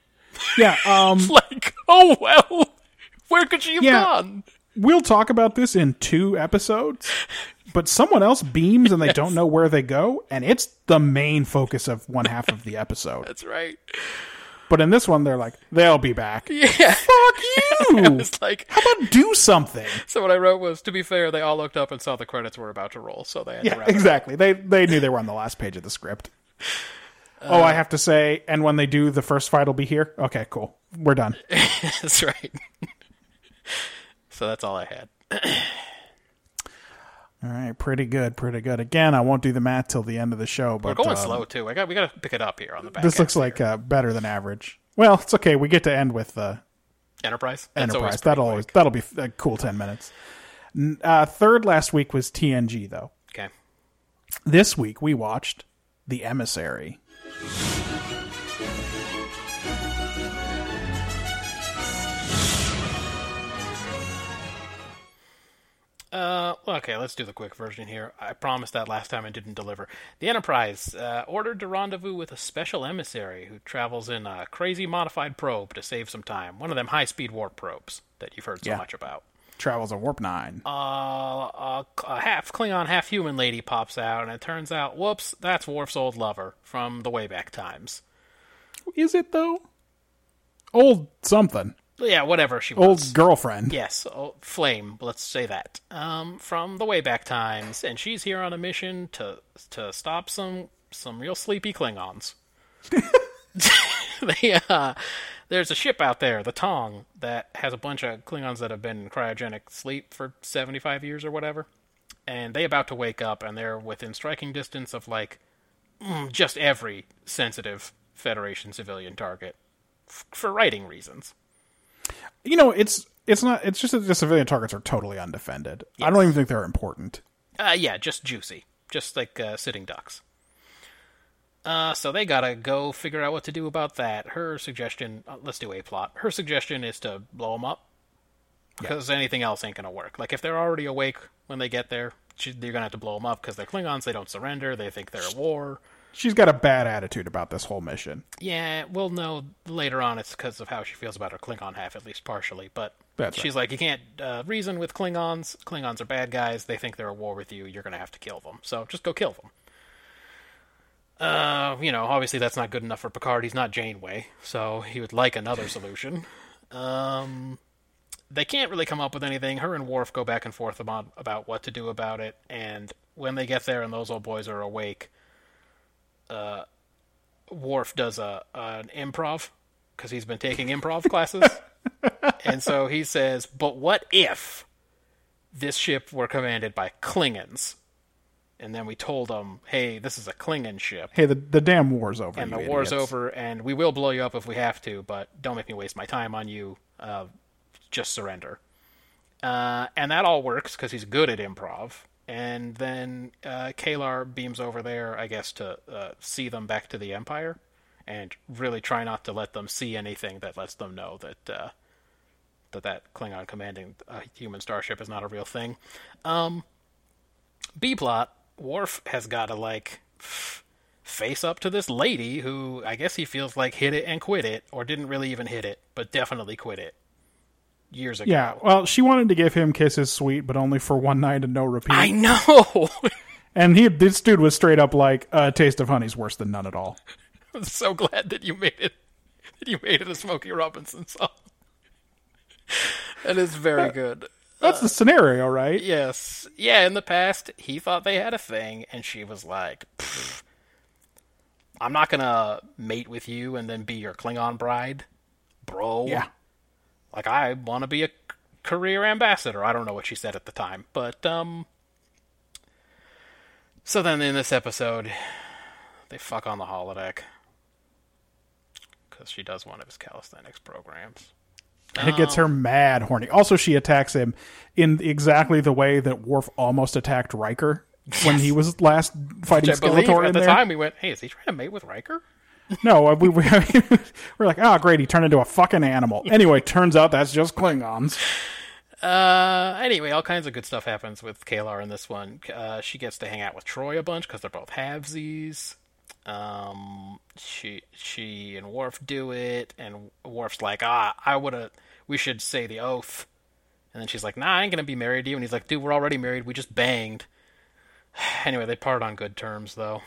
Speaker 1: (laughs)
Speaker 2: yeah, um,
Speaker 1: Like, oh well. Where could she have
Speaker 2: Yeah.
Speaker 1: gone?
Speaker 2: we'll talk about this in two episodes. But someone else beams, and they don't know where they go, and it's the main focus of one half of the episode.
Speaker 1: That's right.
Speaker 2: But in this one, they're like, "They'll be back."
Speaker 1: (laughs) Yeah.
Speaker 2: Fuck
Speaker 1: (laughs)
Speaker 2: you!
Speaker 1: it's like,
Speaker 2: How about do something?
Speaker 1: so what I wrote was, to be fair, they all looked up and saw the credits were about to roll, so they had to
Speaker 2: Yeah,
Speaker 1: wrap it up. (laughs)
Speaker 2: exactly. They they knew they were on the last page of the script. oh, I have to say, and when they do, the first fight will be here. Okay, cool.
Speaker 1: (laughs)
Speaker 2: We're done.
Speaker 1: That's right. (laughs) so that's all I had.
Speaker 2: All right, pretty good, pretty good. Again, I won't do the math till the end of the show, but
Speaker 1: We're going
Speaker 2: um,
Speaker 1: slow too. I got we got to pick it up here on the back.
Speaker 2: This
Speaker 1: end.
Speaker 2: looks like uh, better than average. Well, it's okay. We get to end with uh,
Speaker 1: Enterprise. That's always
Speaker 2: Enterprise.
Speaker 1: pretty
Speaker 2: That'll
Speaker 1: quick.
Speaker 2: always that'll be a cool ten minutes. N- Uh, third last week was TNG though.
Speaker 1: okay.
Speaker 2: This week we watched The Emissary.
Speaker 1: Uh, okay, let's do the quick version here. I promised that last time I didn't deliver. The Enterprise uh, ordered to rendezvous with a special emissary who travels in a crazy modified probe to save some time. One of them high-speed warp probes that you've heard so
Speaker 2: Yeah.
Speaker 1: much about.
Speaker 2: Travels a warp nine.
Speaker 1: Uh, a, a half Klingon, half human lady pops out, and it turns out, whoops, that's Worf's old lover from the way back times.
Speaker 2: Is it though? Old something.
Speaker 1: Yeah, whatever she was.
Speaker 2: Old
Speaker 1: (laughs)
Speaker 2: girlfriend.
Speaker 1: Yes, oh, Flame. Let's say that um, from the way back times, and she's here on a mission to to stop some some real sleepy Klingons. (laughs) they, uh, there's a ship out there, the Tong, that has a bunch of Klingons that have been in cryogenic sleep for 75 years or whatever, and they about to wake up, and they're within striking distance of like mm, just every sensitive Federation civilian target f- for writing reasons.
Speaker 2: You know, it's it's not. It's just that the civilian targets are totally undefended. I don't even think they're important.
Speaker 1: Uh, yeah, just juicy, just like uh, sitting ducks. Uh, so they gotta go figure out what to do about that. Her suggestion, uh, let's do a plot. Her suggestion is to blow them up because anything else ain't gonna work. Like if they're already awake when they get there, she, you're gonna have to blow them up because they're Klingons. They don't surrender. They think they're at war.
Speaker 2: She's got a bad attitude about this whole mission.
Speaker 1: Yeah, we'll know later on. It's because of how she feels about her Klingon half, at least partially. But
Speaker 2: That's
Speaker 1: she's like, you can't uh, reason with Klingons. Klingons are bad guys. They think they're at war with you. You're gonna have to kill them. So just go kill them. Uh, you know, obviously that's not good enough for Picard. He's not Janeway, so he would like another solution. Um, they can't really come up with anything. Her and Worf go back and forth about about what to do about it. And when they get there, and those old boys are awake, Worf does a an improv because he's been taking improv (laughs) classes, and so he says, "But what if this ship were commanded by Klingons?" And then we told him, "Hey, this is a Klingon ship,
Speaker 2: Hey, the the damn war's over.
Speaker 1: and the
Speaker 2: you
Speaker 1: war's
Speaker 2: idiots.
Speaker 1: over, and we will blow you up if we have to, but don't make me waste my time on you. Uh, just surrender." Uh, and that all works because he's good at improv. And then uh, Kalar beams over there, I guess, to uh, see them back to the Empire, and really try not to let them see anything that lets them know that uh, that that Klingon commanding a human starship is not a real thing. Um, B plot: Worf has got to like f- face up to this lady who I guess he feels like hit it and quit it, or didn't really even hit it, but definitely quit it years ago.
Speaker 2: Yeah. Well, she wanted to give him kisses, sweet, but only for one night and no repeat.
Speaker 1: I know. (laughs)
Speaker 2: and he, this dude, was straight up like, "A taste of honey's worse than none at all."
Speaker 1: I'm so glad that you made it. That you made it a Smokey Robinson song. Uh, That is very good.
Speaker 2: That's the scenario, right?
Speaker 1: Yes. Yeah, in the past, he thought they had a thing, and she was like, "Pfft, I'm not going to mate with you and then be your Klingon bride, bro.
Speaker 2: Yeah.
Speaker 1: Like, I want to be a c- career ambassador. I don't know what she said at the time, but, um. So then in this episode, they fuck on the holodeck. Because she does one of his calisthenics programs.
Speaker 2: And it gets her
Speaker 1: Um.
Speaker 2: mad horny. Also, she attacks him in exactly the way that Worf almost attacked Riker when he was last fighting
Speaker 1: Which I believe
Speaker 2: Skeletor
Speaker 1: at
Speaker 2: in
Speaker 1: the
Speaker 2: there.
Speaker 1: time we went, hey, is he trying to mate with Riker?
Speaker 2: No, uh, we, (laughs) we we're like, oh great, he turned into a fucking animal. Anyway, turns out that's just Klingons.
Speaker 1: Uh, anyway, all kinds of good stuff happens with Kalar in this one. Uh, she gets to hang out with Troy a bunch because they're both halvesies. Um, she she and Worf do it, and Worf's like, ah, I would have. We should say the oath. And then she's like, Nah, I ain't gonna be married to you. And he's like, Dude, we're already married. We just banged. (sighs) anyway, they part on good terms, though.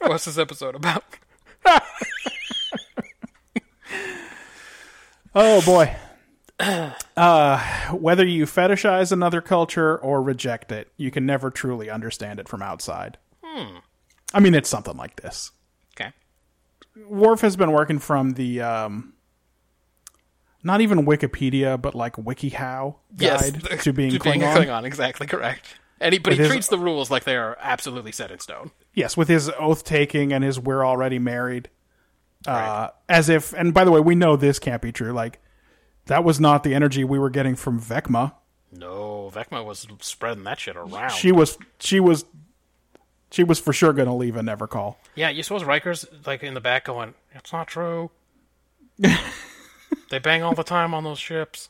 Speaker 1: What's this episode about?
Speaker 2: Oh boy. (clears throat) Uh, whether you fetishize another culture or reject it, you can never truly understand it from outside.
Speaker 1: Hmm.
Speaker 2: I mean, it's something like this.
Speaker 1: Okay.
Speaker 2: Worf has been working from the, um, not even Wikipedia, but like WikiHow guide
Speaker 1: (laughs)
Speaker 2: to being
Speaker 1: to
Speaker 2: Klingon.
Speaker 1: being a Klingon. Exactly correct. And he, but he
Speaker 2: his-
Speaker 1: treats the rules like they are absolutely set in stone.
Speaker 2: Yes, with his oath taking and his "we're already married," uh, as if. And by the way, we know this can't be true. Like that was not the energy we were getting from Vecma.
Speaker 1: No, Vecma was spreading that shit around.
Speaker 2: She was, she was, she was for sure going to leave a never call.
Speaker 1: yeah, you suppose Riker's like in the back going, "It's not
Speaker 2: (laughs)
Speaker 1: true." they bang all the time on those ships.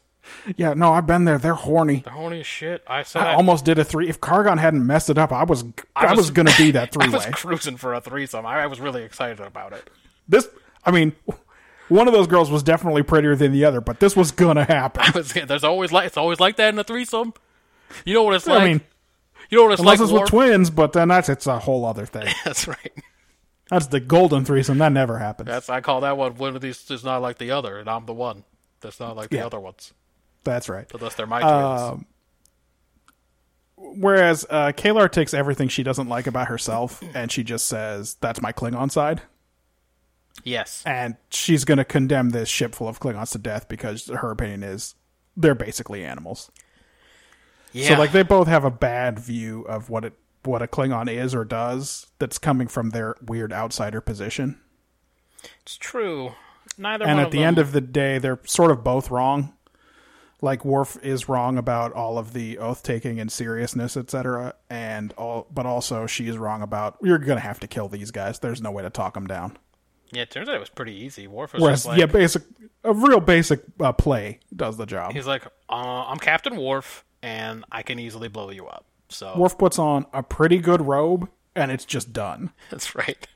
Speaker 2: Yeah, no, I've been there. They're horny.
Speaker 1: They're horny as shit. I said
Speaker 2: I
Speaker 1: I,
Speaker 2: almost did a three. If Cargon hadn't messed it up, I was, I, was,
Speaker 1: was-
Speaker 2: going to
Speaker 1: (laughs)
Speaker 2: be that
Speaker 1: I
Speaker 2: three
Speaker 1: was
Speaker 2: way.
Speaker 1: cruising for a threesome. I, I was really excited about it. (laughs)
Speaker 2: this, I mean, one of those girls was definitely prettier than the other, but this was going to happen.
Speaker 1: I was, there's always like it's always like that in a threesome. You know what it's (laughs) like.
Speaker 2: I mean,
Speaker 1: you know what it's like.
Speaker 2: unless it's
Speaker 1: Worf?
Speaker 2: with twins, but then that's it's a whole other thing.
Speaker 1: (laughs) That's right.
Speaker 2: That's the golden threesome. That never happens.
Speaker 1: That's I call that one. One of these is not like the other, and I'm the one that's not like the
Speaker 2: Yeah. Um,
Speaker 1: other ones.
Speaker 2: That's right.
Speaker 1: Unless they're my twins.
Speaker 2: Whereas uh, Kalar takes everything she doesn't like about herself and she just says, that's my Klingon side.
Speaker 1: Yes.
Speaker 2: And she's going to condemn this ship full of Klingons to death because her opinion is they're basically animals.
Speaker 1: Yeah.
Speaker 2: So like they both have a bad view of what it what a Klingon is or does that's coming from their weird outsider position.
Speaker 1: it's true. Neither
Speaker 2: and
Speaker 1: one
Speaker 2: at the
Speaker 1: them-
Speaker 2: end of the day, they're sort of both wrong. Like Worf is wrong about all of the oath taking and seriousness, etc., and all, but also she is wrong about you're gonna have to kill these guys. There's no way to talk them down.
Speaker 1: Yeah, it turns out it was pretty easy. Worf was
Speaker 2: Whereas,
Speaker 1: just like,
Speaker 2: yeah, basic a real basic uh, play does the job.
Speaker 1: he's like, uh, I'm Captain Worf, and I can easily blow you up. So
Speaker 2: Worf puts on a pretty good robe, and it's just done.
Speaker 1: that's right.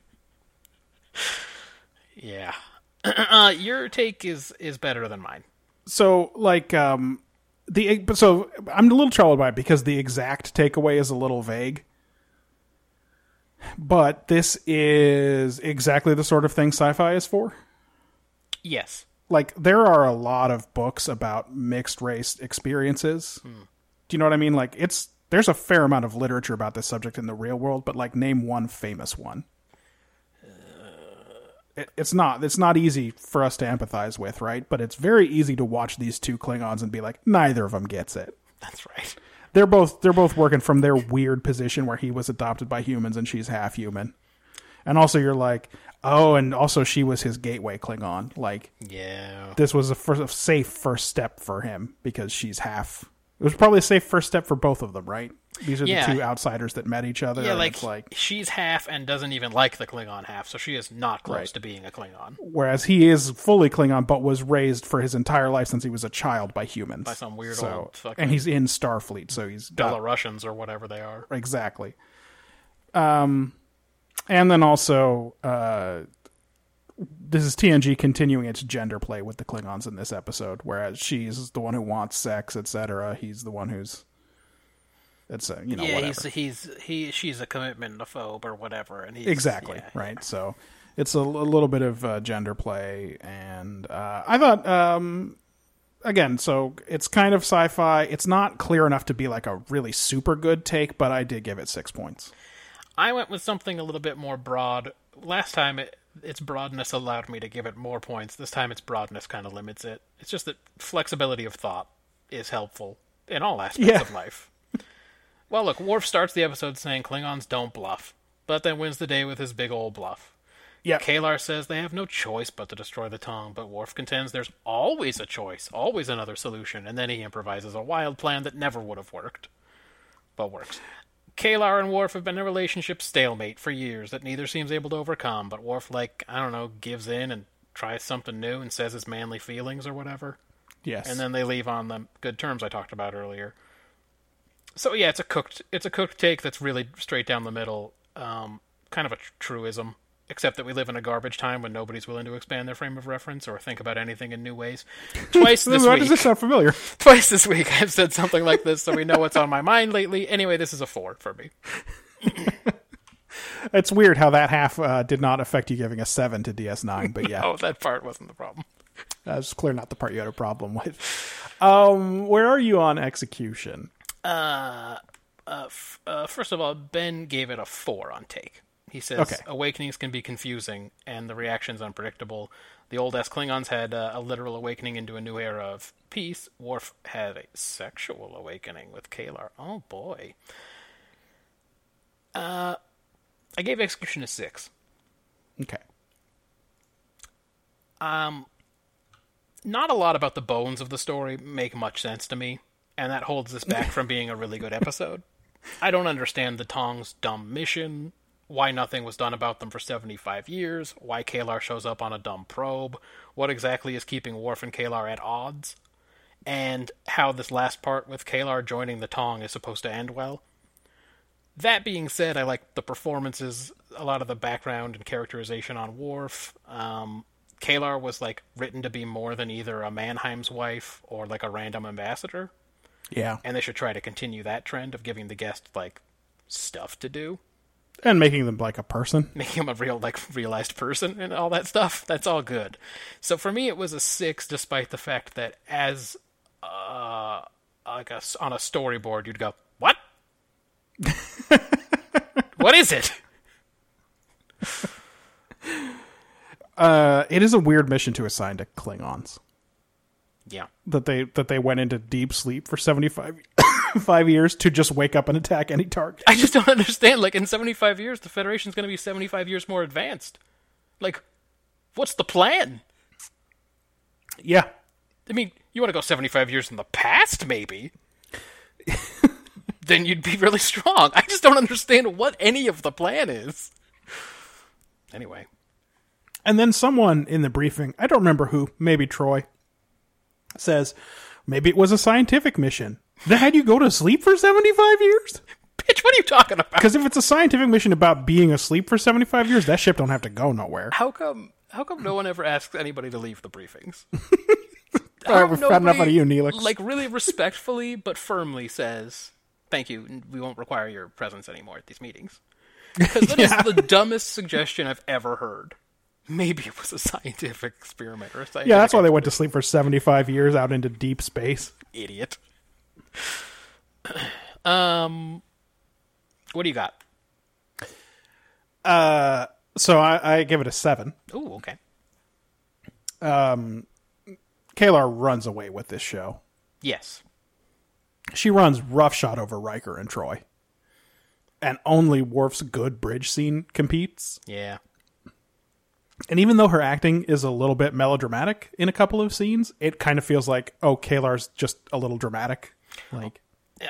Speaker 1: (laughs) yeah. (clears throat) uh, your take is is better than mine.
Speaker 2: so like um the but so i'm a little troubled by it because the exact takeaway is a little vague but this is exactly the sort of thing sci-fi is for
Speaker 1: Yes.
Speaker 2: like there are a lot of books about mixed race experiences do you know what i mean like it's there's a fair amount of literature about this subject in the real world but like name one famous one it, it's not it's not easy for us to empathize with right but it's very easy to watch these two klingons and be like neither of them gets it
Speaker 1: That's right.
Speaker 2: they're both they're both working from their weird position where he was adopted by humans and she's half human and also you're like oh and also she was his gateway klingon like
Speaker 1: Yeah.
Speaker 2: this was a, first, a safe first step for him because she's half. It was probably a safe first step for both of them, right? These are
Speaker 1: Yeah.
Speaker 2: the two outsiders that met each other.
Speaker 1: Yeah,
Speaker 2: and
Speaker 1: like,
Speaker 2: it's like
Speaker 1: she's half and doesn't even like the Klingon half, so she is not close
Speaker 2: Right.
Speaker 1: to being a Klingon
Speaker 2: whereas he is fully Klingon, but was raised for his entire life since he was a child by humans, by
Speaker 1: some weird old fucking-
Speaker 2: and he's in Starfleet, so he's got
Speaker 1: Belarusians or whatever they are.
Speaker 2: exactly. Um, and then also, uh, this is TNG continuing its gender play with the Klingons in this episode, whereas she's the one who wants sex, etc. He's the one who's, it's a, you know,
Speaker 1: Yeah,
Speaker 2: whatever.
Speaker 1: he's he's he she's a commitment phobe or whatever, and he's
Speaker 2: exactly
Speaker 1: yeah.
Speaker 2: right. So it's a, l- a little bit of uh, gender play, and uh, I thought. Um, Again, so it's kind of sci-fi. It's not clear enough to be like a really super good take, but I did give it six points.
Speaker 1: I went with something a little bit more broad. Last time, it, its broadness allowed me to give it more points. This time, its broadness kind of limits it. It's just that flexibility of thought is helpful in all aspects
Speaker 2: Yeah.
Speaker 1: of life. Well, look, Worf starts the episode saying Klingons don't bluff, but then wins the day with his big old bluff.
Speaker 2: Yeah.
Speaker 1: Kalar says they have no choice but to destroy the Tong, but Worf contends there's always a choice, always another solution, and then he improvises a wild plan that never would have worked, but works. Kalar and Worf have been in a relationship stalemate for years that neither seems able to overcome, but Worf, like, I don't know, gives in and tries something new and says his manly feelings or whatever
Speaker 2: Yes.
Speaker 1: and then they leave on the good terms I talked about earlier. So yeah, it's a cooked it's a cooked take that's really straight down the middle, um, kind of a tr- truism. Except that we live in a garbage time when nobody's willing to expand their frame of reference or think about anything in new
Speaker 2: (laughs)
Speaker 1: ways. Twice this
Speaker 2: Why
Speaker 1: week,
Speaker 2: does this sound familiar?
Speaker 1: (laughs) twice this week, I've said something like this, so we know what's on my mind lately. Anyway, this is a four for me.
Speaker 2: It's weird how that half uh, did not affect you giving a seven to DS9,
Speaker 1: (laughs)
Speaker 2: but yeah,
Speaker 1: Oh, that part wasn't the problem.
Speaker 2: that's clear not the part you had a problem with. Um, where are you on execution?
Speaker 1: uh, first of all, Ben gave it a four on take. He says
Speaker 2: Okay.
Speaker 1: awakenings can be confusing and the reactions unpredictable. The old ass Klingons had uh, a literal awakening into a new era of peace. Worf had a sexual awakening with Kalar. Oh boy. Uh, I gave execution a six.
Speaker 2: Okay.
Speaker 1: not a lot about the bones of the story make much sense to me, and that holds this back from being a really good episode. I don't understand the Tong's dumb mission, why nothing was done about them for 75 years, why Kalar shows up on a dumb probe, what exactly is keeping Worf and Kalar at odds, and how this last part with Kalar joining the Tong is supposed to end well. That being said, I like the performances, a lot of the background and characterization on Worf. Um, Kalar was like written to be more than either a Mannheim's wife or like a random ambassador,
Speaker 2: Yeah.
Speaker 1: and they should try to continue that trend of giving the guest like stuff to do, (laughs)
Speaker 2: And making them like a person.
Speaker 1: making him a real like realized person and all that stuff. That's all good. So for me, it was a six, despite the fact that as uh, like a, s- on a storyboard, you'd go, "What? what is it?"
Speaker 2: Uh, it is a weird mission to assign to Klingons
Speaker 1: Yeah.
Speaker 2: that they that they went into deep sleep for 75 (coughs) five years to just wake up and attack any target.
Speaker 1: I just don't understand. Like in 75 years, the Federation's going to be 75 years more advanced. Like, what's the plan?
Speaker 2: Yeah.
Speaker 1: I mean, you want to go 75 years in the past, maybe? then you'd be really strong. I just don't understand what any of the plan is. Anyway,
Speaker 2: And then someone in the briefing, I don't remember who, maybe Troy, says maybe it was a scientific mission. They had you go to sleep for 75 years?
Speaker 1: bitch, what are you talking about?
Speaker 2: Because if it's a scientific mission about being asleep for 75 years, that ship don't have to go nowhere.
Speaker 1: How come? How come no one ever asks anybody to leave the
Speaker 2: (laughs)
Speaker 1: briefings?
Speaker 2: All right, we've had enough out of you, Neelix.
Speaker 1: Like really respectfully but firmly says, "Thank you. n- We won't require your presence anymore at these
Speaker 2: (laughs)
Speaker 1: meetings." Because that is the dumbest suggestion I've ever heard. Maybe it was a scientific experiment or a scientific
Speaker 2: yeah, that's why they went to sleep for 75 years out into deep space.
Speaker 1: idiot. (clears throat) um, what do you got?
Speaker 2: So I, I give it a 7.
Speaker 1: Ooh, okay.
Speaker 2: Kalar runs away with this show.
Speaker 1: Yes,
Speaker 2: She runs roughshod over Riker and Troy. And only Worf's good bridge scene competes.
Speaker 1: yeah,
Speaker 2: And even though her acting is a little bit melodramatic in a couple of scenes, it kind of feels like, oh, Kalar's just a little dramatic. Like,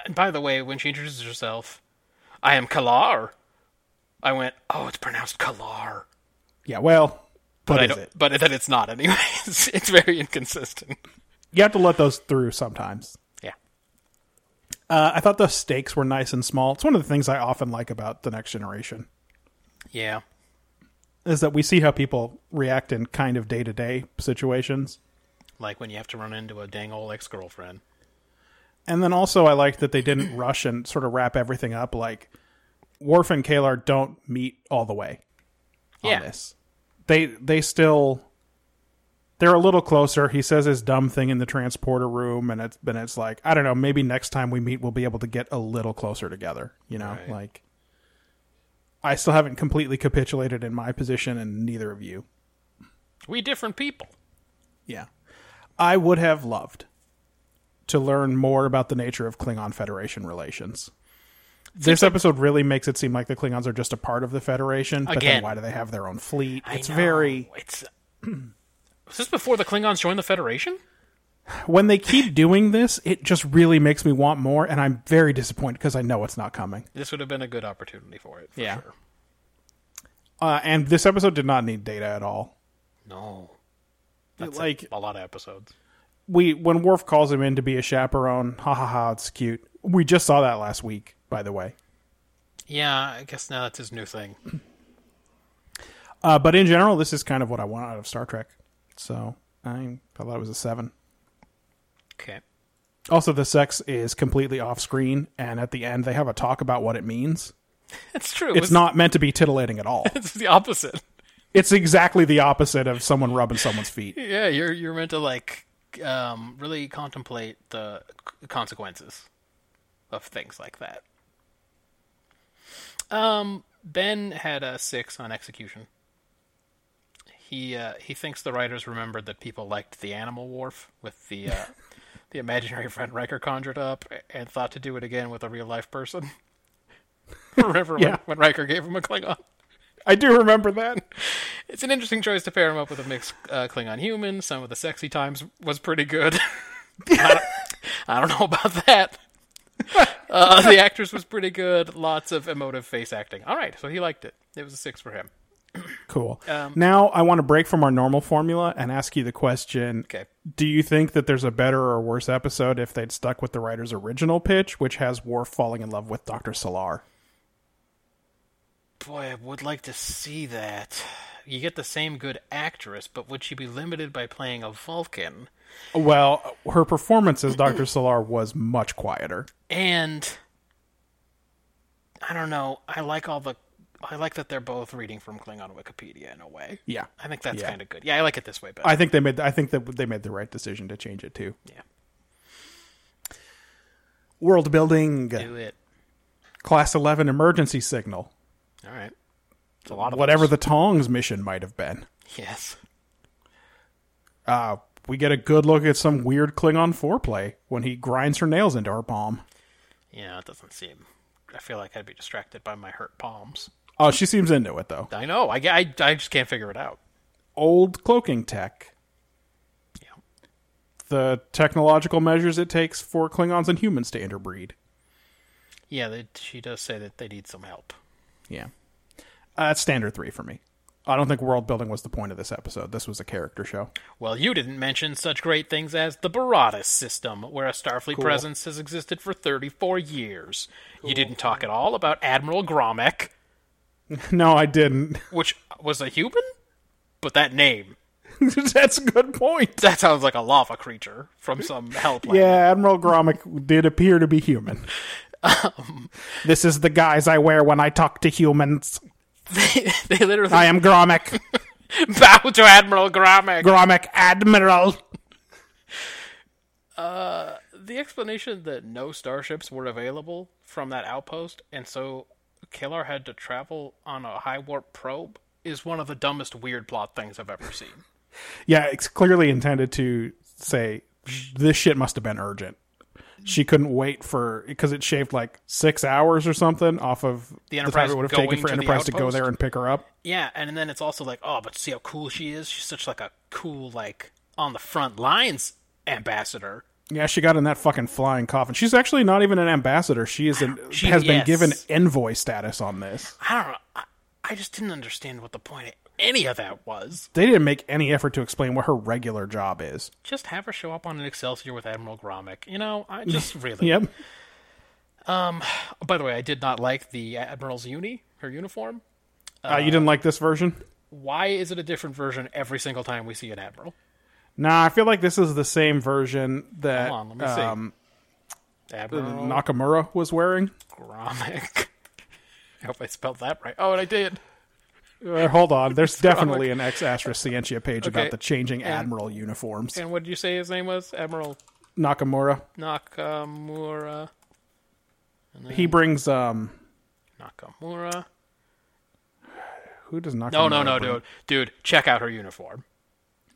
Speaker 1: And by the way, when she introduces herself, I am Kalar. I went, oh, it's pronounced Kalar.
Speaker 2: yeah, well,
Speaker 1: But
Speaker 2: what
Speaker 1: I
Speaker 2: is
Speaker 1: don't,
Speaker 2: it?
Speaker 1: But then it's not anyway. (laughs) It's, it's very inconsistent.
Speaker 2: You have to let those through sometimes.
Speaker 1: Yeah.
Speaker 2: Uh, I thought the stakes were nice and small. It's one of the things I often like about The Next Generation.
Speaker 1: Yeah.
Speaker 2: is that we see how people react in kind of day to day situations.
Speaker 1: Like when you have to run into a dang old ex girlfriend.
Speaker 2: And then also, I liked that they didn't rush and sort of wrap everything up. Like, Worf and Kalar don't meet all the way on
Speaker 1: Yeah.
Speaker 2: this. They they still they're a little closer. He says his dumb thing in the transporter room, and it's and it's like I don't know. Maybe next time we meet, we'll be able to get a little closer together. You know,
Speaker 1: Right.
Speaker 2: like I still haven't completely capitulated in my position, and neither of you.
Speaker 1: We different people.
Speaker 2: Yeah. I would have loved to learn more about the nature of Klingon Federation relations. This episode really makes it seem like the Klingons are just a part of the Federation. But
Speaker 1: Again.
Speaker 2: then why do they have their own fleet?
Speaker 1: I
Speaker 2: It's
Speaker 1: know.
Speaker 2: very
Speaker 1: It's. (clears throat) Was this before the Klingons joined the Federation?
Speaker 2: when they keep doing this, it just really makes me want more, and I'm very disappointed because I know it's not coming.
Speaker 1: This would have been a good opportunity for it. For
Speaker 2: Yeah.
Speaker 1: Sure.
Speaker 2: Uh, and this episode did not need data at all.
Speaker 1: No. That's
Speaker 2: like-
Speaker 1: like a lot of episodes.
Speaker 2: We when Worf calls him in to be a chaperone, ha ha ha, it's cute. We just saw that last week, by the way.
Speaker 1: Yeah, I guess now that's his new thing.
Speaker 2: Uh, but in general, this is kind of what I want out of Star Trek. So I I thought it was a seven.
Speaker 1: Okay.
Speaker 2: Also, the sex is completely off screen, and at the end, they have a talk about what it means.
Speaker 1: It's true.
Speaker 2: It's not meant to be titillating at all.
Speaker 1: (laughs) It's the opposite.
Speaker 2: it's exactly the opposite of someone rubbing someone's feet.
Speaker 1: Yeah, you're you're meant to like um, really contemplate the c- consequences of things like that. Um, Ben had a six on execution. He uh, he thinks the writers remembered that people liked the animal wharf with the uh, the imaginary friend Riker conjured up, and thought to do it again with a real life person. (laughs) Remember
Speaker 2: Yeah.
Speaker 1: when, when Riker gave him a Klingon?
Speaker 2: I do remember that.
Speaker 1: It's an interesting choice to pair him up with a mixed uh, Klingon human. Some of the sexy times was pretty good. (laughs) I, don't, I don't know about (laughs) that. Uh, the actress was pretty good. Lots of emotive face acting. All right, so he liked it. It was a six for him.
Speaker 2: Cool.
Speaker 1: Um,
Speaker 2: now I want to break from our normal formula and ask you the question.
Speaker 1: Okay.
Speaker 2: Do you think that there's a better or worse episode if they'd stuck with the writer's original pitch, which has Worf falling in love with Dr. Solar?
Speaker 1: Boy, I would like to see that. You get the same good actress, but would she be limited by playing a Vulcan?
Speaker 2: Well, her performance
Speaker 1: (clears throat)
Speaker 2: as Dr. Solar was much quieter.
Speaker 1: And I don't know. I like all the. I like that they're both reading from Klingon Wikipedia in a way.
Speaker 2: Yeah.
Speaker 1: I think that's
Speaker 2: Yeah.
Speaker 1: kind of good. Yeah, I like it this way better.
Speaker 2: I think they made I think that they made the right decision to change it too.
Speaker 1: yeah.
Speaker 2: World building.
Speaker 1: Do it.
Speaker 2: Class 11 emergency signal.
Speaker 1: All right. It's a lot of
Speaker 2: Whatever
Speaker 1: those.
Speaker 2: the Tongs mission might have been.
Speaker 1: yes.
Speaker 2: Uh, we get a good look at some weird Klingon foreplay when he grinds her nails into her palm.
Speaker 1: Yeah, it doesn't seem. I feel like I'd be distracted by my hurt palms.
Speaker 2: Oh, she seems into it though.
Speaker 1: I know. I, I, I just can't figure it out.
Speaker 2: Old cloaking tech.
Speaker 1: Yeah.
Speaker 2: The technological measures it takes for Klingons and humans to interbreed.
Speaker 1: Yeah, they, she does say that they need some help.
Speaker 2: Yeah. Uh, that's standard three for me. I don't think world building was the point of this episode. This was a character show. (laughs)
Speaker 1: Well, you didn't mention such great things as the Baratus system, where a Starfleet presence has existed for 34 years. You didn't talk at all about Admiral Gromek,
Speaker 2: no, I didn't. (laughs)
Speaker 1: which was a human? But that name.
Speaker 2: that's a good point.
Speaker 1: That sounds like a lava creature from
Speaker 2: (laughs)
Speaker 1: some hell planet.
Speaker 2: Yeah, Admiral Gromick did appear to be human. this is the guise I wear when I talk to humans.
Speaker 1: (laughs) they literally
Speaker 2: I am Gromick.
Speaker 1: (laughs) bow to Admiral Gromek.
Speaker 2: Gromick Admiral.
Speaker 1: the explanation that no starships were available from that outpost, and so Kalar had to travel on a high warp probe, is one of the dumbest weird plot things I've ever seen.
Speaker 2: Yeah, it's clearly intended to say this shit must have been urgent. She couldn't wait for because it shaved like six hours or something off of
Speaker 1: The
Speaker 2: time
Speaker 1: Enterprise
Speaker 2: it would have
Speaker 1: going
Speaker 2: taken for
Speaker 1: to the
Speaker 2: Enterprise to go
Speaker 1: outpost?
Speaker 2: there and pick her up.
Speaker 1: yeah, and then it's also like, oh, but see how cool she is. She's such like a cool like on the front lines ambassador.
Speaker 2: Yeah, she got in that fucking flying coffin. She's actually not even an ambassador. She is an,
Speaker 1: She-
Speaker 2: has been
Speaker 1: yes.
Speaker 2: given envoy status on this.
Speaker 1: I don't know. I, I just didn't understand what the point of any of that was.
Speaker 2: They didn't make any effort to explain what her regular job is.
Speaker 1: Just have her show up on an Excelsior with Admiral Gromek. You know, I (laughs) just really.
Speaker 2: Yep.
Speaker 1: By the way, I did not like the Admiral's uni, her uniform.
Speaker 2: Uh, you didn't like this version?
Speaker 1: why is it a different version every single time we see an admiral?
Speaker 2: Nah, I feel like this is the same version that
Speaker 1: Hold on, let me
Speaker 2: um,
Speaker 1: see. Admiral
Speaker 2: Nakamura was wearing.
Speaker 1: Gromick. (laughs) I hope I spelled that right. Oh, and I did.
Speaker 2: Uh, hold
Speaker 1: (laughs)
Speaker 2: on, there's definitely an ex Astra Scientia page about
Speaker 1: Okay.
Speaker 2: the changing admiral uniforms.
Speaker 1: And what did you say his name was? Admiral
Speaker 2: Nakamura,
Speaker 1: Nakamura.
Speaker 2: he brings um,
Speaker 1: Nakamura.
Speaker 2: who does Nakamura?
Speaker 1: No, no, no,
Speaker 2: bring?
Speaker 1: dude. Dude, check out her uniform.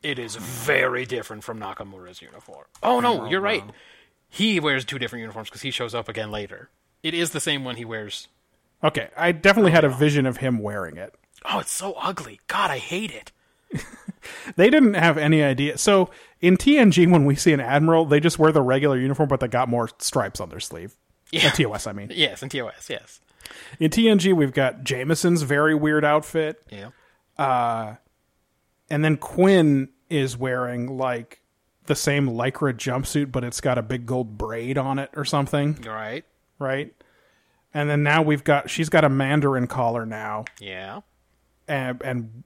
Speaker 1: It is very different from
Speaker 2: Oh,
Speaker 1: Nakamura's uniform. Oh, no, you're right. He wears two different uniforms because he shows up again later. It is the same one he wears.
Speaker 2: Okay, I definitely had a vision of him wearing it.
Speaker 1: Oh, it's so ugly. God, I hate it.
Speaker 2: They didn't have any idea. So in TNG, when we see an admiral, they just wear the regular uniform, but they got more stripes on their sleeve.
Speaker 1: Yeah.
Speaker 2: Uh, TOS, I mean.
Speaker 1: (laughs) Yes, in TOS, yes.
Speaker 2: In TNG, we've got Jameson's very weird outfit,
Speaker 1: Yeah.
Speaker 2: and then Quinn is wearing like the same lycra jumpsuit, but it's got a big gold braid on it or something,
Speaker 1: All right.
Speaker 2: right? And then now we've got she's got a Mandarin collar now,
Speaker 1: Yeah.
Speaker 2: and, and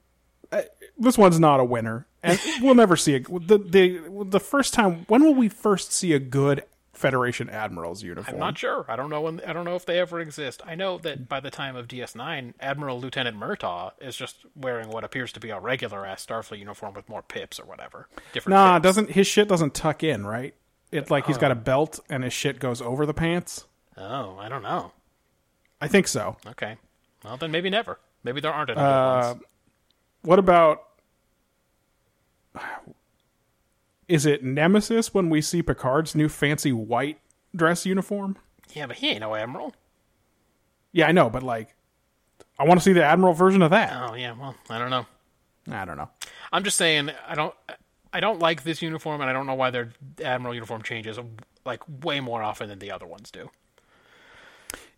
Speaker 2: uh, this one's not a winner, and (laughs) we'll never see a the the the first time. When will we first see a good Federation admiral's uniform?
Speaker 1: I'm not sure. I don't know when. I don't know if they ever exist. I know that by the time of DS9, Admiral Lieutenant Murtaugh is just wearing what appears to be a regular ass Starfleet uniform with more pips or whatever. Different.
Speaker 2: Nah,
Speaker 1: pips.
Speaker 2: doesn't his shit doesn't tuck in, right? It's like he's
Speaker 1: Uh.
Speaker 2: got a belt and his shit goes over the pants.
Speaker 1: Oh, I don't know.
Speaker 2: I think so.
Speaker 1: Okay. Well, then maybe never. Maybe there aren't any good ones.
Speaker 2: What about Is it Nemesis when we see Picard's new fancy white dress uniform?
Speaker 1: Yeah, but he ain't no admiral.
Speaker 2: Yeah, I know, but like I want to see the admiral version of that.
Speaker 1: Oh yeah. Well, I don't know.
Speaker 2: I don't know.
Speaker 1: I'm just saying I don't I don't like this uniform and I don't know why their admiral uniform changes like way more often than the other ones do.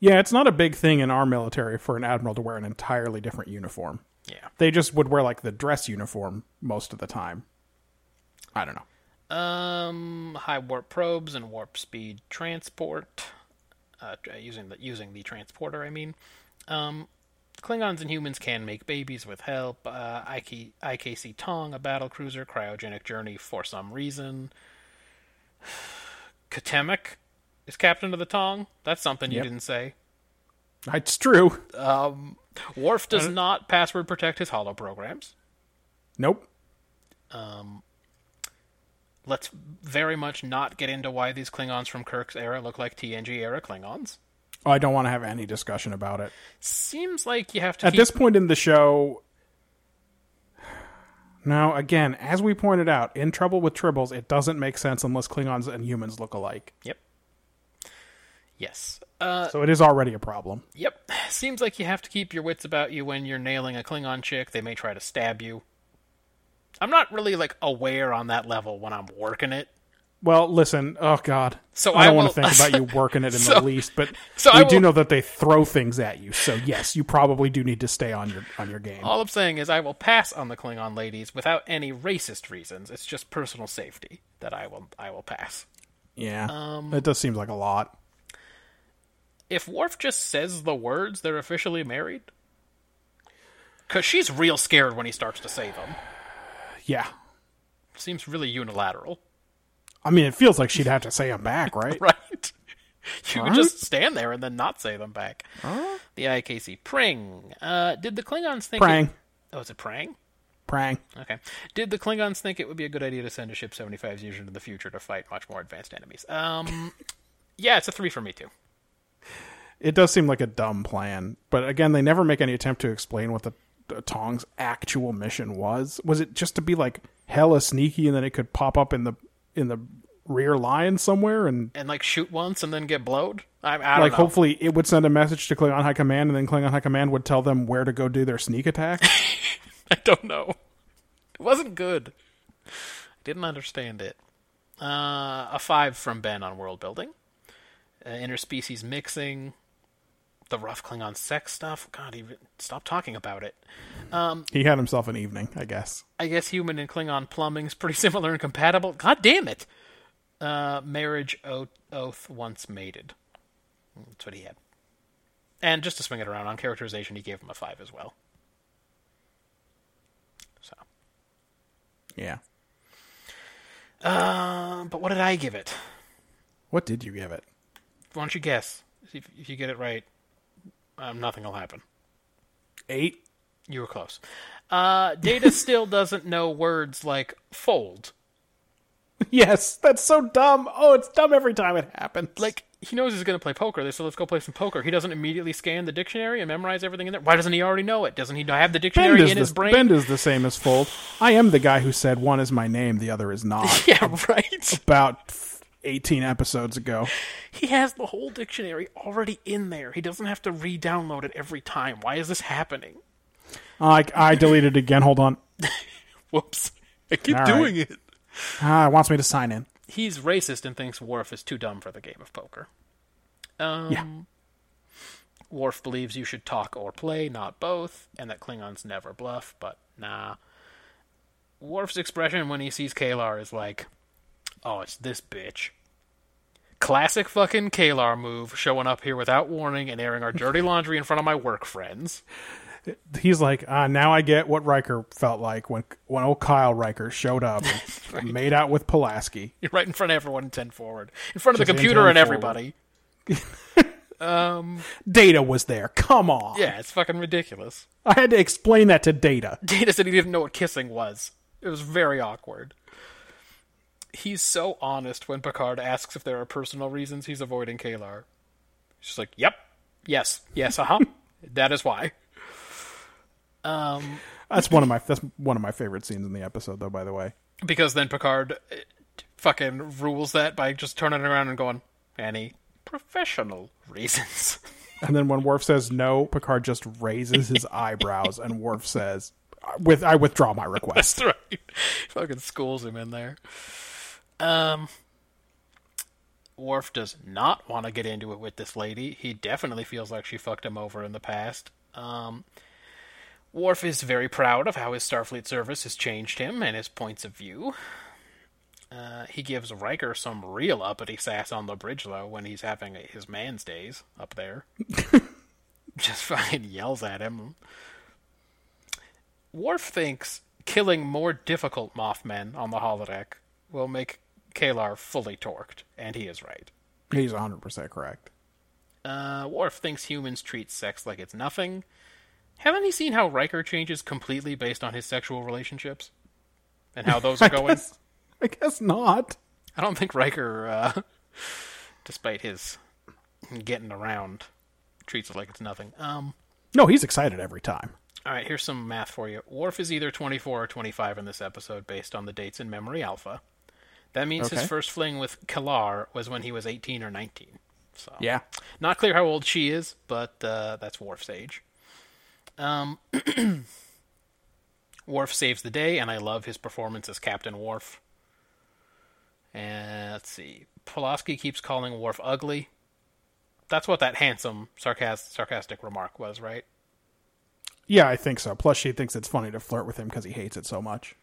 Speaker 2: Yeah, it's not a big thing in our military for an admiral to wear an entirely different uniform.
Speaker 1: Yeah.
Speaker 2: They just would wear like the dress uniform most of the time. I don't know.
Speaker 1: Um high warp probes and warp speed transport uh using the using the transporter I mean. Um Klingons and humans can make babies with help. Uh, IK, IKC Tong, a battle cruiser, cryogenic journey for some reason. (sighs) Katemek is captain of the Tong. That's something you
Speaker 2: Yep.
Speaker 1: didn't say.
Speaker 2: It's true.
Speaker 1: Worf does not password protect his hollow programs.
Speaker 2: Nope.
Speaker 1: Let's very much not get into why these Klingons from Kirk's era look like TNG era Klingons.
Speaker 2: Oh, I don't want to have any discussion about it.
Speaker 1: Seems like you have to
Speaker 2: At
Speaker 1: keep-
Speaker 2: this point in the show, now again, as we pointed out, in Trouble with Tribbles, it doesn't make sense unless Klingons and humans look alike.
Speaker 1: Yep. Yes. Uh,
Speaker 2: so it is already a problem.
Speaker 1: yep. (sighs) Seems like you have to keep your wits about you when you're nailing a Klingon chick. They may try to stab you. I'm not really like aware on that level when I'm working it.
Speaker 2: Well, listen. Oh God.
Speaker 1: So
Speaker 2: I
Speaker 1: I
Speaker 2: don't want
Speaker 1: will-
Speaker 2: to think about
Speaker 1: (laughs)
Speaker 2: you working it in
Speaker 1: So-
Speaker 2: the least, but
Speaker 1: so
Speaker 2: we
Speaker 1: I
Speaker 2: do
Speaker 1: will-
Speaker 2: know that they throw things at you. So yes, you probably do need to stay on your on your game.
Speaker 1: All I'm saying is I will pass on the Klingon ladies without any racist reasons. It's just personal safety that I will I will pass.
Speaker 2: yeah,
Speaker 1: um,
Speaker 2: it does seem like a lot.
Speaker 1: if Worf just says the words, they're officially married. Cause she's real scared when he starts to say them.
Speaker 2: Yeah,
Speaker 1: Seems really unilateral,
Speaker 2: I mean, it feels like she'd have to say
Speaker 1: (laughs)
Speaker 2: I'm back, right?
Speaker 1: right? You could just stand there and then not say them back. The IKC Pring. Uh, did the Klingons think?
Speaker 2: Prang.
Speaker 1: It... Oh, is it Prang?
Speaker 2: Prang.
Speaker 1: Okay. Did the Klingons think it would be a good idea to send a ship 75 years into the future to fight much more advanced enemies? Um, (laughs) yeah, it's a three for me too.
Speaker 2: it does seem like a dumb plan but again they never make any attempt to explain what the, the tong's actual mission was was it just to be like hella sneaky and then it could pop up in the in the rear line somewhere and
Speaker 1: And like shoot once and then get blowed. I, I don't
Speaker 2: like
Speaker 1: know.
Speaker 2: hopefully it would send a message to klingon high command and then klingon high command would tell them where to go do their
Speaker 1: (laughs)
Speaker 2: sneak attack
Speaker 1: I don't know. It wasn't good. I didn't understand it. Uh, a five from Ben on world building. Uh, interspecies mixing. The rough Klingon sex stuff. God, even stop talking about it.
Speaker 2: he had himself an evening i guess
Speaker 1: I guess human and Klingon plumbing's pretty (laughs) similar and compatible. God damn it! Uh, marriage oath, oath once mated. That's what he had. And just to swing it around on characterization, he gave him a five as well. So.
Speaker 2: yeah
Speaker 1: Um, but what did I give it?
Speaker 2: what did you give it
Speaker 1: Why don't you guess? See If, if you get it right, um, nothing will happen.
Speaker 2: eight
Speaker 1: You were close. Uh, Data still doesn't know words like fold.
Speaker 2: (laughs) yes that's so dumb oh it's dumb every time it happens
Speaker 1: Like, he knows he's going to play poker. They said, let's go play some poker. He doesn't immediately scan the dictionary and memorize everything in there. Why doesn't he already know it? Doesn't he have the
Speaker 2: Bend
Speaker 1: dictionary
Speaker 2: is,
Speaker 1: in his
Speaker 2: the,
Speaker 1: brain? (laughs)
Speaker 2: Bend is the same
Speaker 1: (laughs)
Speaker 2: as Fold. I am the guy who said one is my name, the other is not.
Speaker 1: yeah, right.
Speaker 2: about 18 episodes ago.
Speaker 1: He has the whole dictionary already in there. He doesn't have to re download it every time. Why is this happening?
Speaker 2: I, I deleted it again. Hold on.
Speaker 1: Whoops. (laughs) I keep
Speaker 2: All
Speaker 1: doing it.
Speaker 2: Ah, it wants me to sign in.
Speaker 1: He's racist and thinks Worf is too dumb for the game of poker. Um,
Speaker 2: Yeah.
Speaker 1: Worf believes you should talk or play, not both, and that Klingons never bluff, but nah. Worf's expression when he sees Kalar is like, oh, it's this bitch. Classic fucking Kalar move, showing up here without warning and airing our dirty laundry in front of my work friends. (laughs)
Speaker 2: He's like, ah, now I get what Riker felt like when when old Kyle Riker showed up (laughs) and made out with Pulaski.
Speaker 1: You're right in front of everyone in 10 forward. In front of the
Speaker 2: Just in
Speaker 1: computer
Speaker 2: 10
Speaker 1: and
Speaker 2: forward.
Speaker 1: everybody.
Speaker 2: Data was there. Come on.
Speaker 1: Yeah, it's fucking ridiculous.
Speaker 2: I had to explain that to Data.
Speaker 1: Data said he didn't know what kissing was. It was very awkward. He's so honest when Picard asks if there are personal reasons he's avoiding Kalar. She's like, "Yep, yes, yes, uh huh. that is why." Um,
Speaker 2: That's one of my that's one of my favorite scenes in the episode, though. By the way,
Speaker 1: Because then Picard eh, fucking rules that by just turning around and going, "Any professional reasons?"
Speaker 2: and then when Worf says no, Picard just raises (laughs) his eyebrows, and Worf says, "I- "With I withdraw my (laughs) request."
Speaker 1: That's right. Fucking schools him in there. Um, Worf does not want to get into it with this lady. He definitely feels like she fucked him over in the past. Um, Worf is very proud of how his Starfleet service has changed him and his points of view. Uh, he gives Riker some real uppity sass on the bridge low when he's having his man's days up (laughs) there. Just fucking yells at him. Worf thinks killing more difficult Mothmen on the holodeck will make Kalar fully torqued, and he is right.
Speaker 2: He's one hundred percent correct.
Speaker 1: Uh, Worf thinks humans treat sex like it's nothing. Haven't he seen how Riker changes completely based on his sexual relationships? And how those are going?
Speaker 2: guess- I guess not.
Speaker 1: I don't think Riker, uh, (laughs) despite his getting around, treats it like it's nothing. Um,
Speaker 2: No, he's excited every time.
Speaker 1: All right, here's some math for you. Worf is either 24 or 25 in this episode based on the dates in Memory Alpha. That means his
Speaker 2: Okay.
Speaker 1: first fling with Kalar was when he was 18 or 19. So
Speaker 2: Yeah.
Speaker 1: not clear how old she is, but uh, that's Worf's age. Um, (clears throat) Worf saves the day, and I love his performance as Captain Worf. And let's see. Pulaski keeps calling Worf ugly. That's what that handsome, sarcastic, sarcastic remark was, right?
Speaker 2: Yeah, I think so. Plus, she thinks it's funny to flirt with him because he hates it so much.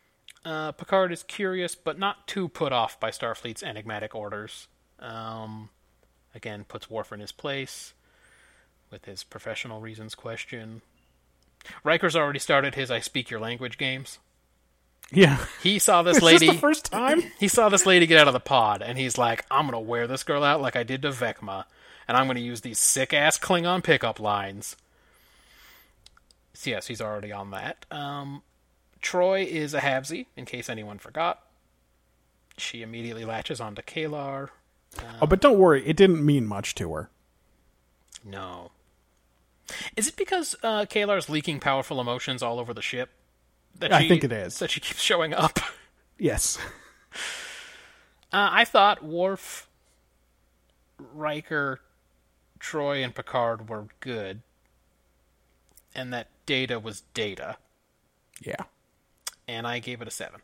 Speaker 1: Uh, Picard is curious, but not too put off by Starfleet's enigmatic orders. Um, again, puts Worf in his place with his professional reasons question. Riker's already started his "I speak your language" games.
Speaker 2: Yeah. (laughs)
Speaker 1: He saw this
Speaker 2: Is
Speaker 1: lady.
Speaker 2: this the first time?
Speaker 1: he saw this lady get out of the pod, and he's like, "I'm gonna wear this girl out like I did to Vecma, and I'm gonna use these sick ass Klingon pickup lines." So yes, he's already on that. Um, Troy is a Habsy, in case anyone forgot. She immediately latches onto Kalar.
Speaker 2: Oh, but don't worry, it didn't mean much to her.
Speaker 1: No. Is it because uh, Kalar's leaking powerful emotions all over the ship? That
Speaker 2: I think it is.
Speaker 1: That she keeps showing up. (laughs)
Speaker 2: Yes.
Speaker 1: Uh, I thought Worf, Riker, Troy, and Picard were good, and that Data was Data,
Speaker 2: Yeah.
Speaker 1: and I gave it a seven.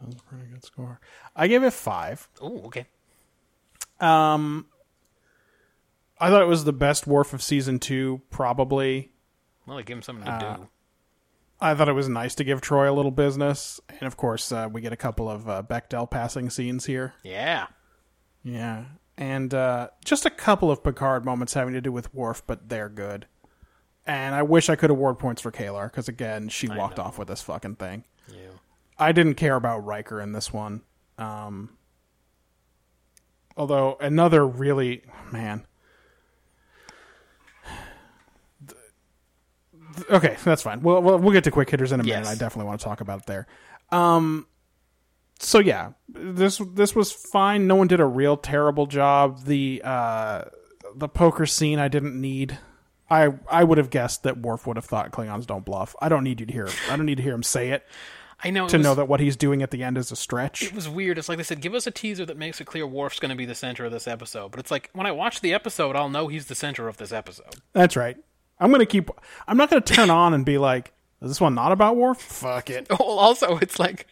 Speaker 2: That was a pretty good score. I gave it five.
Speaker 1: Ooh, okay.
Speaker 2: I thought it was the best Wharf of season two, probably.
Speaker 1: Well, I give him something to
Speaker 2: Uh,
Speaker 1: do.
Speaker 2: I thought it was nice to give Troy a little business. And of course, uh, we get a couple of uh, Bechdel passing scenes here.
Speaker 1: Yeah,
Speaker 2: Yeah. And uh, just a couple of Picard moments having to do with Worf, but they're good. And I wish I could award points for Kalar, because again, she walked off with this fucking thing.
Speaker 1: you.
Speaker 2: I didn't care about Riker in this one. Um, although another really man. Th- th- Okay, that's fine. We'll we'll, we'll get to quick hitters in a minute.
Speaker 1: Yes.
Speaker 2: I definitely want to talk about it there. Um, so yeah, this this was fine. No one did a real terrible job. The uh, the poker scene I didn't need. I I would have guessed that Worf would have thought Klingons don't bluff. I don't need you to hear. I don't need to hear him say it.
Speaker 1: I know it
Speaker 2: to
Speaker 1: was,
Speaker 2: know that what he's doing at the end is a stretch.
Speaker 1: it was weird. It's like they said, give us a teaser that makes it clear Worf's going to be the center of this episode. But it's like when I watch the episode, I'll know he's the center of this episode.
Speaker 2: That's right. I'm gonna keep. I'm not gonna turn on and be like, "Is this one not about Worf?" Fuck it.
Speaker 1: (laughs) Well, also, it's like,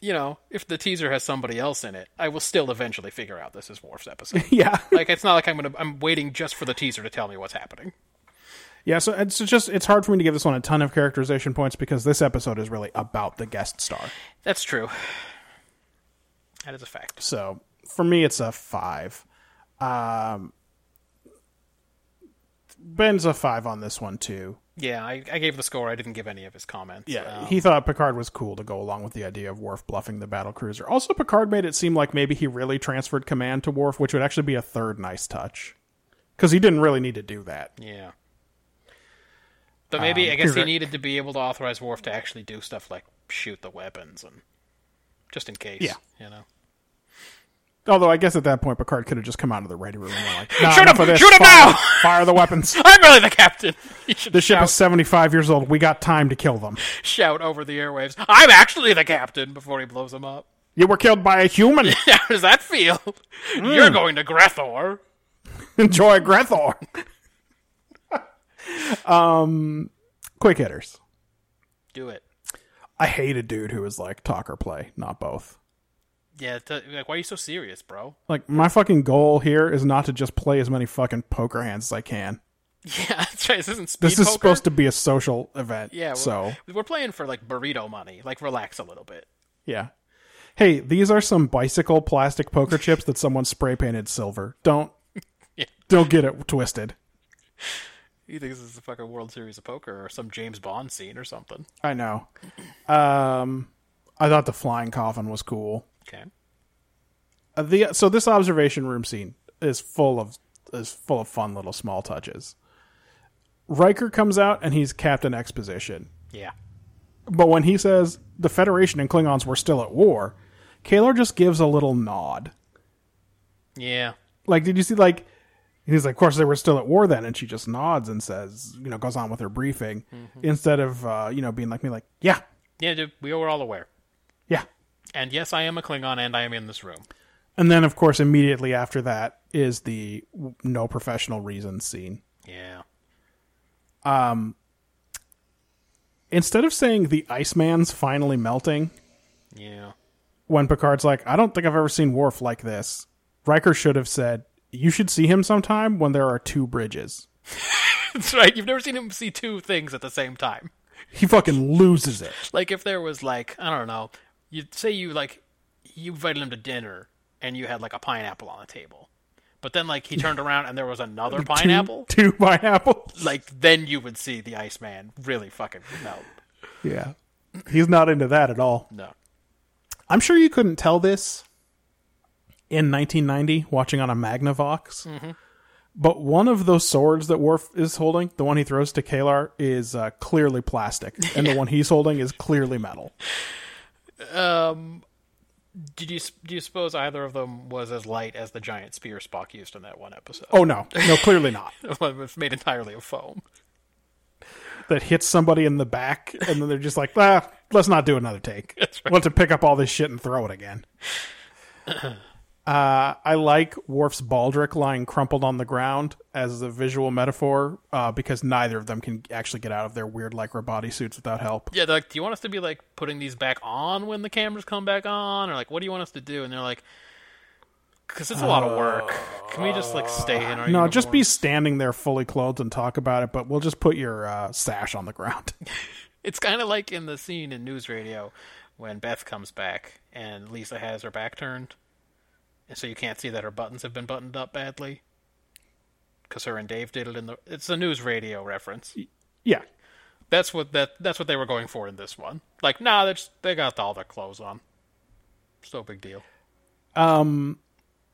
Speaker 1: you know, if the teaser has somebody else in it, I will still eventually figure out this is Worf's episode.
Speaker 2: (laughs) Yeah,
Speaker 1: like, it's not like I'm gonna. I'm waiting just for the teaser to tell me what's happening.
Speaker 2: yeah. So it's just it's hard for me to give this one a ton of characterization points because this episode is really about the guest star.
Speaker 1: That's true. That is a fact.
Speaker 2: So for me, it's a five. Um, Ben's a five on this one too.
Speaker 1: Yeah, I, I gave the score. I didn't give any of his comments. Um,
Speaker 2: he thought Picard was cool to go along with the idea of Worf bluffing the battle cruiser. Also, Picard made it seem like maybe he really transferred command to Worf, which would actually be a third nice touch because he didn't really need to do that.
Speaker 1: yeah. But maybe I guess he
Speaker 2: correct.
Speaker 1: needed to be able to authorize Worf to actually do stuff like shoot the weapons and just in case.
Speaker 2: Yeah.
Speaker 1: you know.
Speaker 2: Although I guess at that point Picard could have just come out of the ready room and been like, nah,
Speaker 1: Shoot
Speaker 2: enough
Speaker 1: him!
Speaker 2: of this.
Speaker 1: Shoot him
Speaker 2: fire,
Speaker 1: now!"
Speaker 2: (laughs) Fire the weapons!
Speaker 1: I'm really the captain. (laughs) He should
Speaker 2: The ship
Speaker 1: shout,
Speaker 2: is seventy-five years old. We got time to kill them.
Speaker 1: shout over the airwaves. I'm actually the captain before he blows him up. (laughs)
Speaker 2: You were killed by a human. (laughs)
Speaker 1: How does that feel? You're going to Grethor.
Speaker 2: Enjoy (laughs) Grethor. um, quick hitters.
Speaker 1: Do it.
Speaker 2: I hate a dude who is like talk or play, not both.
Speaker 1: Yeah. T- like, why are you so serious, bro?
Speaker 2: Like my fucking goal here is not to just play as many fucking poker hands as I can.
Speaker 1: (laughs) Yeah, that's right. This isn't speed
Speaker 2: This is
Speaker 1: poker?
Speaker 2: supposed to be a social event.
Speaker 1: Yeah.
Speaker 2: Yeah.
Speaker 1: We're,
Speaker 2: So
Speaker 1: we're playing for like burrito money. Like, relax a little bit.
Speaker 2: yeah. Hey, these are some bicycle plastic
Speaker 1: (laughs)
Speaker 2: poker chips that someone spray painted silver. Don't don't get it twisted.
Speaker 1: You think this is the fucking World Series of Poker or some James Bond scene or something?
Speaker 2: I know. Um, I thought the flying coffin was cool.
Speaker 1: Okay.
Speaker 2: Uh, the so this observation room scene is full of is full of fun little small touches. Riker comes out and he's Captain Exposition.
Speaker 1: Yeah.
Speaker 2: But when he says the Federation and Klingons were still at war, Kalar just gives a little nod.
Speaker 1: Yeah.
Speaker 2: Like, did you see, like, and he's like, of course they were still at war then. And she just nods and says, you know, goes on with her briefing instead of, uh, you know, being like me, like, yeah,
Speaker 1: Yeah, dude, we were all aware.
Speaker 2: yeah.
Speaker 1: And yes, I am a Klingon and I am in this room.
Speaker 2: And then, of course, immediately after that is the w- no professional reason scene.
Speaker 1: Yeah.
Speaker 2: Instead of saying the Iceman's finally melting,
Speaker 1: Yeah. (laughs)
Speaker 2: when Picard's like, I don't think I've ever seen Worf like this, Riker should have said, you should see him sometime when there are two bridges.
Speaker 1: That's right. You've never seen him see two things at the same time. (laughs)
Speaker 2: he fucking loses it.
Speaker 1: Like if there was like I don't know, you say you like you invited him to dinner and you had like a pineapple on the table, but then like he
Speaker 2: (laughs)
Speaker 1: turned around and there was another pineapple.
Speaker 2: Two, two pineapple.
Speaker 1: Like then you would see the Iceman really fucking melt.
Speaker 2: Yeah. He's not into that at all.
Speaker 1: No.
Speaker 2: I'm sure you couldn't tell this in 1990 watching on a Magnavox. But one of those swords that Worf is holding, the one he throws to Kalar, is uh, clearly plastic, and the one he's holding is clearly metal.
Speaker 1: Did you s- do you suppose either of them was as light as the giant spear Spock used in that one (laughs) episode?
Speaker 2: Oh no, no, clearly not.
Speaker 1: it's made entirely of foam.
Speaker 2: That hits somebody in the back, and then they're just like, ah, let's not do another take. We'll have to pick up all this shit and throw it again. Uh, I like Worf's baldric lying crumpled on the ground as a visual metaphor uh, because neither of them can actually get out of their weird lycra bodysuits without help.
Speaker 1: Yeah, they're like, do you want us to be like putting these back on when the cameras come back on, or like, what do you want us to do? And they're like, because it's a lot of work. Can we just like stay in our?
Speaker 2: No, just be
Speaker 1: uniforms?"
Speaker 2: standing there fully clothed and talk about it, but we'll just put your uh, sash on the ground. (laughs)
Speaker 1: It's kind of like in the scene in News Radio when Beth comes back and Lisa has her back turned, and so you can't see that her buttons have been buttoned up badly. Because her and Dave did it in the. It's a News Radio reference.
Speaker 2: yeah.
Speaker 1: That's what that. That's what they were going for in this one. Like, nah, they they got all their clothes on. It's no big deal.
Speaker 2: Um, (clears throat)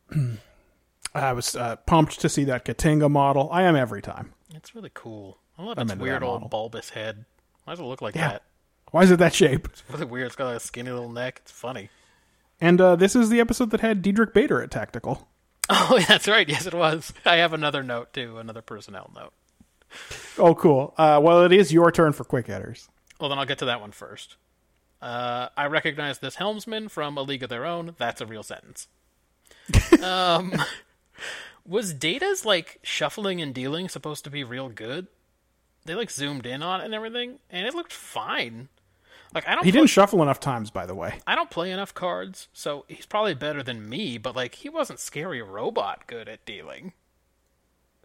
Speaker 2: I was uh, pumped to see that Katinga model. I am every time.
Speaker 1: It's really cool. I love
Speaker 2: I'm
Speaker 1: its
Speaker 2: into
Speaker 1: weird
Speaker 2: that
Speaker 1: old
Speaker 2: model.
Speaker 1: bulbous head. Why does it look like
Speaker 2: Yeah.
Speaker 1: that?
Speaker 2: Why is it that shape?
Speaker 1: It's really weird. It's got like a skinny little neck. It's funny. (laughs)
Speaker 2: And uh, this is the episode that had Diedrich Bader at Tactical.
Speaker 1: Oh, that's right. Yes, it was. I have another note too. Another personnel note.
Speaker 2: Oh, cool. Uh, well, it is your turn for quick hitters.
Speaker 1: Well, then I'll get to that one first. Uh, I recognize this helmsman from A League of Their Own. That's a real
Speaker 2: (laughs)
Speaker 1: sentence. um, (laughs) was Data's like shuffling and dealing supposed to be real good? They like zoomed in on it and everything, and it looked fine. Like I don't
Speaker 2: He
Speaker 1: pl-
Speaker 2: didn't shuffle enough times, by the way.
Speaker 1: I don't play enough cards, so he's probably better than me, but like he wasn't scary robot good at dealing.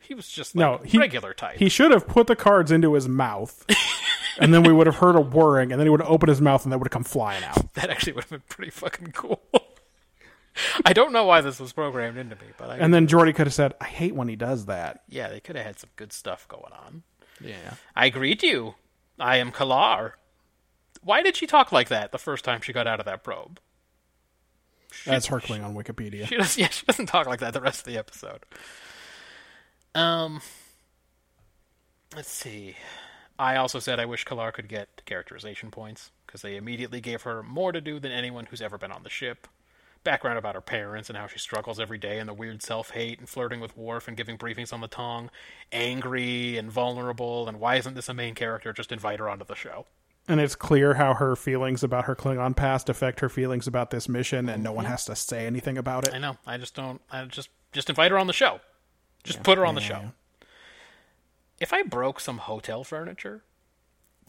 Speaker 1: He was just
Speaker 2: No,
Speaker 1: like
Speaker 2: he,
Speaker 1: regular type.
Speaker 2: He should have put the cards into
Speaker 1: (laughs)
Speaker 2: his mouth, and then we would have heard a whirring, and then he would have opened his mouth, and they would have come flying out.
Speaker 1: that actually would have been pretty fucking cool. (laughs) I don't know why this was programmed into me, but I,
Speaker 2: And then Jordy could have said, "I hate when he does that."
Speaker 1: yeah, they could have had some good stuff going on.
Speaker 2: Yeah.
Speaker 1: I greet you. I am Kalar. Why did she talk like that the first time she got out of that probe?
Speaker 2: That's Herkling on Wikipedia.
Speaker 1: She does, yeah, she doesn't talk like that the rest of the episode. Um, let's see. I also said I wish Kalar could get characterization points because they immediately gave her more to do than anyone who's ever been on the ship. Background about her parents and how she struggles every day and the weird self hate and flirting with Worf and giving briefings on the tongue, angry and vulnerable, and why isn't this a main character? Just invite her onto the show.
Speaker 2: And it's clear how her feelings about her Klingon past affect her feelings about this mission, and no one has to say anything about
Speaker 1: I
Speaker 2: it.
Speaker 1: know. I just don't. I just just invite her on the show. Just put her on the show. If I broke some hotel furniture,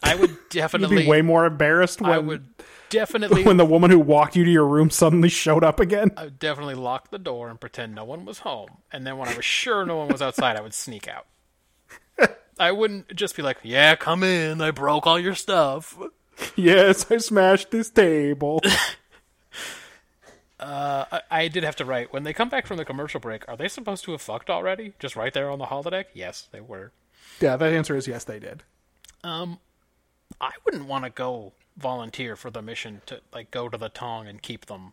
Speaker 1: I would
Speaker 2: (laughs) You'd
Speaker 1: definitely.
Speaker 2: be way more embarrassed when
Speaker 1: I would definitely.
Speaker 2: (laughs) when the woman who walked you to your room suddenly showed up again.
Speaker 1: I would definitely lock the door and pretend no one was home, and then when I was sure no one was outside, I would sneak
Speaker 2: (laughs)
Speaker 1: out. I wouldn't just be like, "Yeah, come in. I broke all your stuff."
Speaker 2: Yes, I smashed
Speaker 1: (laughs)
Speaker 2: this table.
Speaker 1: I, I did have to write when they come back from the commercial break. Are they supposed to have fucked already? Just right there on the holodeck? Yes, they were.
Speaker 2: yeah, that answer is yes, they did.
Speaker 1: I wouldn't want to go volunteer for the mission to like go to the Tong and keep them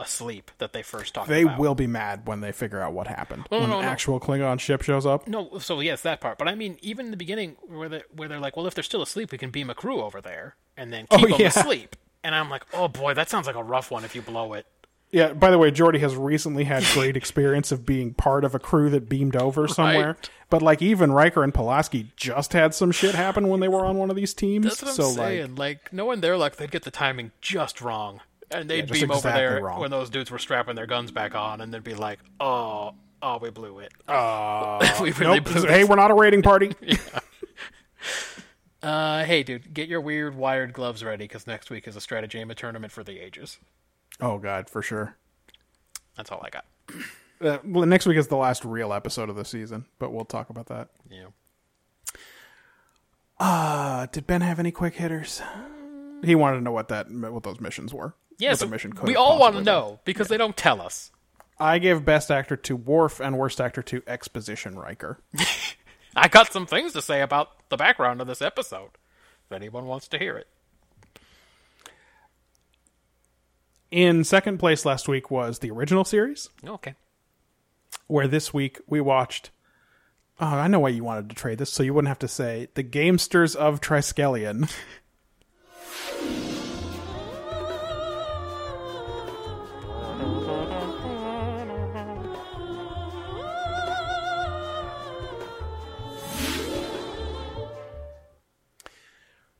Speaker 1: asleep that they first talked
Speaker 2: They
Speaker 1: about.
Speaker 2: will be mad when they figure out what happened.
Speaker 1: no,
Speaker 2: when
Speaker 1: no,
Speaker 2: an
Speaker 1: no.
Speaker 2: actual Klingon ship shows up.
Speaker 1: No, so yes, that part. But I mean, even in the beginning, where they where they're like, well, if they're still asleep, we can beam a crew over there and then keep
Speaker 2: (laughs) Oh,
Speaker 1: them
Speaker 2: yeah.
Speaker 1: asleep. And I'm like, oh boy, that sounds like a rough one if you blow it.
Speaker 2: Yeah, by the way, Jordy has recently had
Speaker 1: (laughs)
Speaker 2: great experience of being part of a crew that beamed over somewhere.
Speaker 1: Right.
Speaker 2: But like even Riker and Pulaski just had some shit happen when they were on one of these teams.
Speaker 1: That's what I'm
Speaker 2: so like
Speaker 1: saying. Like, no one there, like they'd get the timing just wrong, and they'd
Speaker 2: just
Speaker 1: beam over
Speaker 2: exactly
Speaker 1: there
Speaker 2: wrong.
Speaker 1: when those dudes were strapping their guns back on, and they'd be like, oh, oh, we blew it. (laughs) we really
Speaker 2: Uh, nope, (laughs)
Speaker 1: blew
Speaker 2: hey, we're not a raiding
Speaker 1: (laughs)
Speaker 2: party.
Speaker 1: Uh, hey, dude, get your weird wired gloves ready because next week is a stratagema tournament for the ages.
Speaker 2: oh god, for sure.
Speaker 1: That's all I got.
Speaker 2: Uh, well, next week is the last real episode of the season, but we'll talk about that.
Speaker 1: Yeah.
Speaker 2: Uh, did Ben have any quick hitters? He wanted to know what that what those missions were.
Speaker 1: Yes,
Speaker 2: what the mission could
Speaker 1: we
Speaker 2: have
Speaker 1: all want to
Speaker 2: possibly
Speaker 1: know because they don't tell us.
Speaker 2: been. I gave best actor to Worf and worst actor to Exposition Riker.
Speaker 1: I got some things to say about the background of this episode. If anyone wants to hear it,
Speaker 2: In second place last week was the original series,
Speaker 1: okay.
Speaker 2: where this week we watched. Oh, I know why you wanted to trade this, so you wouldn't have to say the Gamesters of Triskelion. (laughs)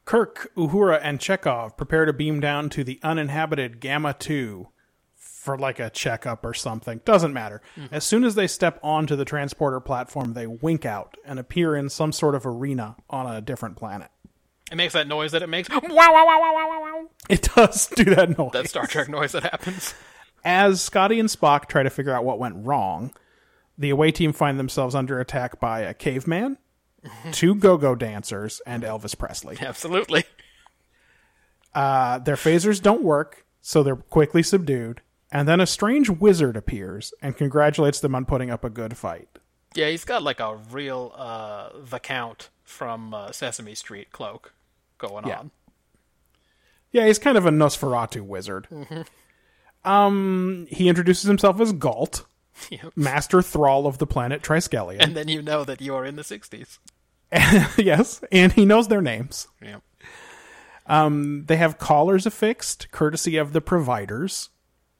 Speaker 2: Kirk, Uhura, and Chekhov prepare to beam down to the uninhabited Gamma 2 for like a checkup or something. Doesn't matter. As soon as they step onto the transporter platform, they wink out and appear in some sort of arena on a different planet. (laughs)
Speaker 1: It makes that noise that it makes. Wow! Wow! Wow! Wow! Wow! Wow! Wow!
Speaker 2: It does do that noise.
Speaker 1: That (laughs) Star Trek noise that happens.
Speaker 2: As Scotty and Spock try to figure out what went wrong, the away team find themselves under attack by a caveman, two go-go dancers, and Elvis Presley.
Speaker 1: (laughs) Absolutely.
Speaker 2: Uh, their phasers don't work, so they're quickly subdued. And then a strange wizard appears and congratulates them on putting up a good fight.
Speaker 1: Yeah, he's got like a real uh, the Count from uh, Sesame Street cloak going
Speaker 2: Yeah.
Speaker 1: on.
Speaker 2: Yeah, he's kind of a Nosferatu wizard. Um, he introduces himself as Galt,
Speaker 1: Yep.
Speaker 2: master thrall of the planet
Speaker 1: (laughs)
Speaker 2: Triskelion.
Speaker 1: And then you know that you are in the '60s.
Speaker 2: yes, and he knows their names.
Speaker 1: Yeah.
Speaker 2: They have collars affixed, courtesy of the providers.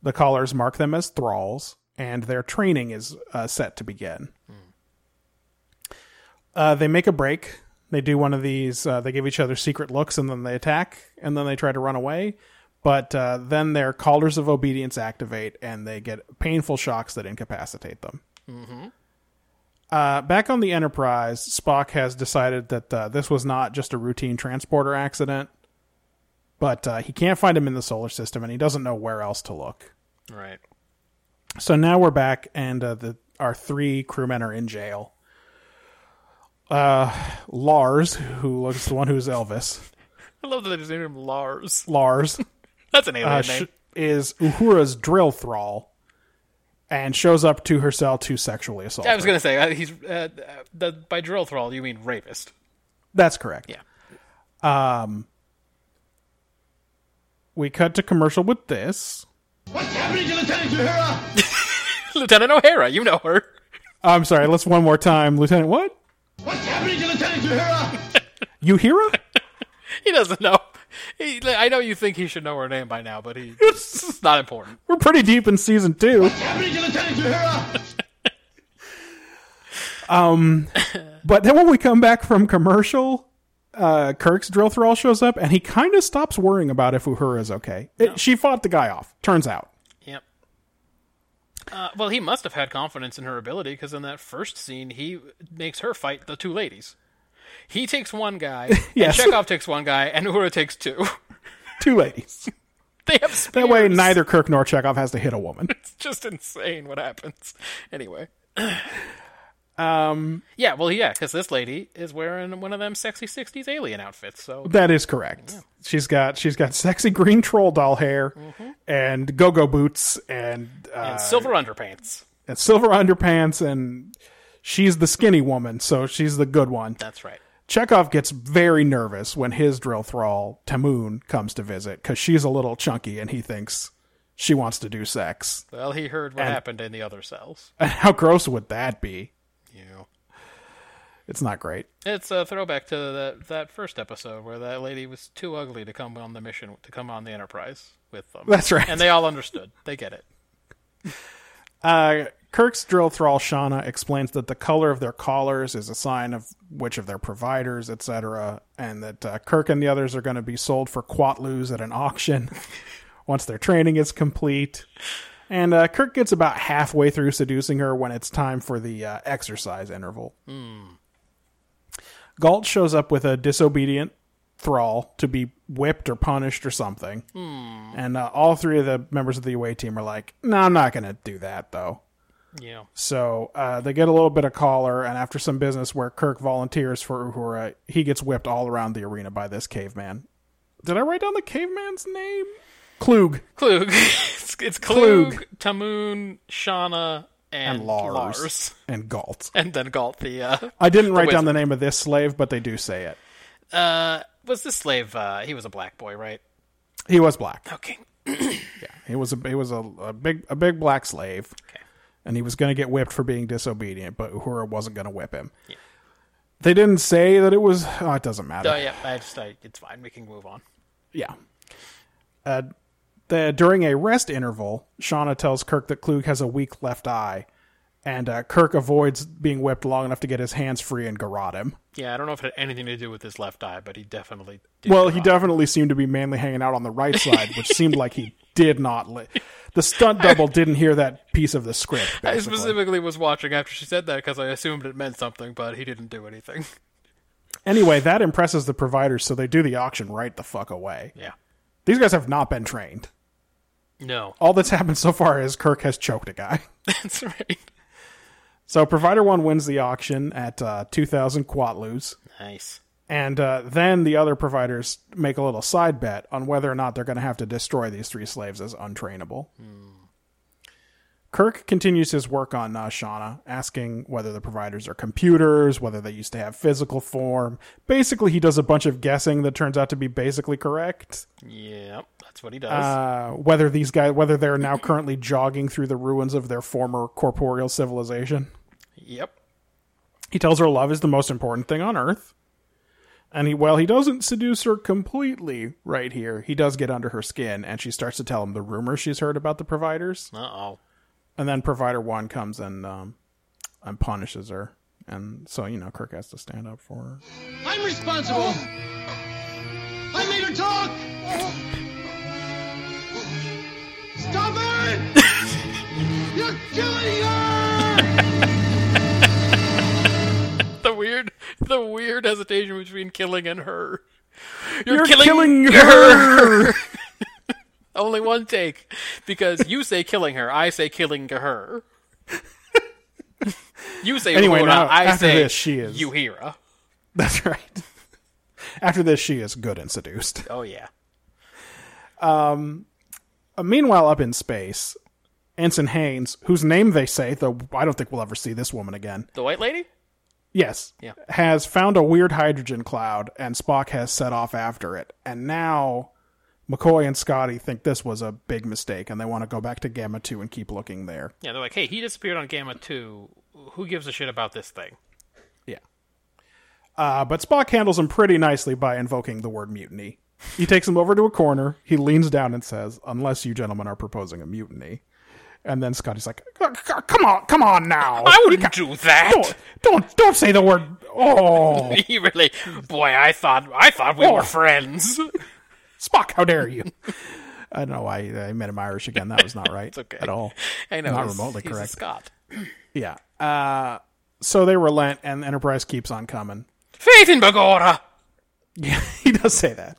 Speaker 2: The collars mark them as thralls, and their training is uh, set to begin. Uh, they make a break. They do one of these. Uh, they give each other secret looks, and then they attack, and then they try to run away. But uh, then their collars of obedience activate, and they get painful shocks that incapacitate them. Uh, back on the Enterprise, Spock has decided that uh, this was not just a routine transporter accident, but uh, he can't find him in the solar system, and he doesn't know where else to look.
Speaker 1: Right.
Speaker 2: So now we're back, and uh, the, our three crewmen are in jail. Uh, Lars, who looks the one who's Elvis,
Speaker 1: I love that they just named him Lars. (laughs)
Speaker 2: Lars
Speaker 1: That's an alien
Speaker 2: uh,
Speaker 1: name.
Speaker 2: sh- is Uhura's drill thrall, and shows up to her cell to sexually assault.
Speaker 1: I was
Speaker 2: her.
Speaker 1: gonna say uh, he's uh, uh, the, by drill thrall. You mean rapist? (laughs)
Speaker 2: That's correct.
Speaker 1: Yeah.
Speaker 2: Um, We cut to commercial with this.
Speaker 5: What's happening to Lieutenant Uhura?
Speaker 1: Lieutenant O'Hara. You know her.
Speaker 2: I'm sorry. Let's one more time, Lieutenant. What?
Speaker 5: What's happening to Lieutenant Uhura?
Speaker 2: You hear
Speaker 1: (laughs)
Speaker 2: him?
Speaker 1: He doesn't know. He, I know you think he should know her name by now, but (laughs) he it's not important.
Speaker 2: We're pretty deep in season two.
Speaker 5: What's happening to Lieutenant Uhura?
Speaker 2: But then when we come back from commercial, uh, Kirk's drill thrall shows up and he kind of stops worrying about if Uhura is okay. It- she fought the guy off, turns out.
Speaker 1: Yep. Uh, well, he must have had confidence in her ability because in that first scene, he makes her fight the two ladies. He takes one
Speaker 2: (laughs)
Speaker 1: guy,
Speaker 2: Yes.
Speaker 1: and Chekhov takes one guy, and Uhura takes two. (laughs)
Speaker 2: Two ladies.
Speaker 1: They have spears.
Speaker 2: That way, neither Kirk nor Chekhov has to hit a woman.
Speaker 1: It's (laughs) just insane what happens. Anyway. um. Yeah. Well. Yeah. Because this lady is wearing one of them sexy '60s alien outfits. So
Speaker 2: That is correct. She's got she's got sexy green troll doll hair and go go boots and uh,
Speaker 1: and silver underpants.
Speaker 2: and silver underpants and she's the skinny woman, so she's the good one.
Speaker 1: That's right.
Speaker 2: Chekhov gets very nervous when his drill thrall, Tamoon, comes to visit because she's a little chunky and he thinks she wants to do sex. (laughs)
Speaker 1: Well, he heard what happened in the other cells.
Speaker 2: How gross would that be?
Speaker 1: You know.
Speaker 2: It's not great.
Speaker 1: It's a throwback to that that first episode where that lady was too ugly to come on the mission to come on the Enterprise with them.
Speaker 2: That's right.
Speaker 1: And they all understood. They get it.
Speaker 2: Uh, Kirk's drill thrall, Shauna, explains that the color of their collars is a sign of which of their providers, etc., and that uh, Kirk and the others are going to be sold for quatlus at an auction (laughs) once their training is complete. And uh, Kirk gets about halfway through seducing her when it's time for the uh, exercise interval. Galt shows up with a disobedient thrall to be whipped or punished or something. And uh, all three of the members of the away team are like, no, I'm not going to do that, though.
Speaker 1: You know.
Speaker 2: So uh, they get a little bit of collar, and after some business where Kirk volunteers for Uhura, he gets whipped all around the arena by this caveman. Did I write down the caveman's name? Klug.
Speaker 1: Klug. (laughs) it's, it's Klug, Tamoon, Shauna, and,
Speaker 2: And Lars.
Speaker 1: Lars.
Speaker 2: And Galt.
Speaker 1: And then Galt the uh,
Speaker 2: I didn't write down the name of this slave, but they do say it.
Speaker 1: uh was this slave uh he was a black boy, right?
Speaker 2: He was black.
Speaker 1: Okay.
Speaker 2: He was a he was a, a big a big black slave,
Speaker 1: Okay.
Speaker 2: and he was going to get whipped for being disobedient. But Uhura wasn't going to whip him. They didn't say that it was. Oh, it doesn't matter.
Speaker 1: Oh yeah, I just I, it's fine, we can move on.
Speaker 2: Yeah. Uh, the, during a rest interval, Shauna tells Kirk that Klug has a weak left eye, and uh, Kirk avoids being whipped long enough to get his hands free and garrote him.
Speaker 1: Yeah, I don't know if it had anything to do with his left eye, but he definitely did
Speaker 2: well,
Speaker 1: go
Speaker 2: he
Speaker 1: on.
Speaker 2: definitely seemed to be mainly hanging out on the right side, which seemed like he did not. Li- the stunt double didn't hear that piece of the script.
Speaker 1: (laughs) I
Speaker 2: basically.
Speaker 1: specifically was watching after she said that because I assumed it meant something, but he didn't do anything.
Speaker 2: Anyway, that impresses the providers, so they do the auction right the fuck away.
Speaker 1: (laughs) Yeah.
Speaker 2: These guys have not been trained.
Speaker 1: No.
Speaker 2: All that's (laughs) happened so far is Kirk has choked a guy. (laughs)
Speaker 1: That's right.
Speaker 2: So provider one wins the auction at uh, 2,000 quatlus,
Speaker 1: Nice.
Speaker 2: and uh, then the other providers make a little side bet on whether or not they're going to have to destroy these three slaves as untrainable. Kirk continues his work on uh, Shauna, asking whether the providers are computers, whether they used to have physical form. Basically, he does a bunch of guessing that turns out to be basically correct.
Speaker 1: Yep, that's what he does.
Speaker 2: uh, whether these guys whether they're now currently jogging through the ruins of their former corporeal civilization.
Speaker 1: yep.
Speaker 2: He tells her love is the most important thing on earth. And he well, he doesn't seduce her completely right here. He does get under her skin and she starts to tell him the rumor she's heard about the providers.
Speaker 1: Uh oh.
Speaker 2: And then provider 1 comes and um and punishes her. And so, you know, Kirk has to stand up for her.
Speaker 5: I'm responsible. I made her talk. Stop it! You're killing her!
Speaker 1: (laughs) The weird, the weird hesitation between killing and her.
Speaker 2: You're killing her!
Speaker 1: (laughs) Only one take, because you say killing her, I say killing
Speaker 2: (laughs)
Speaker 1: her. you say
Speaker 2: Anyway,
Speaker 1: Rhoda,
Speaker 2: now,
Speaker 1: I
Speaker 2: after
Speaker 1: say
Speaker 2: this, she is-
Speaker 1: Uhura.
Speaker 2: That's right. (laughs) After this, she is good and seduced.
Speaker 1: Oh yeah,
Speaker 2: Uh, meanwhile, up in space, Ensign Haynes, whose name they say, though I don't think we'll ever see this woman again,
Speaker 1: the white lady.
Speaker 2: yes,
Speaker 1: Yeah.
Speaker 2: has found a weird hydrogen cloud, and Spock has set off after it. And now McCoy and Scotty think this was a big mistake, and they want to go back to Gamma 2 and keep looking there.
Speaker 1: Yeah, they're like, hey, he disappeared on Gamma Two. Who gives a shit about this thing?
Speaker 2: Yeah. Uh, but Spock handles him pretty nicely by invoking the word mutiny. He takes him over to a corner. He leans down and says, "Unless you gentlemen are proposing a mutiny," and then Scotty's like, "C- c- "Come on, come on now!
Speaker 1: I wouldn't do that.
Speaker 2: Don't, don't, don't say the word. (laughs) Oh,
Speaker 1: (laughs) he really, boy, I thought, I thought we were friends. (laughs)
Speaker 2: Spock, how dare you!" (laughs) I don't know why I made him Irish again. That was not (laughs) right
Speaker 1: okay.
Speaker 2: at all.
Speaker 1: I know,
Speaker 2: not
Speaker 1: he's-
Speaker 2: remotely
Speaker 1: he's a
Speaker 2: correct.
Speaker 1: Scott.
Speaker 2: Yeah. Uh, so they relent, and Enterprise keeps on coming. (laughs)
Speaker 1: Faith in Bagora.
Speaker 2: Yeah, he does say that.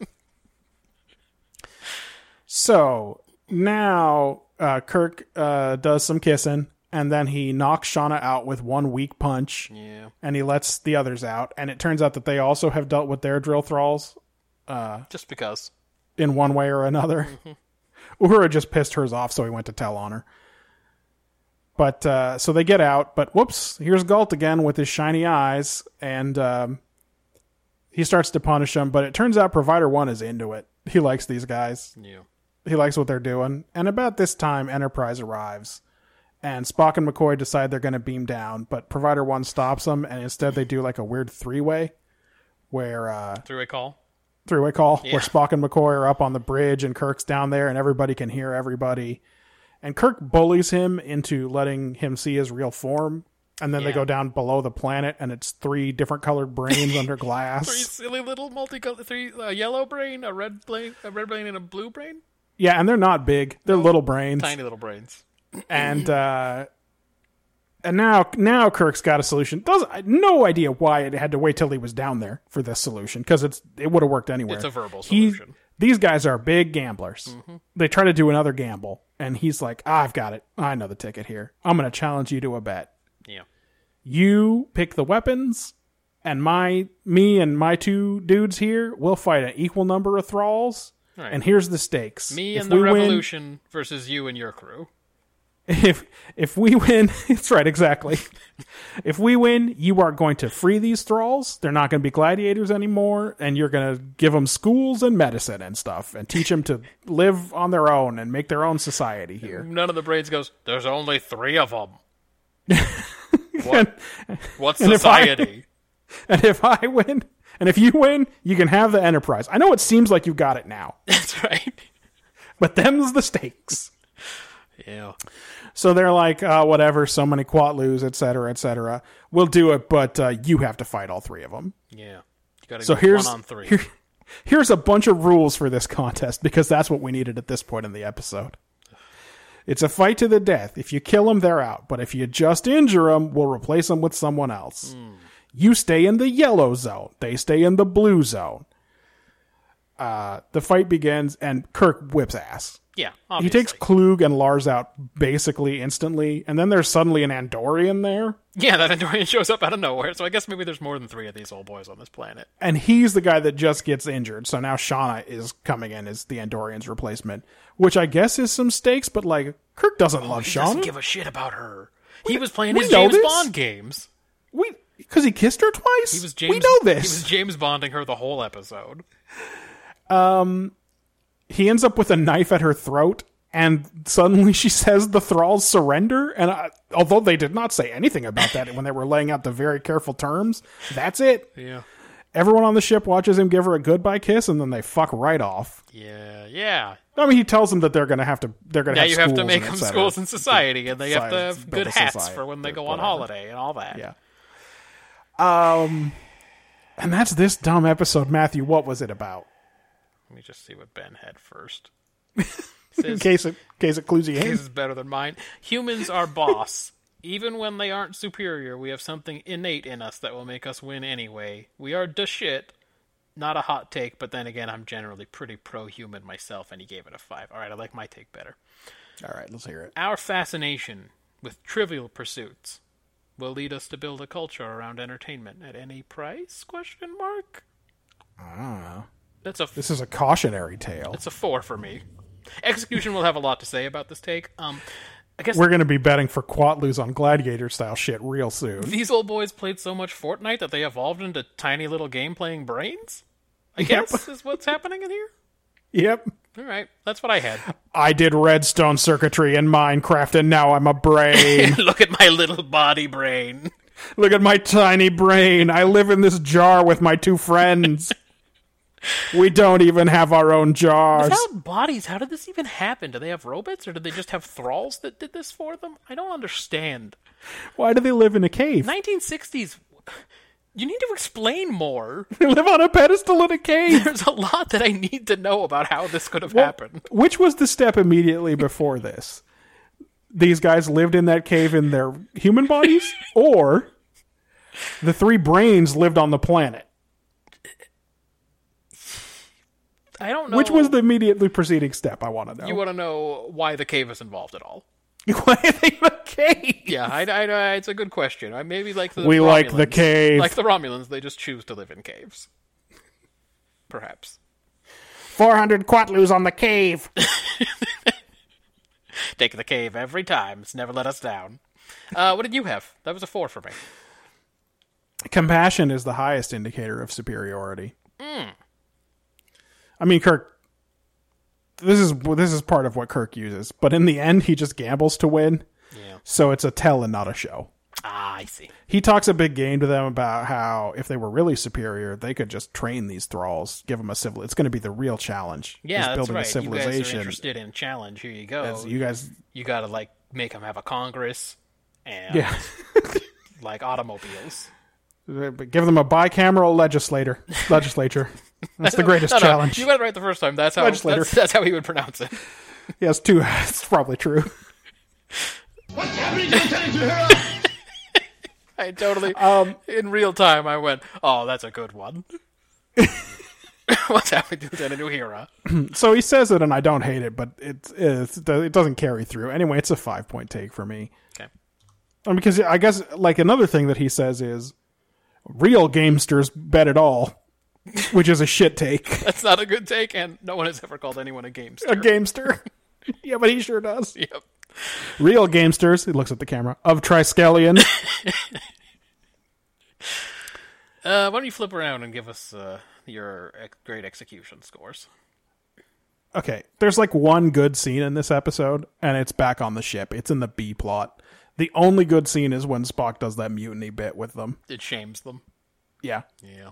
Speaker 2: So now uh, Kirk uh, does some kissing, and then he knocks Shauna out with one weak punch,
Speaker 1: Yeah.
Speaker 2: and he lets the others out. And it turns out that they also have dealt with their drill thralls
Speaker 1: Just because.
Speaker 2: in one way or another. Uhura just pissed hers off, so he went to tell on her. But uh, so they get out, but whoops, here's Galt again with his shiny eyes, and um, he starts to punish them. But it turns out Provider One is into it. He likes these guys,
Speaker 1: Yeah.
Speaker 2: he likes what they're doing. And about this time, Enterprise arrives, and Spock and McCoy decide they're going to beam down, but Provider One stops them, and instead they do like a weird three way where uh,
Speaker 1: Three-way call.
Speaker 2: three-way call
Speaker 1: Yeah.
Speaker 2: where Spock and McCoy are up on the bridge and Kirk's down there and everybody can hear everybody. And Kirk bullies him into letting him see his real form. And then
Speaker 1: Yeah.
Speaker 2: they go down below the planet and it's three different colored
Speaker 1: (laughs)
Speaker 2: brains under
Speaker 1: Three
Speaker 2: glass.
Speaker 1: silly little multicolored, three a yellow brain, a red brain, a red brain, and a blue brain.
Speaker 2: Yeah, and they're not big. They're little brains.
Speaker 1: Tiny little brains.
Speaker 2: And uh and now now Kirk's got a solution. Doesn't I- no idea why it had to wait till he was down there for this solution cuz it's it would have worked anywhere.
Speaker 1: It's a verbal
Speaker 2: He-
Speaker 1: solution. Mm-hmm.
Speaker 2: these guys are big gamblers. They try to do another gamble, and he's like, "Ah, I've got it. I know the ticket here. I'm going to challenge you to a bet.
Speaker 1: Yeah.
Speaker 2: You pick the weapons, and my me and my two dudes here will fight an equal number of thralls.
Speaker 1: Right.
Speaker 2: And here's the stakes.
Speaker 1: Me
Speaker 2: If
Speaker 1: and the
Speaker 2: we win-
Speaker 1: revolution versus you and your crew.
Speaker 2: if if we win, (laughs) it's right exactly. If we win, you are going to free these thralls. They're not going to be gladiators anymore, and you're going to give them schools and medicine and stuff, and teach them to live on their own and make their own society here.
Speaker 1: None of the brains goes. There's only three of them.
Speaker 2: (laughs)
Speaker 1: what? What's
Speaker 2: and if I- (laughs)
Speaker 1: society?
Speaker 2: And if I win, and if you win, you can have the enterprise. I know it seems like you got it now,
Speaker 1: That's right.
Speaker 2: but them's the stakes.
Speaker 1: Yeah.
Speaker 2: So they're like, uh, whatever, so many quatlus, et cetera, et cetera. We'll do it, but uh, you have to fight all three of them.
Speaker 1: Yeah. You gotta
Speaker 2: So
Speaker 1: go
Speaker 2: here's
Speaker 1: one on three.
Speaker 2: here- here's a bunch of rules for this contest because that's what we needed at this point in the episode. It's a fight to the death. If you kill them, they're out. But if you just injure them, we'll replace them with someone else.
Speaker 1: Hmm.
Speaker 2: You stay in the yellow zone. They stay in the blue zone. Uh, the fight begins, and Kirk whips ass.
Speaker 1: yeah.
Speaker 2: He
Speaker 1: Obviously.
Speaker 2: takes Klug and Lars out basically instantly, and then there's suddenly an Andorian there.
Speaker 1: Yeah, that Andorian (laughs) shows up out of nowhere. So I guess maybe there's more than three of these old boys on this planet.
Speaker 2: and he's the guy that just gets injured. So now Shauna is coming in as the Andorian's replacement, which I guess is some stakes, but like Kirk doesn't love
Speaker 1: Oh, He doesn't
Speaker 2: Shauna.
Speaker 1: give a shit about her. He was playing
Speaker 2: Um, we
Speaker 1: his
Speaker 2: know
Speaker 1: James
Speaker 2: this.
Speaker 1: Bond games.
Speaker 2: we because he kissed her twice.
Speaker 1: He was James.
Speaker 2: we know
Speaker 1: He was
Speaker 2: this.
Speaker 1: James Bonding her the whole episode.
Speaker 2: He ends up with a knife at her throat. And suddenly (laughs) she says the thralls surrender. And I, although they did not say anything about that when they were laying out the very careful terms, that's it.
Speaker 1: Yeah.
Speaker 2: Everyone on the ship watches him give her a goodbye kiss and then they fuck right off.
Speaker 1: Yeah. Yeah.
Speaker 2: I mean, he tells them that they're going to have to, they're going to
Speaker 1: Now
Speaker 2: have
Speaker 1: you have to
Speaker 2: schools
Speaker 1: make
Speaker 2: and et
Speaker 1: them
Speaker 2: cetera.
Speaker 1: schools in society, and they have to
Speaker 2: Society,
Speaker 1: have
Speaker 2: build
Speaker 1: good
Speaker 2: a
Speaker 1: hats
Speaker 2: society,
Speaker 1: for when they go on
Speaker 2: whatever.
Speaker 1: holiday and all that.
Speaker 2: Yeah. Um, And that's this dumb episode, Matthew. What was it about?
Speaker 1: Let me just see what Ben had first.
Speaker 2: In
Speaker 1: Says-
Speaker 2: case it, in case it clues you in.
Speaker 1: His is better than mine. Humans are boss. Even when they aren't superior, we have something innate in us that will make us win anyway. We are da shit. Not a hot take, but then again, I'm generally pretty pro human myself, and he gave it a 5. Alright, I like my take better.
Speaker 2: All right, let's hear it.
Speaker 1: Our fascination with trivial pursuits will lead us to build a culture around entertainment at any price? Question mark. That's a
Speaker 2: This is a cautionary tale.
Speaker 1: that's a four for me. Execution will have a lot to say about this take. Um, I guess
Speaker 2: We're going to be betting for Quatloos on gladiator style shit real soon.
Speaker 1: these old boys played so much Fortnite that they evolved into tiny little game playing brains. I guess is what's happening in here.
Speaker 2: Yep.
Speaker 1: All right, that's what I had.
Speaker 2: I did redstone circuitry in Minecraft, and now I'm
Speaker 1: (laughs)
Speaker 2: a brain.
Speaker 1: (laughs) Look at my little body brain.
Speaker 2: Look at my tiny brain. I live in this jar with my two friends. we don't even have our own jars.
Speaker 1: Without bodies, how did this even happen? Do they have robots, or did they just have thralls that did this for them? I don't understand.
Speaker 2: Why do they live in a cave?
Speaker 1: 1960s. You need to explain more.
Speaker 2: They live on a pedestal in a cave.
Speaker 1: There's a lot that I need to know about how this could have happened.
Speaker 2: Which was the step immediately before this? These guys lived in that cave in their human
Speaker 1: (laughs)
Speaker 2: bodies, or the three brains lived on the planet.
Speaker 1: I don't know.
Speaker 2: Which was the immediately preceding step? I want to know.
Speaker 1: You want to know why the cave is involved at all?
Speaker 2: (laughs) Why are they in a cave?
Speaker 1: Yeah, I, I, I- it's a good question. I maybe like the
Speaker 2: We like the
Speaker 1: Romulans-
Speaker 2: cave.
Speaker 1: like the Romulans. They just choose to live in caves, perhaps.
Speaker 2: 400 Quatloos on the cave. (laughs)
Speaker 1: Take the cave every time. It's never let us down. Uh, what did you have? That was a four for me.
Speaker 2: Compassion is the highest indicator of superiority.
Speaker 1: Mm.
Speaker 2: I mean, Kirk. This is this is part of what Kirk uses, but in the end, he just gambles to win.
Speaker 1: Yeah.
Speaker 2: So it's a tell and not a show.
Speaker 1: Ah, I see.
Speaker 2: He talks a big game to them about how if they were really superior, they could just train these thralls, give them a civil. It's going to be the real challenge. is
Speaker 1: Yeah, that's
Speaker 2: building
Speaker 1: right.
Speaker 2: a
Speaker 1: You guys are
Speaker 2: civilization.
Speaker 1: interested in challenge. Here you go.
Speaker 2: As
Speaker 1: you
Speaker 2: you guys,
Speaker 1: got to like make them have a congress and
Speaker 2: yeah,
Speaker 1: like automobiles.
Speaker 2: (laughs) But give them a
Speaker 1: (laughs)
Speaker 2: bicameral legislator. Legislature. That's the greatest
Speaker 1: No, no,
Speaker 2: challenge.
Speaker 1: You got it right the first time. That's how.
Speaker 2: Legislator.
Speaker 1: That's, that's how he would pronounce it.
Speaker 2: (laughs) Yes, two. (laughs) It's probably true.
Speaker 5: What's happening, Lieutenant Uhura?
Speaker 1: I totally. in real time, I went, "Oh, that's a good one." (laughs) What's happening to Lieutenant Uhura?
Speaker 2: So he says it, and I don't hate it, but it it's, it doesn't carry through. Anyway, it's a five point take for me.
Speaker 1: Okay.
Speaker 2: And because I guess like another thing that he says is real gamesters bet it all, which is a shit take.
Speaker 1: That's not a good take, and no one has ever called anyone a gamester.
Speaker 2: a gamester. (laughs) yeah, but he sure does.
Speaker 1: Yep.
Speaker 2: Real gamesters. He looks at the camera of Triskelion. (laughs)
Speaker 1: Uh, why don't you flip around and give us uh, your ex- great execution scores?
Speaker 2: okay, there's like one good scene in this episode, and it's back on the ship. It's in the B plot. The only good scene is when Spock does that mutiny bit with them.
Speaker 1: It shames them.
Speaker 2: Yeah.
Speaker 1: Yeah.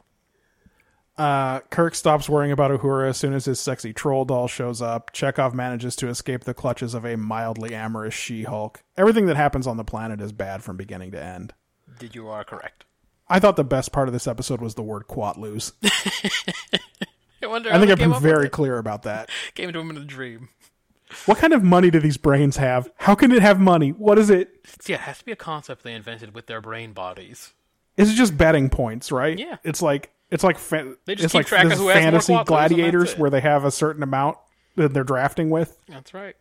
Speaker 2: Uh, Kirk stops worrying about Uhura as soon as his sexy troll doll shows up. Chekhov manages to escape the clutches of a mildly amorous She Hulk. Everything that happens on the planet is bad from beginning to end.
Speaker 1: Did you are correct?
Speaker 2: I thought the best part of this episode was the word
Speaker 1: (laughs)
Speaker 2: Quatloos.
Speaker 1: I wonder.
Speaker 2: I
Speaker 1: how
Speaker 2: think
Speaker 1: they
Speaker 2: I've
Speaker 1: came
Speaker 2: been
Speaker 1: up with
Speaker 2: very
Speaker 1: it.
Speaker 2: clear about that.
Speaker 1: came to him in a dream.
Speaker 2: What kind of money do these brains have? How can it have money? What is it?
Speaker 1: Yeah, it has to be a concept they invented with their brain bodies.
Speaker 2: It's just betting points, right?
Speaker 1: Yeah.
Speaker 2: It's like it's like fa-
Speaker 1: They just
Speaker 2: it's
Speaker 1: keep
Speaker 2: like
Speaker 1: track of
Speaker 2: this
Speaker 1: who has more
Speaker 2: fantasy
Speaker 1: Quatloos, and that's
Speaker 2: gladiators
Speaker 1: it.
Speaker 2: where they have a certain amount that they're drafting with.
Speaker 1: That's right.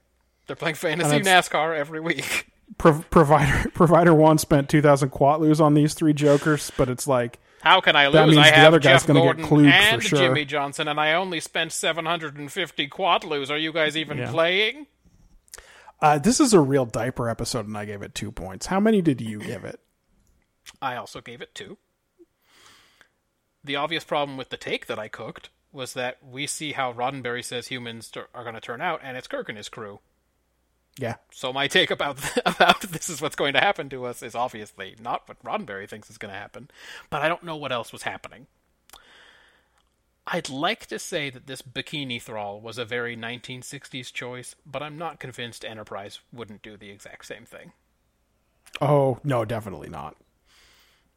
Speaker 1: They're playing fantasy
Speaker 2: it's-
Speaker 1: NASCAR every week.
Speaker 2: Pro- provider (laughs) provider one spent two thousand quatloos on these three jokers, but it's like
Speaker 1: How can I lose?
Speaker 2: That means
Speaker 1: I
Speaker 2: the
Speaker 1: have
Speaker 2: other guy's
Speaker 1: Jeff
Speaker 2: gonna get
Speaker 1: Gordon
Speaker 2: clued for
Speaker 1: and
Speaker 2: sure.
Speaker 1: Jimmy Johnson, and I only spent 750 quadloos. Are you guys even
Speaker 2: Yeah.
Speaker 1: playing?
Speaker 2: uh, this is a real diaper episode, and I gave it two points. How many did you give it?
Speaker 1: I also gave it two. The obvious problem with the take that I cooked was that we see how Roddenberry says humans tur- are going to turn out, and it's Kirk and his crew.
Speaker 2: Yeah,
Speaker 1: So my take about (laughs) about this is what's going to happen to us is obviously not what Roddenberry thinks is going to happen, but I don't know what else was happening. I'd like to say that this bikini thrall was a very 1960s choice, but I'm not convinced Enterprise wouldn't do the exact same thing.
Speaker 2: Oh no, definitely not.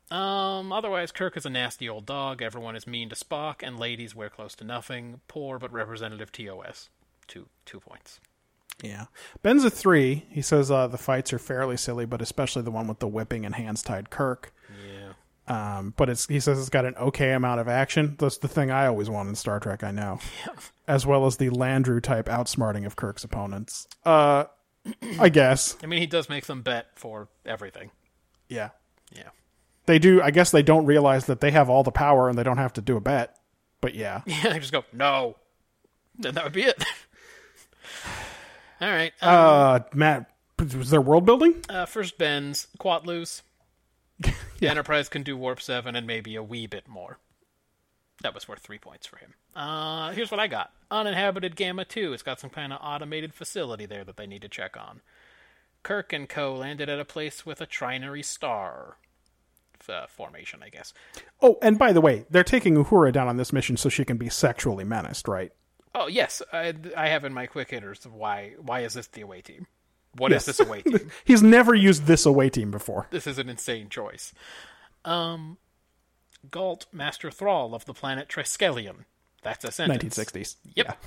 Speaker 1: Um, otherwise, Kirk is a nasty old dog. Everyone is mean to Spock, and ladies wear close to nothing. Poor but representative TOS. Two two points.
Speaker 2: Yeah. Ben's a three. He says uh, the fights are fairly silly, but especially the one with the whipping and hands tied Kirk.
Speaker 1: Yeah.
Speaker 2: Um, but it's he says it's got an okay amount of action. That's the thing I always want in Star Trek. I (laughs) know, as well as the Landru type outsmarting of Kirk's opponents. Uh, I guess.
Speaker 1: I mean, he does make them bet for everything.
Speaker 2: Yeah.
Speaker 1: Yeah.
Speaker 2: They do. I guess they don't realize that they have all the power and they don't have to do a bet. But yeah,
Speaker 1: Yeah, (laughs) I just go, no. Then that would be it. (laughs) All right. Uh,
Speaker 2: Uh, Matt, was there world building?
Speaker 1: uh, first, Ben's Quatloose. The Enterprise can do warp 7 and maybe a wee bit more. That was worth three points for him. Uh, here's what I got Uninhabited Gamma 2. It's got some kind of automated facility there that they need to check on. Kirk and co landed at a place with a trinary star uh, formation, I guess.
Speaker 2: Oh, and by the way, they're taking Uhura down on this mission so she can be sexually menaced, right?
Speaker 1: Oh yes, I, I have in my quick hitters why why is this the away team? What is this away team?
Speaker 2: (laughs) He's never used this away team before.
Speaker 1: this is an insane choice. Um, Galt, Master Thrall of the planet Triskelion. That's a sentence.
Speaker 2: 1960s.
Speaker 1: Yep.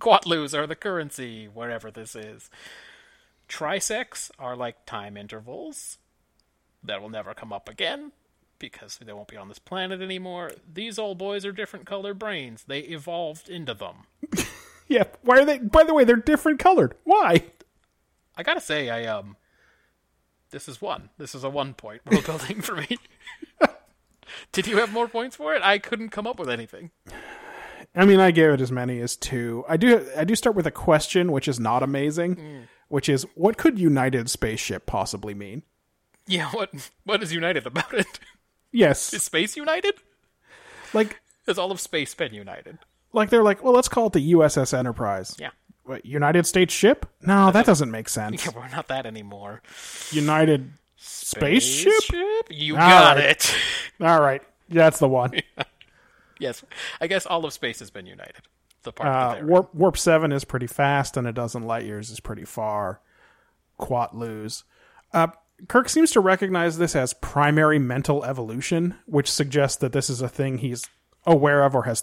Speaker 1: Quatlus are the currency, wherever this is. Trisex are like time intervals that will never come up again because they won't be on this planet anymore. These old boys are different colored brains. They evolved into them.
Speaker 2: Yeah. Why are they? By the way, they're different colored. Why?
Speaker 1: I gotta say, I um, this is one. This is a one point (laughs) world building for me. Did you have more points for it? I couldn't come up with anything.
Speaker 2: I mean, I gave it as many as two. I do. I do start with a question, which is not amazing,
Speaker 1: Mm.
Speaker 2: which is what could United spaceship possibly mean?
Speaker 1: Yeah, what (laughs) what is united about it? Is
Speaker 2: Yes,
Speaker 1: space united?
Speaker 2: like
Speaker 1: Has all of space been united?
Speaker 2: like they're like, well, let's call it the USS Enterprise.
Speaker 1: Yeah.
Speaker 2: What, United States ship? No, that doesn't make
Speaker 1: (laughs)
Speaker 2: sense.
Speaker 1: Yeah, we're not that anymore.
Speaker 2: United spaceship?
Speaker 1: Spaceship? Ah, You
Speaker 2: All
Speaker 1: got
Speaker 2: right.
Speaker 1: it. (laughs)
Speaker 2: All right, yeah, that's the one.
Speaker 1: yes, I guess all of space has been united. The part that
Speaker 2: Uh,
Speaker 1: they're in.
Speaker 2: warp warp seven is pretty fast, and a dozen light years is pretty far. Quat lose. Uh, Kirk seems to recognize this as primary mental evolution, which suggests that this is a thing he's aware of or has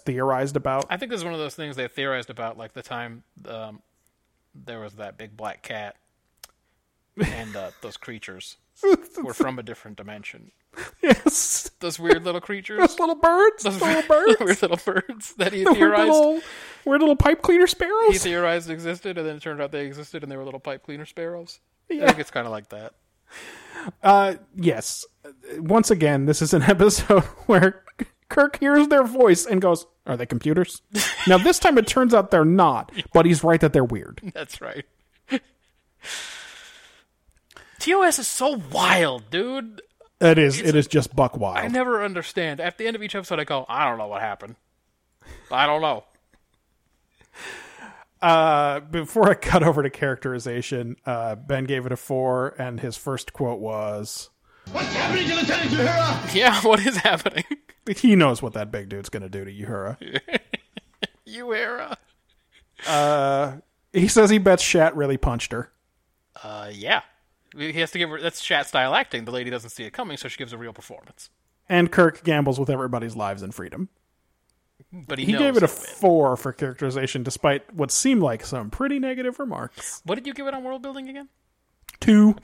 Speaker 1: (laughs)
Speaker 2: theorized about.
Speaker 1: I think this is one of those things they theorized about, like the time um, there was that big black cat and uh, those creatures were from a different dimension.
Speaker 2: yes,
Speaker 1: Those weird little creatures,
Speaker 2: those little birds,
Speaker 1: (laughs)
Speaker 2: those little birds,
Speaker 1: weird little birds that he
Speaker 2: the (laughs) weird
Speaker 1: theorized
Speaker 2: little, weird little pipe cleaner
Speaker 1: he
Speaker 2: sparrows.
Speaker 1: theorized existed, and then it turned out they existed, and they were little pipe cleaner sparrows. I think it's kind of like that.
Speaker 2: Uh, yes. Once again, this is an (laughs) episode where Kirk hears their voice and goes, "Are they computers?" now this time it turns out they're not, but he's right that they're weird.
Speaker 1: That's right. TOS is so wild, dude.
Speaker 2: It is. it is just buck wild.
Speaker 1: I never understand. At the end of each episode, I go, I don't know what happened. I don't know.
Speaker 2: Uh, before I cut over to characterization, uh, Ben gave it a four, and his first quote was,
Speaker 5: What's happening to Lieutenant
Speaker 1: (laughs)
Speaker 5: Uhura?
Speaker 1: Yeah, what is happening? (laughs)
Speaker 2: "He knows what that big dude's going to do to Uhura."
Speaker 1: You era.
Speaker 2: he says he bets Shat really punched her.
Speaker 1: Uh, yeah. He has to give her. That's chat style acting. The lady doesn't see it coming, so she gives a real performance.
Speaker 2: And Kirk gambles with everybody's lives and freedom.
Speaker 1: But he,
Speaker 2: He
Speaker 1: knows
Speaker 2: gave it a
Speaker 1: he'll win.
Speaker 2: four for characterization, despite what seemed like some pretty negative remarks.
Speaker 1: What did you give it on world building again?
Speaker 2: Two.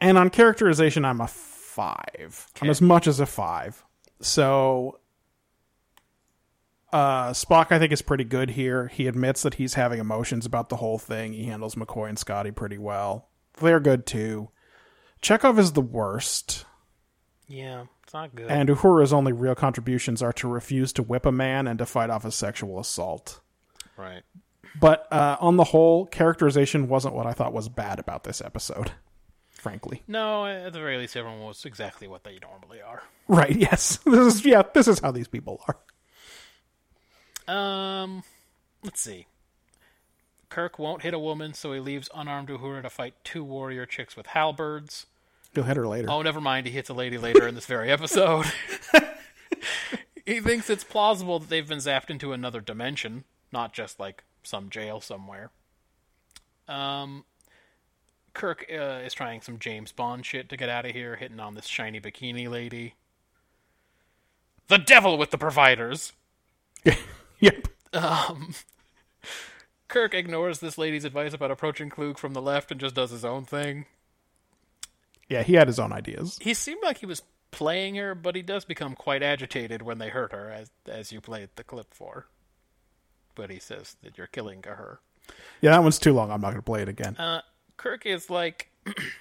Speaker 2: And on characterization, I'm a five. I'm as much as a five. So, uh, Spock, I think, is pretty good here. He admits that he's having emotions about the whole thing. He handles McCoy and Scotty pretty well. They're good too. Chekhov is the worst,
Speaker 1: Yeah, it's not good.
Speaker 2: and Uhura's only real contributions are to refuse to whip a man and to fight off a sexual assault.
Speaker 1: right.
Speaker 2: But uh, on the whole, characterization wasn't what I thought was bad about this episode, frankly.
Speaker 1: No, at the very least, everyone was exactly what they normally are.
Speaker 2: Right? Yes. (laughs) This is yeah. This is how these people are.
Speaker 1: Um, let's see. Kirk won't hit a woman, so he leaves unarmed Uhura to fight two warrior chicks with halberds.
Speaker 2: You'll hit her later.
Speaker 1: Oh, never mind. He hits a lady later in this very episode. he thinks it's plausible that they've been zapped into another dimension, not just like some jail somewhere. Um, Kirk uh, is trying some James Bond shit to get out of here, hitting on this shiny bikini lady. The devil with the providers.
Speaker 2: Yep.
Speaker 1: Kirk ignores this lady's advice about approaching Klug from the left and just does his own thing.
Speaker 2: Yeah, he had his own ideas.
Speaker 1: He seemed like he was playing her, but he does become quite agitated when they hurt her, as as you played the clip for. But he says that you're killing her.
Speaker 2: Yeah, that one's too long. I'm not going to play it again.
Speaker 1: Kirk is like,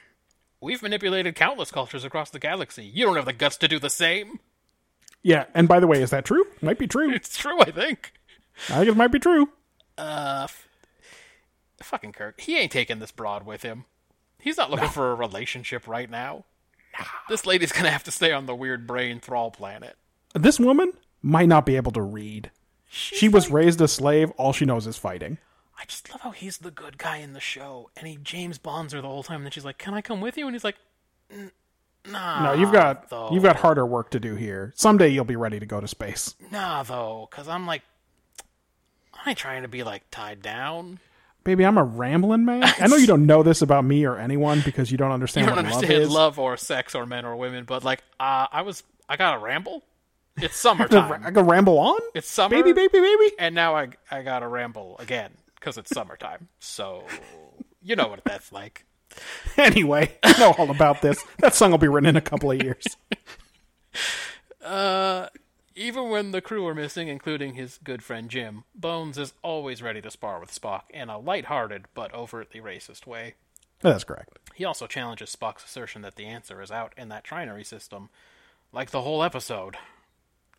Speaker 1: (clears throat) We've manipulated countless cultures across the galaxy. You don't have the guts to do the same. (laughs)
Speaker 2: yeah, and by the way, is that true? Might be true.
Speaker 1: It's true, I think.
Speaker 2: I think it might be true.
Speaker 1: Fucking Kirk. He ain't taking this broad with him. He's not looking for a relationship right now. This lady's going to have to stay on the weird brain thrall planet.
Speaker 2: This woman might not be able to read. she was raised a slave. All she knows is fighting.
Speaker 1: I just love how he's the good guy in the show, and he James Bonds her the whole time. And then she's like, "Can I come with you?" And he's like, "N- "Nah,
Speaker 2: No, you've got
Speaker 1: though.
Speaker 2: you've got harder work to do here. Someday you'll be ready to go to space.
Speaker 1: nah though," because I'm like, I ain't trying to be like tied down.
Speaker 2: Baby, I'm a rambling man. I know you don't know this about me or anyone because you don't understand
Speaker 1: You don't
Speaker 2: what
Speaker 1: understand
Speaker 2: love is.
Speaker 1: love, or sex or men or women, but like, uh, I was, I gotta ramble. It's
Speaker 2: I could- I (laughs)
Speaker 1: summertime,
Speaker 2: could ramble on.
Speaker 1: It's summer.
Speaker 2: baby, baby, baby. (laughs)
Speaker 1: and now I, I gotta ramble again because it's summertime. So you know what that's like.
Speaker 2: Anyway, I know all about this. That song will be written in a couple of years. (laughs)
Speaker 1: Uh, Even when the crew are missing, including his good friend Jim, Bones is always ready to spar with Spock in a light-hearted but overtly racist way.
Speaker 2: That's correct.
Speaker 1: He also challenges Spock's assertion that the answer is out in that trinary system, like the whole episode,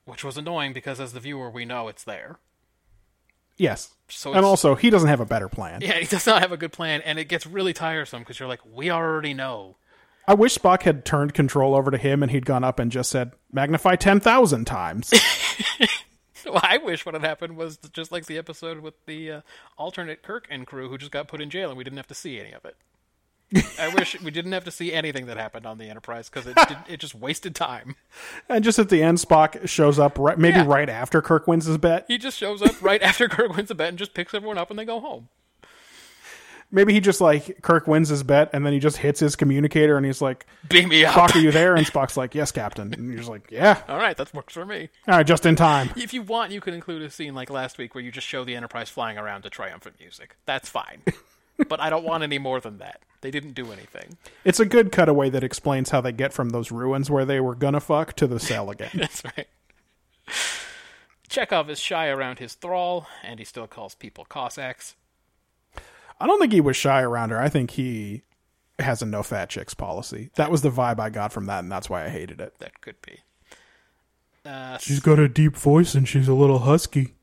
Speaker 1: which was annoying because as the viewer we know it's there. (laughs)
Speaker 2: Yes.
Speaker 1: So
Speaker 2: and
Speaker 1: it's-
Speaker 2: also, he doesn't have a better plan.
Speaker 1: Yeah, he does not have a good plan, and it gets really tiresome because you're like, we already know.
Speaker 2: I wish Spock had turned control over to him and he'd gone up and just said, magnify
Speaker 1: (laughs)
Speaker 2: 10,000 times.
Speaker 1: Well, I wish what had happened was just like the episode with the uh, alternate Kirk and crew who just got put in jail and we didn't have to see any of it. I wish we didn't have to see anything that happened on the Enterprise because it did, it just wasted time.
Speaker 2: and just at the end, Spock shows up right, maybe
Speaker 1: Yeah.
Speaker 2: right after Kirk wins his bet.
Speaker 1: He just shows up right after Kirk wins the bet and just picks everyone up and they go home.
Speaker 2: Maybe he just like, Kirk wins his bet and then he just hits his communicator and he's like,
Speaker 1: Beam me up.
Speaker 2: Spock, are you
Speaker 1: (laughs)
Speaker 2: there? And Spock's like, yes, Captain. And you're just like, yeah.
Speaker 1: All right, that works for me.
Speaker 2: All right, just in time.
Speaker 1: If you want, you can include a scene like last week where you just show the Enterprise flying around to triumphant music. That's fine. but I don't want any more than that. They didn't do anything.
Speaker 2: It's a good cutaway that explains how they get from those ruins where they were gonna fuck to the cell again.
Speaker 1: That's right. Chekhov is shy around his thrall, and he still calls people Cossacks.
Speaker 2: I don't think he was shy around her. I think he has a no fat chicks policy. That was the vibe I got from that, and that's why I hated it.
Speaker 1: That could be. Uh,
Speaker 6: She's got a deep voice and she's a little husky.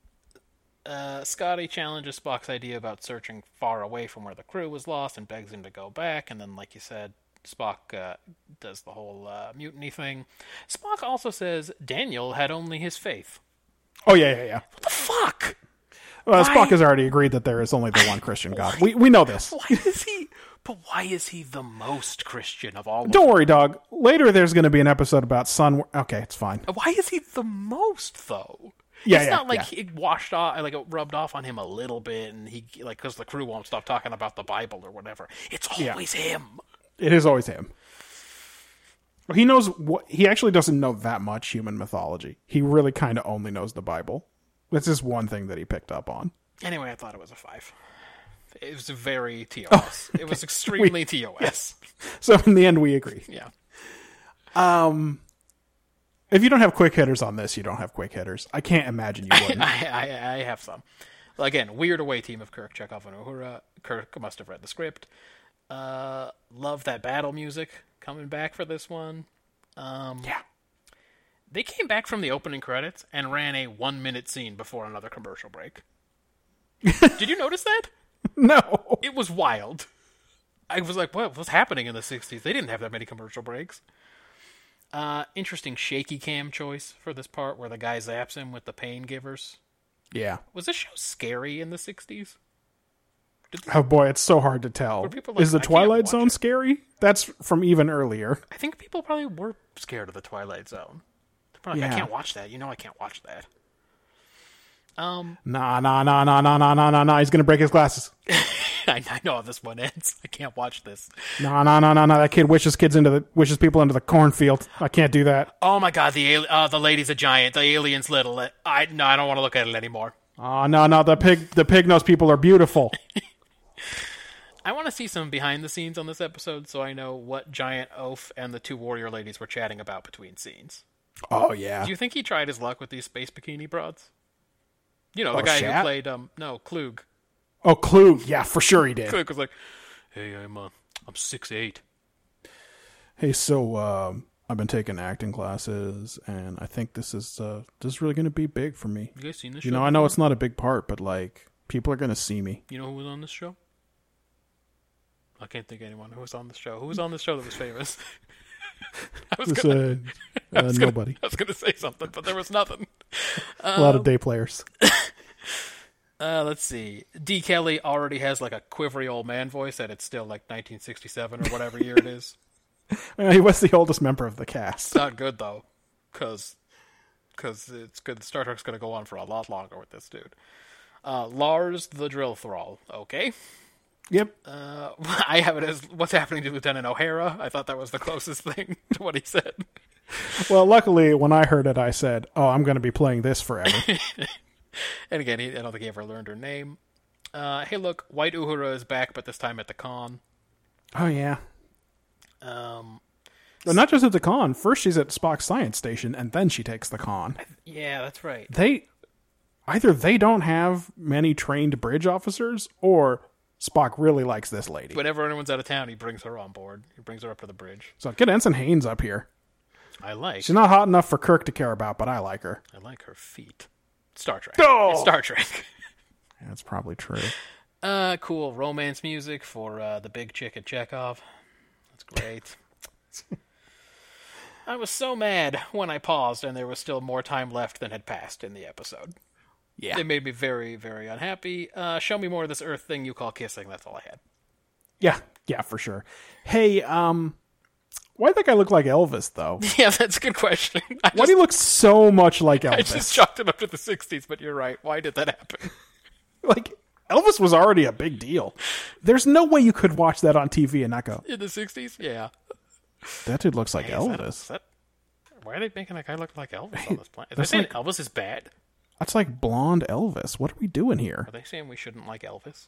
Speaker 1: uh, Scotty challenges Spock's idea about searching far away from where the crew was lost and begs him to go back. And then, like you said, Spock uh, does the whole uh, mutiny thing. Spock also says Daniel had only his faith.
Speaker 2: Oh yeah, yeah, yeah.
Speaker 1: What the fuck?
Speaker 2: Well, Spock
Speaker 1: Why-
Speaker 2: has already agreed that there is only the
Speaker 1: (laughs)
Speaker 2: one Christian God. We we know this.
Speaker 1: Why is he? But why is he the most Christian of all? of
Speaker 2: Don't worry, dog. Later, there's going to be an episode about sun. Okay, it's fine.
Speaker 1: Why is he the most though?
Speaker 2: Yeah,
Speaker 1: it's
Speaker 2: yeah,
Speaker 1: not like
Speaker 2: yeah.
Speaker 1: it washed off, like it rubbed off on him a little bit, and he like because the crew won't stop talking about the Bible or whatever. It's always him.
Speaker 2: It is always him. He knows what he actually doesn't know that much human mythology. He really kind of only knows the Bible. That's just one thing that he picked up on. (laughs)
Speaker 1: Anyway, I thought it was a five. It was very TOS.
Speaker 2: Oh,
Speaker 1: It
Speaker 2: (laughs)
Speaker 1: was extremely TOS.
Speaker 2: So in the end, we agree.
Speaker 1: Yeah.
Speaker 2: If you don't have quick hitters on this, you don't have quick hitters. I can't imagine you wouldn't.
Speaker 1: I, (laughs) I, I have some. Again, weird away team of Kirk, Chekhov, and Uhura. Kirk must have read the script. Uh, love that battle music coming back for this one. Um,
Speaker 2: Yeah.
Speaker 1: They came back from the opening credits and ran a one minute scene before another commercial break. Did you notice that?
Speaker 2: no.
Speaker 1: It was wild. I was like, what was happening in the 60s? They didn't have that many commercial breaks. Uh, interesting shaky cam choice for this part where the guy zaps him with the pain givers.
Speaker 2: (laughs) Yeah.
Speaker 1: Was this show scary in the 60s?
Speaker 2: Oh boy, it's so hard to tell.
Speaker 1: Were people like,
Speaker 2: Is the
Speaker 1: "I can't
Speaker 2: Twilight
Speaker 1: watch
Speaker 2: Zone
Speaker 1: it"?
Speaker 2: scary? That's from even earlier.
Speaker 1: I think people probably were scared of the Twilight Zone. They're probably like,
Speaker 2: Yeah.
Speaker 1: I can't watch that. You know, I can't watch that.
Speaker 2: Um, Nah, nah, nah, nah, nah, nah, nah, nah, nah. He's gonna break his glasses.
Speaker 1: (laughs) I, I know how this one ends. (laughs) I can't watch this.
Speaker 2: No, no, no, no, no. That kid wishes kids into the wishes people into the cornfield. I can't do that.
Speaker 1: Oh my god, the al- uh, the lady's a giant. The alien's little. Uh, I no, I don't want to look at it anymore.
Speaker 2: Oh no, no. The pig, the pig nosed people are beautiful.
Speaker 1: I want to see some behind the scenes on this episode so I know what giant oaf and the two warrior ladies were chatting about between scenes.
Speaker 2: (laughs) Oh yeah.
Speaker 1: Do you think he tried his luck with these space bikini broads? You know, the
Speaker 2: Oh,
Speaker 1: guy who
Speaker 2: Shat?
Speaker 1: played um no, Klug.
Speaker 2: Oh, Clue. Yeah, for sure
Speaker 1: (laughs)
Speaker 2: he did.
Speaker 1: Klug was like, "Hey, I'm uh, I'm 6'8".
Speaker 2: Hey, so um, I've been taking acting classes, and I think this is uh, this is really going to be big for me.
Speaker 1: You guys seen this
Speaker 2: You
Speaker 1: show?
Speaker 2: know, I know it's not a big part, but like people are going to see me.
Speaker 1: You know who was on this show? I can't think of anyone who was on the show. Who was on the show that was famous? (laughs) I was
Speaker 2: This,
Speaker 1: gonna,
Speaker 2: uh,
Speaker 1: I
Speaker 2: uh,
Speaker 1: was gonna-
Speaker 2: nobody.
Speaker 1: I was gonna say something, but there was nothing.
Speaker 2: a lot of day players. (laughs)
Speaker 1: Uh, let's see. D. Kelly already has like a quivery old man voice, and it's still like 1967 or whatever year it (laughs) is.
Speaker 2: Uh, he was the oldest member of the cast.
Speaker 1: It's not good though, because it's good. Star Trek's gonna go on for a lot longer with this dude. Uh, Lars the Drill Thrall. Okay.
Speaker 2: Yep.
Speaker 1: Uh, (laughs) I have it as what's happening to Lieutenant O'Hara. I thought that was the closest (laughs) thing to what he said.
Speaker 2: Well, luckily, when I heard it, I said, "Oh, I'm going to be playing this forever."
Speaker 1: And again, he, I don't think he ever learned her name. Uh, hey, look, White Uhura is back, but this time at the con.
Speaker 2: (laughs) oh yeah.
Speaker 1: Um,
Speaker 2: But not just at the con. First, she's at Spock's science station, and then she takes the con.
Speaker 1: yeah, that's right.
Speaker 2: They either they don't have many trained bridge officers, or Spock really likes this lady.
Speaker 1: Whenever anyone's out of town, he brings her on board. He brings her up to the bridge.
Speaker 2: So get Ensign Haynes up here.
Speaker 1: I like.
Speaker 2: She's not hot enough for Kirk to care about, but I like her.
Speaker 1: I like her feet. Star Trek.
Speaker 2: Oh!
Speaker 1: It's Star Trek. (laughs)
Speaker 2: That's probably true.
Speaker 1: Uh, cool romance music for uh, the big chick at Chekhov. That's (laughs) great. I was so mad when I paused and there was still more time left than had passed in the episode.
Speaker 2: Yeah.
Speaker 1: It made me very, very unhappy. Uh, show me more of this Earth thing you call kissing. That's all I had.
Speaker 2: Yeah, yeah, for sure. Hey, um, why would that guy look like
Speaker 1: (laughs)
Speaker 2: Elvis though?
Speaker 1: (laughs) Yeah, that's a good question. (laughs) I
Speaker 2: Why
Speaker 1: just,
Speaker 2: do he look so much like
Speaker 1: I
Speaker 2: Elvis?
Speaker 1: just chalked it up to the 60s, but you're right. Why did that happen?
Speaker 2: (laughs) Like Elvis was already a big deal. There's no way you could watch that on TV and not go,
Speaker 1: (laughs) In the 60s? Yeah.
Speaker 2: "That dude looks like
Speaker 1: Is that- is
Speaker 2: Elvis."
Speaker 1: that- why are they making that guy look like Elvis on this planet? Is they saying Elvis is bad?
Speaker 2: That's like blonde Elvis. What are we doing here?
Speaker 1: Are they saying we shouldn't like Elvis?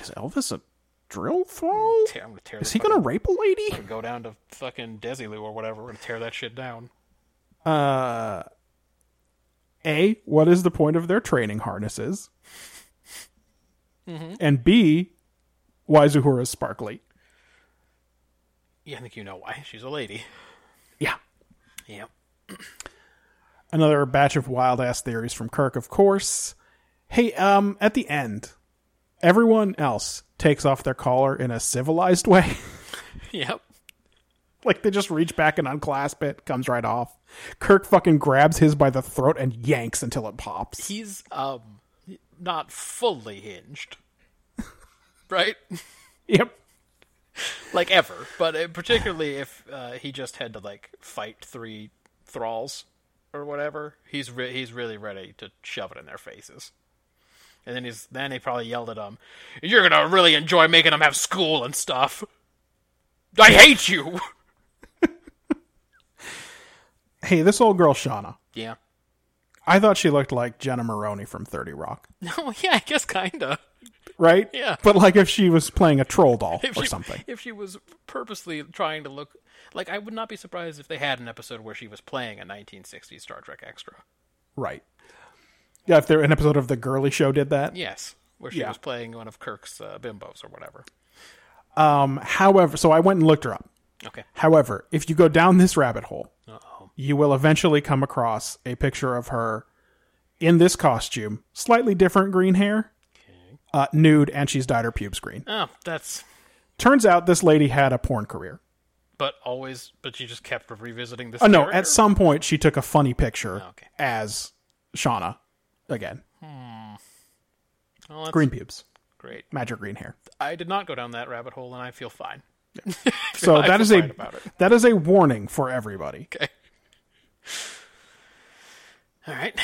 Speaker 2: Is Elvis a drill thrall?
Speaker 1: Tear, I'm gonna tear
Speaker 2: Is
Speaker 1: this
Speaker 2: he
Speaker 1: fucking-
Speaker 2: gonna rape a lady?
Speaker 1: go down to fucking Desilu or whatever. We're gonna tear that shit down.
Speaker 2: Uh, a. What is the point of their training harnesses? And B. Why Zuhura is sparkly?
Speaker 1: Yeah, I think you know why. She's a lady.
Speaker 2: Yeah.
Speaker 1: Yep.
Speaker 2: another batch of wild ass theories from Kirk, of course. Hey, um, at the end, everyone else takes off their collar in a civilized way. (laughs)
Speaker 1: Yep.
Speaker 2: like they just reach back and unclasp it, comes right off. Kirk fucking grabs his by the throat and yanks until it pops.
Speaker 1: He's um not fully hinged, (laughs) right?
Speaker 2: Yep.
Speaker 1: like ever, but uh, particularly if uh, he just had to like fight three thralls or whatever. He's re- he's really ready to shove it in their faces. And then he's then he probably yelled at him, "You're gonna really enjoy making them have school and stuff." I hate you.
Speaker 2: Hey, this old girl Shauna.
Speaker 1: Yeah.
Speaker 2: I thought she looked like Jenna Maroney from 30 Rock,
Speaker 1: (laughs) No. Yeah. I guess kinda.
Speaker 2: right?
Speaker 1: Yeah.
Speaker 2: But like if she was playing a troll doll
Speaker 1: (laughs) if
Speaker 2: or
Speaker 1: she,
Speaker 2: something.
Speaker 1: If she was purposely trying to look like, I would not be surprised if they had an episode where she was playing a 1960s Star Trek extra.
Speaker 2: Right. Yeah, if there an episode of the Girly Show did that.
Speaker 1: Yes, where she
Speaker 2: Yeah.
Speaker 1: was playing one of Kirk's uh, bimbos or whatever.
Speaker 2: Um, however, so I went and looked her up.
Speaker 1: Okay.
Speaker 2: However, if you go down this rabbit hole,
Speaker 1: Uh-oh.
Speaker 2: you will eventually come across a picture of her in this costume, slightly different green hair, uh, nude, and she's dyed her pubes green.
Speaker 1: Oh, that's.
Speaker 2: Turns out this lady had a porn career.
Speaker 1: But always, but you just kept revisiting this.
Speaker 2: Oh no!
Speaker 1: character?
Speaker 2: At some point, she took a funny picture
Speaker 1: Oh, okay.
Speaker 2: as Shauna again,
Speaker 1: Hmm. Well, that's
Speaker 2: green pubes,
Speaker 1: Great.
Speaker 2: magic green hair.
Speaker 1: I did not go down that rabbit hole, and I feel fine.
Speaker 2: (laughs)
Speaker 1: (laughs)
Speaker 2: So
Speaker 1: I
Speaker 2: that
Speaker 1: feel
Speaker 2: is a
Speaker 1: fine about it.
Speaker 2: that is a warning for everybody.
Speaker 1: Okay. All right.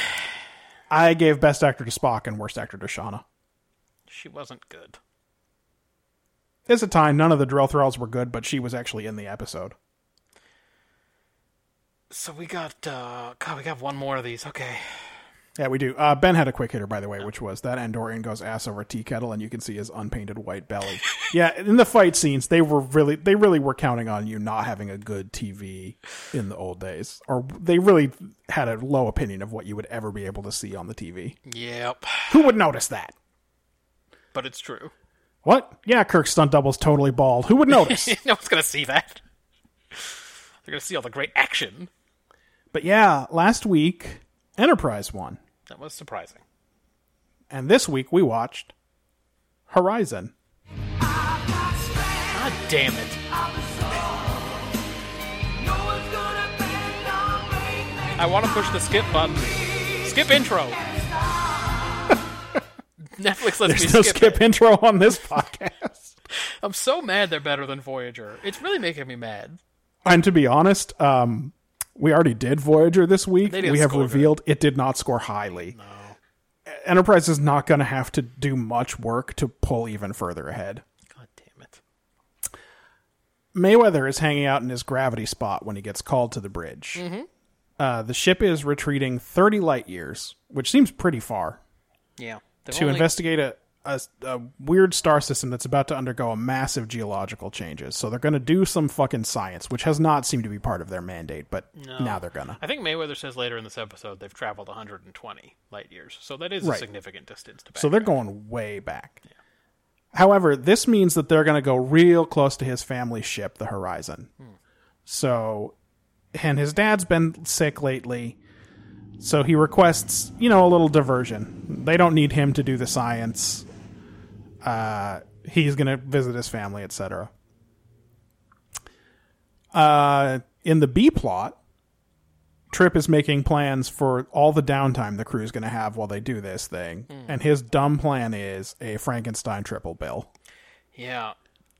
Speaker 2: I gave best actor to Spock and worst actor to Shauna.
Speaker 1: She wasn't good.
Speaker 2: At the time, none of the drill thralls were good, but she was actually in the episode.
Speaker 1: So we got uh God, we got one more of these. Okay.
Speaker 2: Yeah, we do. Uh, ben had a quick hitter, by the way, which was that Andorian goes ass over tea kettle, and you can see his unpainted white
Speaker 1: (laughs)
Speaker 2: belly. yeah, in the fight scenes, they were really they really were counting on you not having a good TV in the old days, or they really had a low opinion of what you would ever be able to see on the TV.
Speaker 1: Yep.
Speaker 2: Who would notice that?
Speaker 1: But it's true.
Speaker 2: What? Yeah, Kirk's stunt double's totally bald. Who would notice?
Speaker 1: (laughs) no one's gonna see that. They're gonna see all the great action.
Speaker 2: but yeah, last week Enterprise won,
Speaker 1: That was surprising.
Speaker 2: and this week we watched Horizon.
Speaker 1: God damn it. I want to push the skip button. Skip intro. (laughs) Netflix (laughs) lets me
Speaker 2: There's no
Speaker 1: skip,
Speaker 2: skip
Speaker 1: it.
Speaker 2: intro on
Speaker 1: (laughs)
Speaker 2: this podcast.
Speaker 1: I'm so mad they're better than Voyager. It's really making me mad.
Speaker 2: And to be honest, um, we already did Voyager this week.
Speaker 1: They didn't
Speaker 2: We have
Speaker 1: score
Speaker 2: revealed it did not score highly. Enterprise is not going to have to do much work to pull even further ahead.
Speaker 1: God damn it.
Speaker 2: Mayweather is hanging out in his gravity spot when he gets called to the bridge.
Speaker 1: Mm-hmm.
Speaker 2: Uh, the ship is retreating 30 light years, which seems pretty far,
Speaker 1: Yeah. They've
Speaker 2: to
Speaker 1: only-
Speaker 2: investigate a, a, a weird star system that's about to undergo a massive geological changes. So they're going to do some fucking science, which has not seemed to be part of their mandate, but now they're going to.
Speaker 1: I think Mayweather says later in this episode they've traveled 120 light years, so that is a
Speaker 2: Right.
Speaker 1: significant distance to back.
Speaker 2: So they're going way back. However, this means that they're going to go real close to his family ship, the Horizon. So, and his dad's been sick lately. So he requests, you know, a little diversion. They don't need him to do the science. Uh, he's going to visit his family, etc. Uh, in the B plot, Trip is making plans for all the downtime the crew's going to have while they do this thing, and his dumb plan is a Frankenstein triple bill,
Speaker 1: yeah.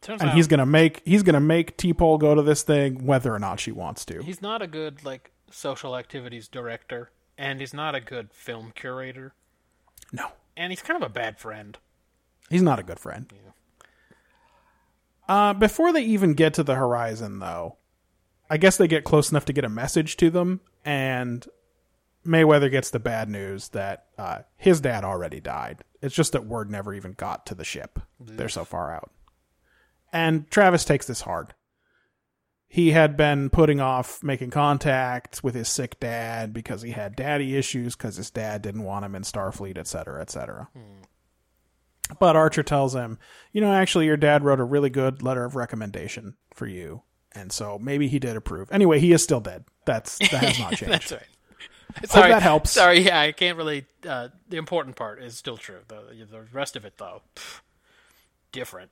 Speaker 1: Turns
Speaker 2: and
Speaker 1: out
Speaker 2: he's going to make he's going to make T-Pole go to this thing whether or not she wants to.
Speaker 1: he's not a good like social activities director, and he's not a good film curator,
Speaker 2: No,
Speaker 1: and he's kind of a bad friend. (laughs)
Speaker 2: he's not a good friend. Uh, before they even get to the horizon, though, I guess they get close enough to get a message to them, and Mayweather gets the bad news that uh, his dad already died. It's just that word never even got to the ship. They're so far out. And Travis takes this hard. He had been putting off making contact with his sick dad because he had daddy issues because his dad didn't want him in Starfleet, et cetera, et cetera. But Archer tells him, you know, actually, your dad wrote a really good letter of recommendation for you. And so maybe he did approve. Anyway, he is still dead. That's that has not changed.
Speaker 1: That's right. Sorry,
Speaker 2: that helps.
Speaker 1: Sorry, yeah, I can't really. Uh, the important part is still true. The the rest of it though, pff, different.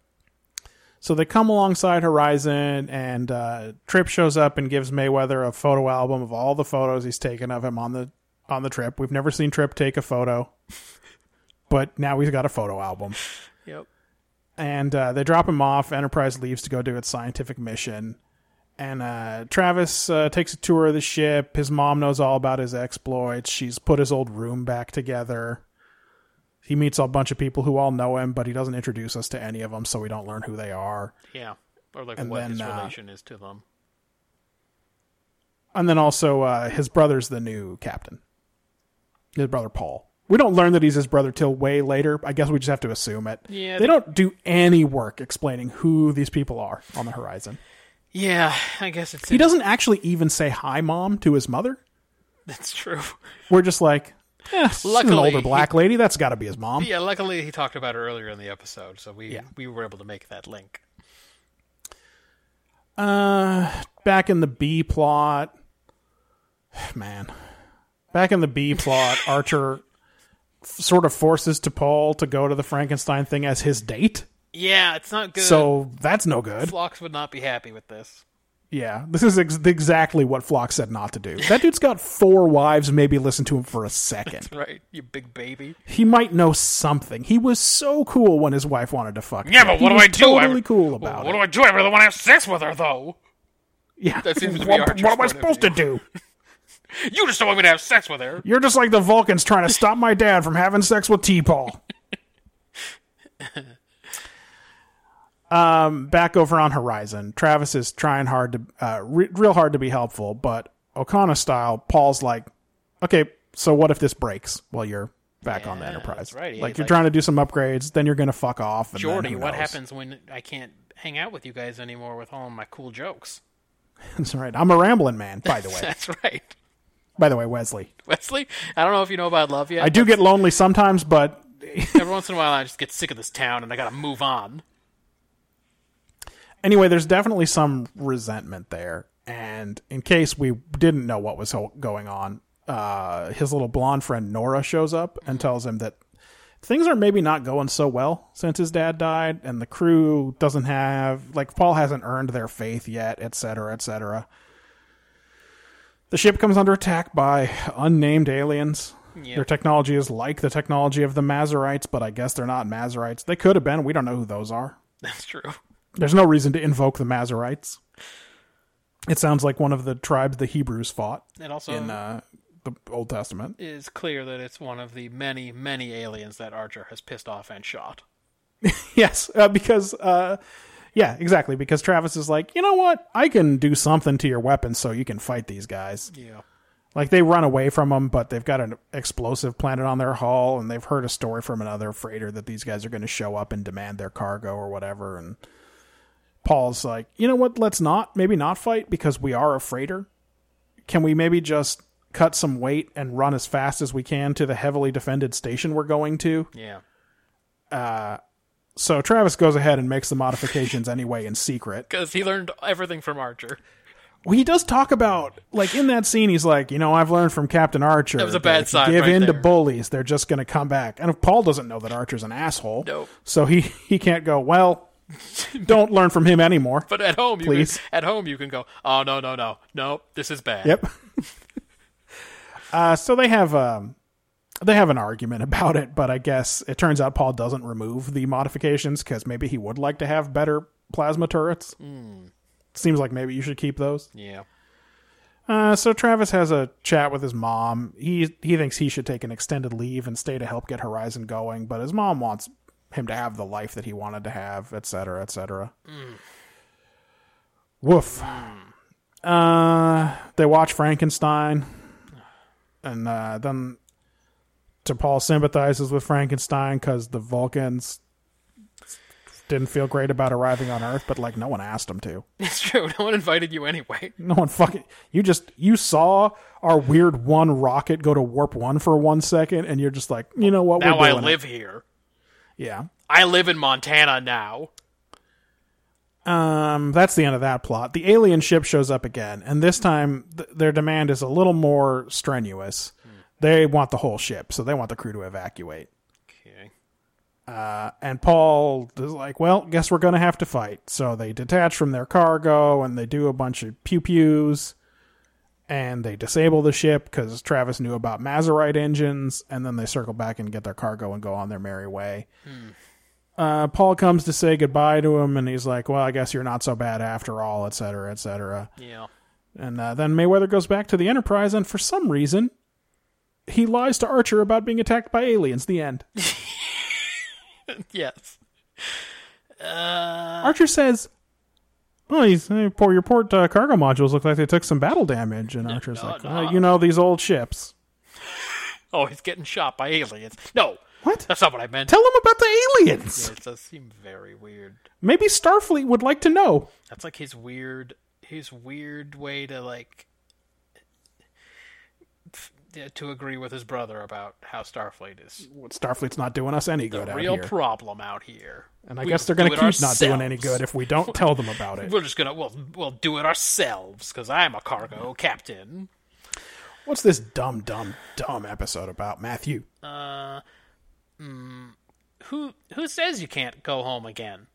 Speaker 2: So they come alongside Horizon, and uh, Trip shows up and gives Mayweather a photo album of all the photos he's taken of him on the on the trip. We've never seen Trip take a photo, (laughs) but now he's got a photo album.
Speaker 1: Yep.
Speaker 2: And uh, they drop him off. Enterprise leaves to go do its scientific mission. And uh, Travis uh, takes a tour of the ship. His mom knows all about his exploits. She's put his old room back together. He meets a bunch of people who all know him, but he doesn't introduce us to any of them, so we don't learn who they are.
Speaker 1: Yeah, or like
Speaker 2: And
Speaker 1: what
Speaker 2: then,
Speaker 1: his
Speaker 2: uh,
Speaker 1: relation is to them.
Speaker 2: and then also uh, his brother's the new captain. His brother Paul. We don't learn that he's his brother till way later. I guess we just have to assume it.
Speaker 1: Yeah,
Speaker 2: they
Speaker 1: they-
Speaker 2: don't do any work explaining who these people are on the horizon.
Speaker 1: Yeah, I guess it's
Speaker 2: He doesn't actually even say hi, mom, to his mother.
Speaker 1: That's true. (laughs)
Speaker 2: We're just like, eh, she's an
Speaker 1: Luckily,
Speaker 2: older
Speaker 1: he-
Speaker 2: black lady. That's got to be his mom.
Speaker 1: Yeah, luckily he talked about it earlier in the episode, so we we were able to make that link.
Speaker 2: Uh, back in the B plot, man, back in the B plot,
Speaker 1: (laughs)
Speaker 2: Archer f- sort of forces to Paul to go to the Frankenstein thing as his date.
Speaker 1: Yeah, it's not good.
Speaker 2: So that's no good.
Speaker 1: Flocks would not be happy with this.
Speaker 2: Yeah, this is ex- exactly what Flock said not to do. That dude's got four wives. Maybe listen to him for
Speaker 1: (laughs)
Speaker 2: a second.
Speaker 1: Right, you big baby.
Speaker 2: He might know something. He was so cool when his wife wanted to fuck.
Speaker 1: Yeah,
Speaker 2: him.
Speaker 1: but
Speaker 2: He
Speaker 1: what do
Speaker 2: was
Speaker 1: I do? I-
Speaker 2: Totally cool about
Speaker 1: what
Speaker 2: it.
Speaker 1: do I do? I really want to have sex with her, though.
Speaker 2: yeah,
Speaker 1: That seems to be
Speaker 2: what,
Speaker 1: Archer's
Speaker 2: what am I
Speaker 1: point of
Speaker 2: supposed to do?
Speaker 1: You just don't want me to have sex with her.
Speaker 2: You're just like the Vulcans trying to stop my dad from having sex with T-Paul. Um, back over on Horizon, Travis is trying hard to, uh, re- real hard to be helpful, but O'Connor style, Paul's like, okay, so what if this breaks while you're back on the
Speaker 1: Yeah,
Speaker 2: Enterprise?
Speaker 1: that's right. He's
Speaker 2: Like you're
Speaker 1: like-
Speaker 2: trying to do some upgrades, then you're going to fuck off. And then
Speaker 1: Jordy,
Speaker 2: who
Speaker 1: what
Speaker 2: knows?
Speaker 1: happens when I can't hang out with you guys anymore with all my cool jokes?
Speaker 2: (laughs)
Speaker 1: (laughs)
Speaker 2: That's right. I'm a rambling man, by the way.
Speaker 1: That's right.
Speaker 2: by the way, Wesley.
Speaker 1: Wesley, I don't know if you know about love yet.
Speaker 2: I do get lonely sometimes, but
Speaker 1: Every once in a while, I just get sick of this town and I gotta move on. (laughs)
Speaker 2: anyway, there's definitely some resentment there. And in case we didn't know what was ho- going on, uh, his little blonde friend Nora shows up and tells him that things are maybe not going so well since his dad died, and the crew doesn't have like Paul hasn't earned their faith yet, et cetera, et cetera. The ship comes under attack by unnamed aliens. Their technology is like the technology of the Mazarites, but I guess they're not Mazarites. They could have been. We don't know who those are.
Speaker 1: That's true.
Speaker 2: There's no reason to invoke the Mazarites. It sounds like one of the tribes the Hebrews fought
Speaker 1: It also
Speaker 2: in uh, the Old Testament.
Speaker 1: is clear that it's one of the many, many aliens that Archer has pissed off and shot.
Speaker 2: (laughs) Yes, uh, because uh, yeah, exactly. Because Travis is like, you know what? I can do something to your weapons so you can fight these guys.
Speaker 1: Yeah.
Speaker 2: Like they run away from them, but they've got an explosive planted on their hull, and they've heard a story from another freighter that these guys are going to show up and demand their cargo or whatever. And Paul's like, you know what? Let's not, maybe not fight because we are a freighter. Can we maybe just cut some weight and run as fast as we can to the heavily defended station we're going to?
Speaker 1: Yeah.
Speaker 2: So Travis goes ahead and makes the modifications anyway in secret.
Speaker 1: Because he learned everything from Archer.
Speaker 2: Well, he does talk about like in that scene. He's like, you know, I've learned from Captain Archer.
Speaker 1: That was a bad
Speaker 2: if you
Speaker 1: side
Speaker 2: Give
Speaker 1: right
Speaker 2: in to
Speaker 1: there.
Speaker 2: bullies; they're just going to come back. And if Paul doesn't know that Archer's an asshole,
Speaker 1: Nope.
Speaker 2: so he he can't go. Well, don't learn from him anymore.
Speaker 1: But at home, you
Speaker 2: Please.
Speaker 1: Can, at home you can go. Oh no no no no! This is bad.
Speaker 2: Yep. (laughs) uh, so they have um, they have an argument (laughs) about it, but I guess it turns out Paul doesn't remove the modifications because maybe he would like to have better plasma turrets.
Speaker 1: Hmm.
Speaker 2: Seems like maybe you should keep those.
Speaker 1: Yeah.
Speaker 2: Uh, so Travis has a chat with his mom. He he thinks he should take an extended leave and stay to help get Horizon going, but his mom wants him to have the life that he wanted to have, et cetera, et cetera. Woof. Uh, they watch Frankenstein, and uh, then to Paul sympathizes with Frankenstein because the Vulcans didn't feel great about arriving on Earth, but like no one asked them to.
Speaker 1: It's true. No one invited you anyway.
Speaker 2: (laughs) No one fucking. You just you saw our weird one rocket go to warp one for one second, and you're just like, you know what?
Speaker 1: Now
Speaker 2: we're
Speaker 1: I
Speaker 2: doing it."
Speaker 1: live here.
Speaker 2: Yeah.
Speaker 1: I live in Montana now.
Speaker 2: Um, that's the end of that plot. The alien ship shows up again, and this time th- their demand is a little more strenuous. They want the whole ship, so they want the crew to evacuate. Uh,
Speaker 1: Okay.
Speaker 2: And Paul is like, well, guess we're going to have to fight. So they detach from their cargo and they do a bunch of pew pews and they disable the ship because Travis knew about Mazarite engines. And then they circle back and get their cargo and go on their merry way. Uh, Paul comes to say goodbye to him and he's like, well, I guess you're not so bad after all, et cetera, et cetera.
Speaker 1: Yeah.
Speaker 2: And uh, then Mayweather goes back to the Enterprise and for some reason he lies to Archer about being attacked by aliens. The end.
Speaker 1: Yes. Ah.
Speaker 2: Archer says, "Well, he's, hey, poor, your port uh, cargo modules look like they took some battle damage." And Archer's like,
Speaker 1: no.
Speaker 2: "Uh, "You know these old ships."
Speaker 1: Oh, he's getting shot by aliens. No,
Speaker 2: What?
Speaker 1: that's not what I meant.
Speaker 2: Tell him about the aliens.
Speaker 1: It does seem very weird.
Speaker 2: Maybe Starfleet would like to know.
Speaker 1: That's like his weird, his weird way to like f- to agree with his brother about how Starfleet is
Speaker 2: Starfleet's not doing us any good
Speaker 1: a
Speaker 2: out
Speaker 1: real
Speaker 2: here,
Speaker 1: problem out here.
Speaker 2: and I
Speaker 1: We
Speaker 2: guess they're
Speaker 1: will
Speaker 2: going
Speaker 1: do
Speaker 2: to
Speaker 1: it
Speaker 2: keep not doing any
Speaker 1: ourselves.
Speaker 2: good if we don't tell
Speaker 1: (laughs)
Speaker 2: them about it.
Speaker 1: We're just gonna we'll we'll do it ourselves because I'm a cargo captain.
Speaker 2: What's this dumb, dumb, dumb episode about, Matthew?
Speaker 1: Who who says you can't go home again?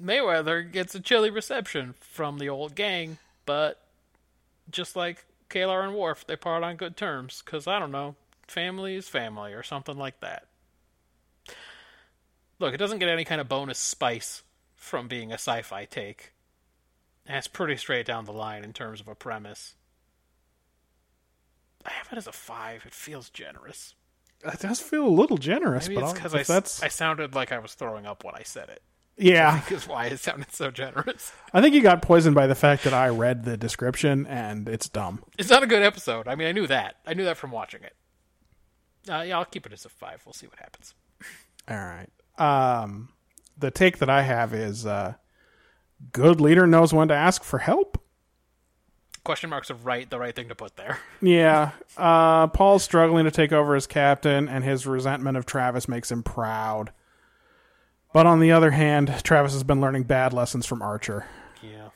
Speaker 1: Mayweather gets a chilly reception from the old gang, but just like Kalar and Worf, they part on good terms because I don't know, family is family or something like that. Look, it doesn't get any kind of bonus spice from being a sci-fi take. That's pretty straight down the line in terms of a premise. I have it as a five. It feels generous.
Speaker 2: That does feel a little generous,
Speaker 1: Maybe
Speaker 2: but
Speaker 1: it's
Speaker 2: I'll-
Speaker 1: because
Speaker 2: if
Speaker 1: I, s-
Speaker 2: that's
Speaker 1: I sounded like I was throwing up when I said it.
Speaker 2: (laughs)
Speaker 1: (laughs)
Speaker 2: yeah.
Speaker 1: Because why it sounded so generous.
Speaker 2: I think you got poisoned by the fact that I read the description and it's dumb.
Speaker 1: It's not a good episode. I mean, I knew that. I knew that from watching it. Uh, yeah, I'll keep it as a five. We'll see what happens.
Speaker 2: All right. Um, the take that I have is uh, good leader knows when to ask for help.
Speaker 1: Question marks of right, the right thing to put there.
Speaker 2: Yeah. Uh, Paul's struggling to take over as captain, and his resentment of Travis makes him proud. But on the other hand, Travis has been learning bad lessons from Archer.
Speaker 1: Yeah.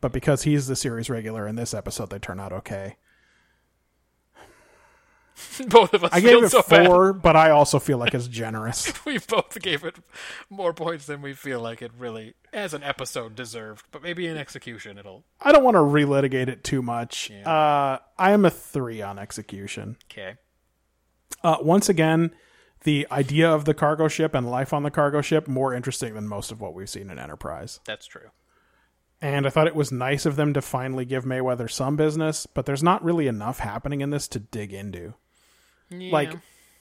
Speaker 2: But because he's the series regular in this episode, they turn out okay.
Speaker 1: (laughs) both of us
Speaker 2: I
Speaker 1: feel
Speaker 2: gave it
Speaker 1: so bad.
Speaker 2: four, but I also feel like it's generous.
Speaker 1: (laughs) We both gave it more points than we feel like it really, as an episode, deserved. But maybe in execution, it'll.
Speaker 2: I don't want to relitigate it too much. Uh, I am a three on execution.
Speaker 1: Okay.
Speaker 2: Uh, once again, the idea of the cargo ship and life on the cargo ship more interesting than most of what we've seen in Enterprise.
Speaker 1: That's true.
Speaker 2: And I thought it was nice of them to finally give Mayweather some business, but there's not really enough happening in this to dig into. Like,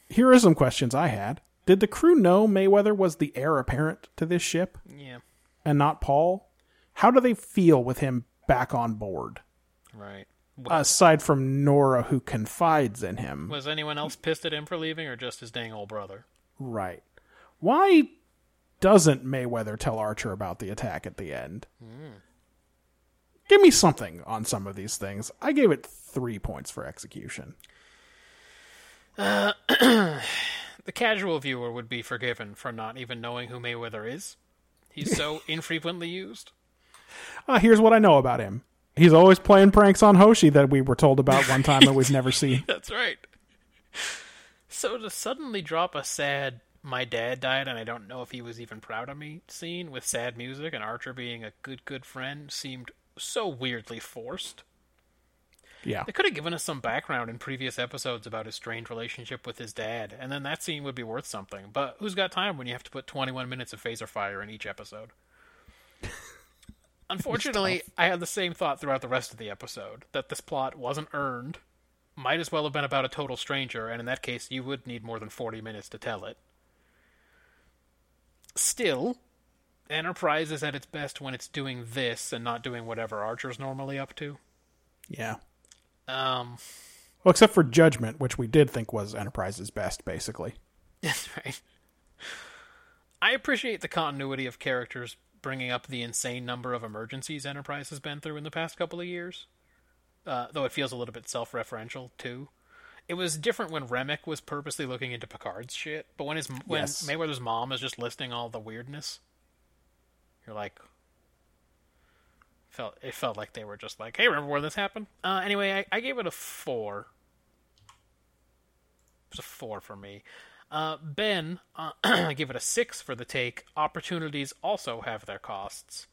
Speaker 2: here are some questions I had. Did the crew know Mayweather was the heir apparent to this ship
Speaker 1: Yeah.
Speaker 2: and not Paul? How do they feel with him back on board?
Speaker 1: Right.
Speaker 2: Aside from Nora, who confides in him.
Speaker 1: Was anyone else pissed at him for leaving, or just his dang old brother?
Speaker 2: Right. Why doesn't Mayweather tell Archer about the attack at the end? Give me something on some of these things. I gave it three points for execution.
Speaker 1: The casual viewer would be forgiven for not even knowing who Mayweather is. He's so infrequently used.
Speaker 2: Ah, here's what I know about him. He's always playing pranks on Hoshi that we were told about one time that we've never seen.
Speaker 1: That's right. So to suddenly drop a sad my dad died and I don't know if he was even proud of me scene with sad music and Archer being a good good friend seemed so weirdly forced.
Speaker 2: Yeah.
Speaker 1: They could have given us some background in previous episodes about his strange relationship with his dad, and then that scene would be worth something. But who's got time when you have to put 21 minutes of phaser fire in each episode? Unfortunately, I had the same thought throughout the rest of the episode that this plot wasn't earned, might as well have been about a total stranger, and in that case, you would need more than 40 minutes to tell it. Still, Enterprise is at its best when it's doing this and not doing whatever Archer's normally up to.
Speaker 2: Yeah.
Speaker 1: Um,
Speaker 2: Well, except for Judgment, which we did think was Enterprise's best, basically.
Speaker 1: That's (laughs) right. I appreciate the continuity of characters bringing up the insane number of emergencies Enterprise has been through in the past couple of years, uh, though it feels a little bit self referential, too. It was different when Remick was purposely looking into Picard's shit, but when his when
Speaker 2: Yes.
Speaker 1: Mayweather's mom is just listing all the weirdness, you're like, felt it felt like they were just like, hey, remember where this happened? Uh, anyway, I, I gave it a four. It was a four for me. Uh, ben, uh, (clears throat) I give it a six for the take. Opportunities also have their costs.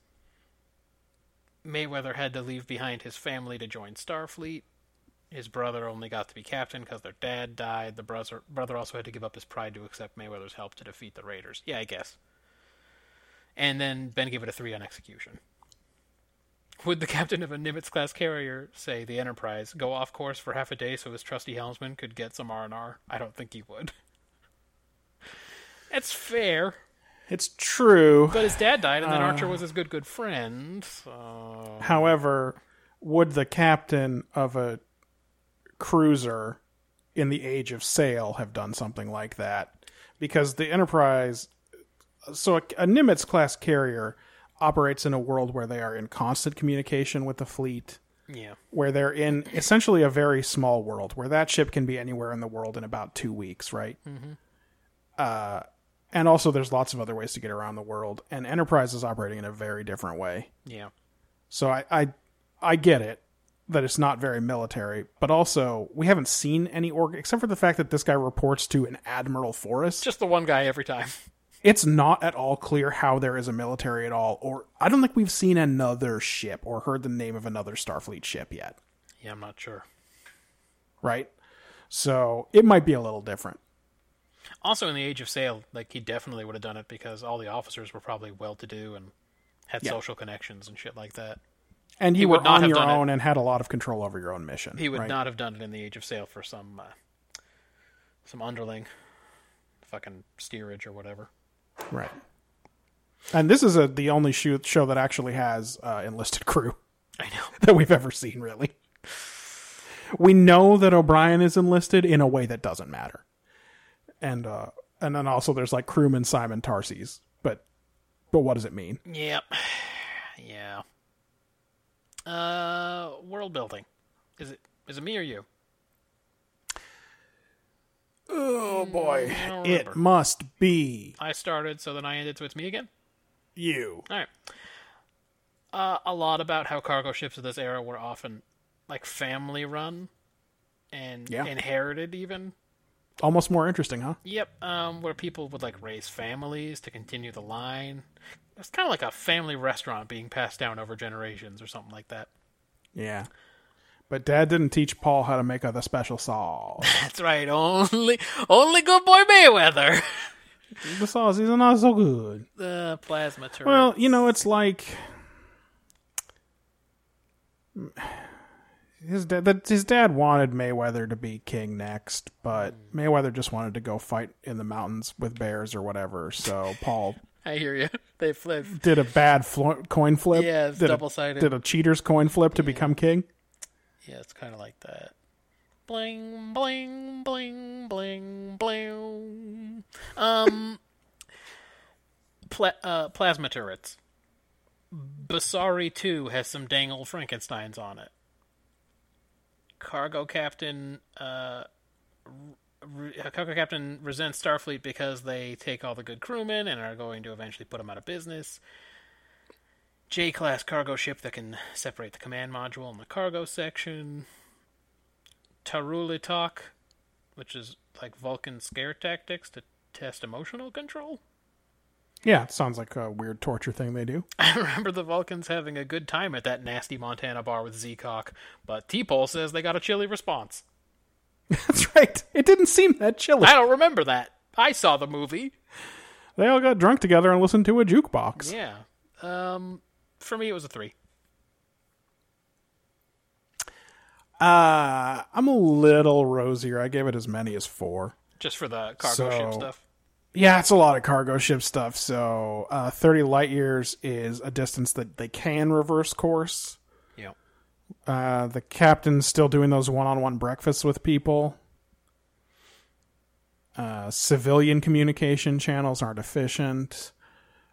Speaker 1: Mayweather had to leave behind his family to join Starfleet. His brother only got to be captain because their dad died. The brother brother also had to give up his pride to accept Mayweather's help to defeat the Raiders. Yeah, I guess. And then Ben gave it a three on execution. Would the captain of a Nimitz class carrier, say the Enterprise, go off course for half a day so his trusty helmsman could get some R and R? I don't think he would. That's fair,
Speaker 2: It's true.
Speaker 1: but his dad died, and then Archer was his good good friend. So
Speaker 2: However, would the captain of a cruiser in the age of sail have done something like that? Because the Enterprise, so a, a Nimitz class carrier operates in a world where they are in constant communication with the fleet,
Speaker 1: yeah,
Speaker 2: where they're in essentially a very small world, where that ship can be anywhere in the world in about two weeks, right? Mm-hmm. Uh, and also, there's lots of other ways to get around the world, and Enterprise is operating in a very different way.
Speaker 1: yeah,
Speaker 2: So I, I I get it that it's not very military, but also we haven't seen any org except for the fact that this guy reports to an Admiral Forrest.
Speaker 1: just the one guy every time.
Speaker 2: it's not at all clear how there is a military at all, or I don't think we've seen another ship or heard the name of another Starfleet ship yet,
Speaker 1: (laughs) Yeah, I'm not sure.
Speaker 2: right? So it might be a little different.
Speaker 1: Also, in the age of sail, like he definitely would have done it because all the officers were probably well to do and had
Speaker 2: Yeah.
Speaker 1: social connections and shit like that.
Speaker 2: And you
Speaker 1: would
Speaker 2: were
Speaker 1: not
Speaker 2: on
Speaker 1: have
Speaker 2: your
Speaker 1: done it.
Speaker 2: own and had a lot of control over your own mission.
Speaker 1: He would
Speaker 2: right?
Speaker 1: not have done it in the Age of Sail for some uh, some underling, fucking steerage or whatever.
Speaker 2: Right. And this is a, the only shoot, show that actually has uh, enlisted crew
Speaker 1: I know.
Speaker 2: (laughs) that we've ever seen, really. We know that O'Brien is enlisted in a way that doesn't matter. And uh, and then also there's like crewman Simon Tarses, but but what does it mean?
Speaker 1: Yep. (sighs) Yeah. Uh, world building. Is it is it me or you?
Speaker 2: Oh boy,
Speaker 1: I don't
Speaker 2: it
Speaker 1: remember.
Speaker 2: must be
Speaker 1: I started, so then I ended, so it's me again.
Speaker 2: you.
Speaker 1: All right. Uh, a lot about how cargo ships of this era were often like family run and
Speaker 2: Yeah.
Speaker 1: inherited, even.
Speaker 2: Almost more interesting, huh?
Speaker 1: Yep. Um, where people would like raise families to continue the line. It's kind of like a family restaurant being passed down over generations or something like that. (laughs)
Speaker 2: Yeah. But Dad didn't teach Paul how to make other special
Speaker 1: (laughs)
Speaker 2: sauce.
Speaker 1: That's right. Only, only good boy Mayweather. (laughs)
Speaker 2: the sauce is not so good.
Speaker 1: The plasma turret.
Speaker 2: Well, you know, it's like his dad. That his dad wanted Mayweather to be king next, but
Speaker 1: Mm.
Speaker 2: Mayweather just wanted to go fight in the mountains with bears or whatever. So Paul
Speaker 1: I hear you. (laughs) They flip.
Speaker 2: did a bad flo- coin flip.
Speaker 1: Yeah, it's
Speaker 2: did a-
Speaker 1: double-sided.
Speaker 2: Did a cheater's coin flip to become king.
Speaker 1: Yeah, it's kind of like that. Bling, bling, bling, bling, bling. Um, pla- uh, plasma turrets. Basari 2 has some dangle Frankensteins on it. Cargo captain, uh, r- r- cargo captain resents Starfleet because they take all the good crewmen and are going to eventually put them out of business. J class cargo ship that can separate the command module and the cargo section. Tarulitok, which is like Vulcan scare tactics to test emotional control. (laughs)
Speaker 2: Yeah, it sounds like a weird torture thing
Speaker 1: (laughs)
Speaker 2: they do.
Speaker 1: I remember the Vulcans having a good time at that nasty Montana bar with Zeacock, but T Pole says they got a chilly response.
Speaker 2: That's right. It didn't seem that chilly.
Speaker 1: I don't remember that. I saw the movie.
Speaker 2: They all got drunk together and listened to a jukebox.
Speaker 1: Yeah. Um, for me, it was a three.
Speaker 2: Uh, I'm a little rosier. I gave it as many as four.
Speaker 1: Just for the cargo ship
Speaker 2: So-
Speaker 1: stuff.
Speaker 2: Yeah, it's a lot of cargo ship stuff. So uh, 30 light years is a distance that they can reverse course.
Speaker 1: Yeah.
Speaker 2: Uh, the captain's still doing those one on one breakfasts with people. Uh, civilian communication channels aren't efficient.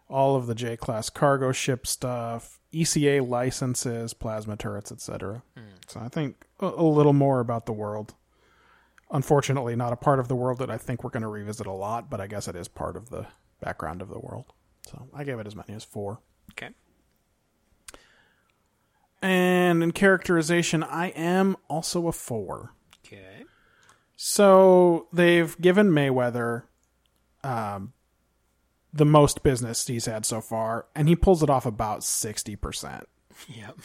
Speaker 2: All of the J class cargo ship stuff, ECA licenses, plasma turrets, etc. So I think a, a little more about the world. Unfortunately, not a part of the world that I think we're going to revisit a lot, but I guess it is part of the background of the world. So I gave it as many as four.
Speaker 1: Okay.
Speaker 2: And in characterization, I am also a four.
Speaker 1: Okay.
Speaker 2: So they've given Mayweather um, the most business he's had so far, and he pulls it off about 60%.
Speaker 1: Yep.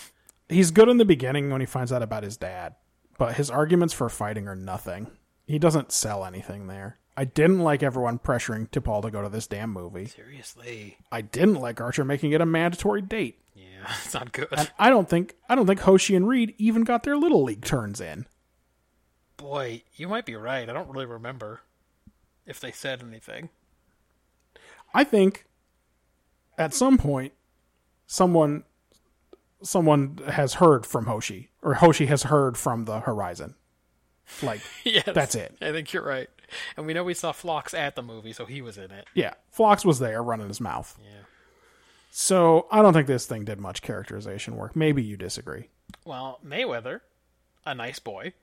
Speaker 2: He's good in the beginning when he finds out about his dad, but his arguments for fighting are nothing. He doesn't sell anything there. I didn't like everyone pressuring T'Pol to go to this damn movie.
Speaker 1: Seriously.
Speaker 2: I didn't like Archer making it a mandatory date.
Speaker 1: Yeah, (laughs) it's not good.
Speaker 2: I don't think I don't think Hoshi and Reed even got their little league turns in.
Speaker 1: Boy, you might be right. I don't really remember if they said anything.
Speaker 2: I think at some point someone someone has heard from Hoshi or Hoshi has heard from the horizon. Like
Speaker 1: Yes.
Speaker 2: That's it.
Speaker 1: I think you're right. And we know we saw Phlox at the movie, so he was in it.
Speaker 2: yeah, Phlox was there running his mouth.
Speaker 1: Yeah.
Speaker 2: So I don't think this thing did much characterization work. Maybe you disagree.
Speaker 1: Well, Mayweather, a nice boy,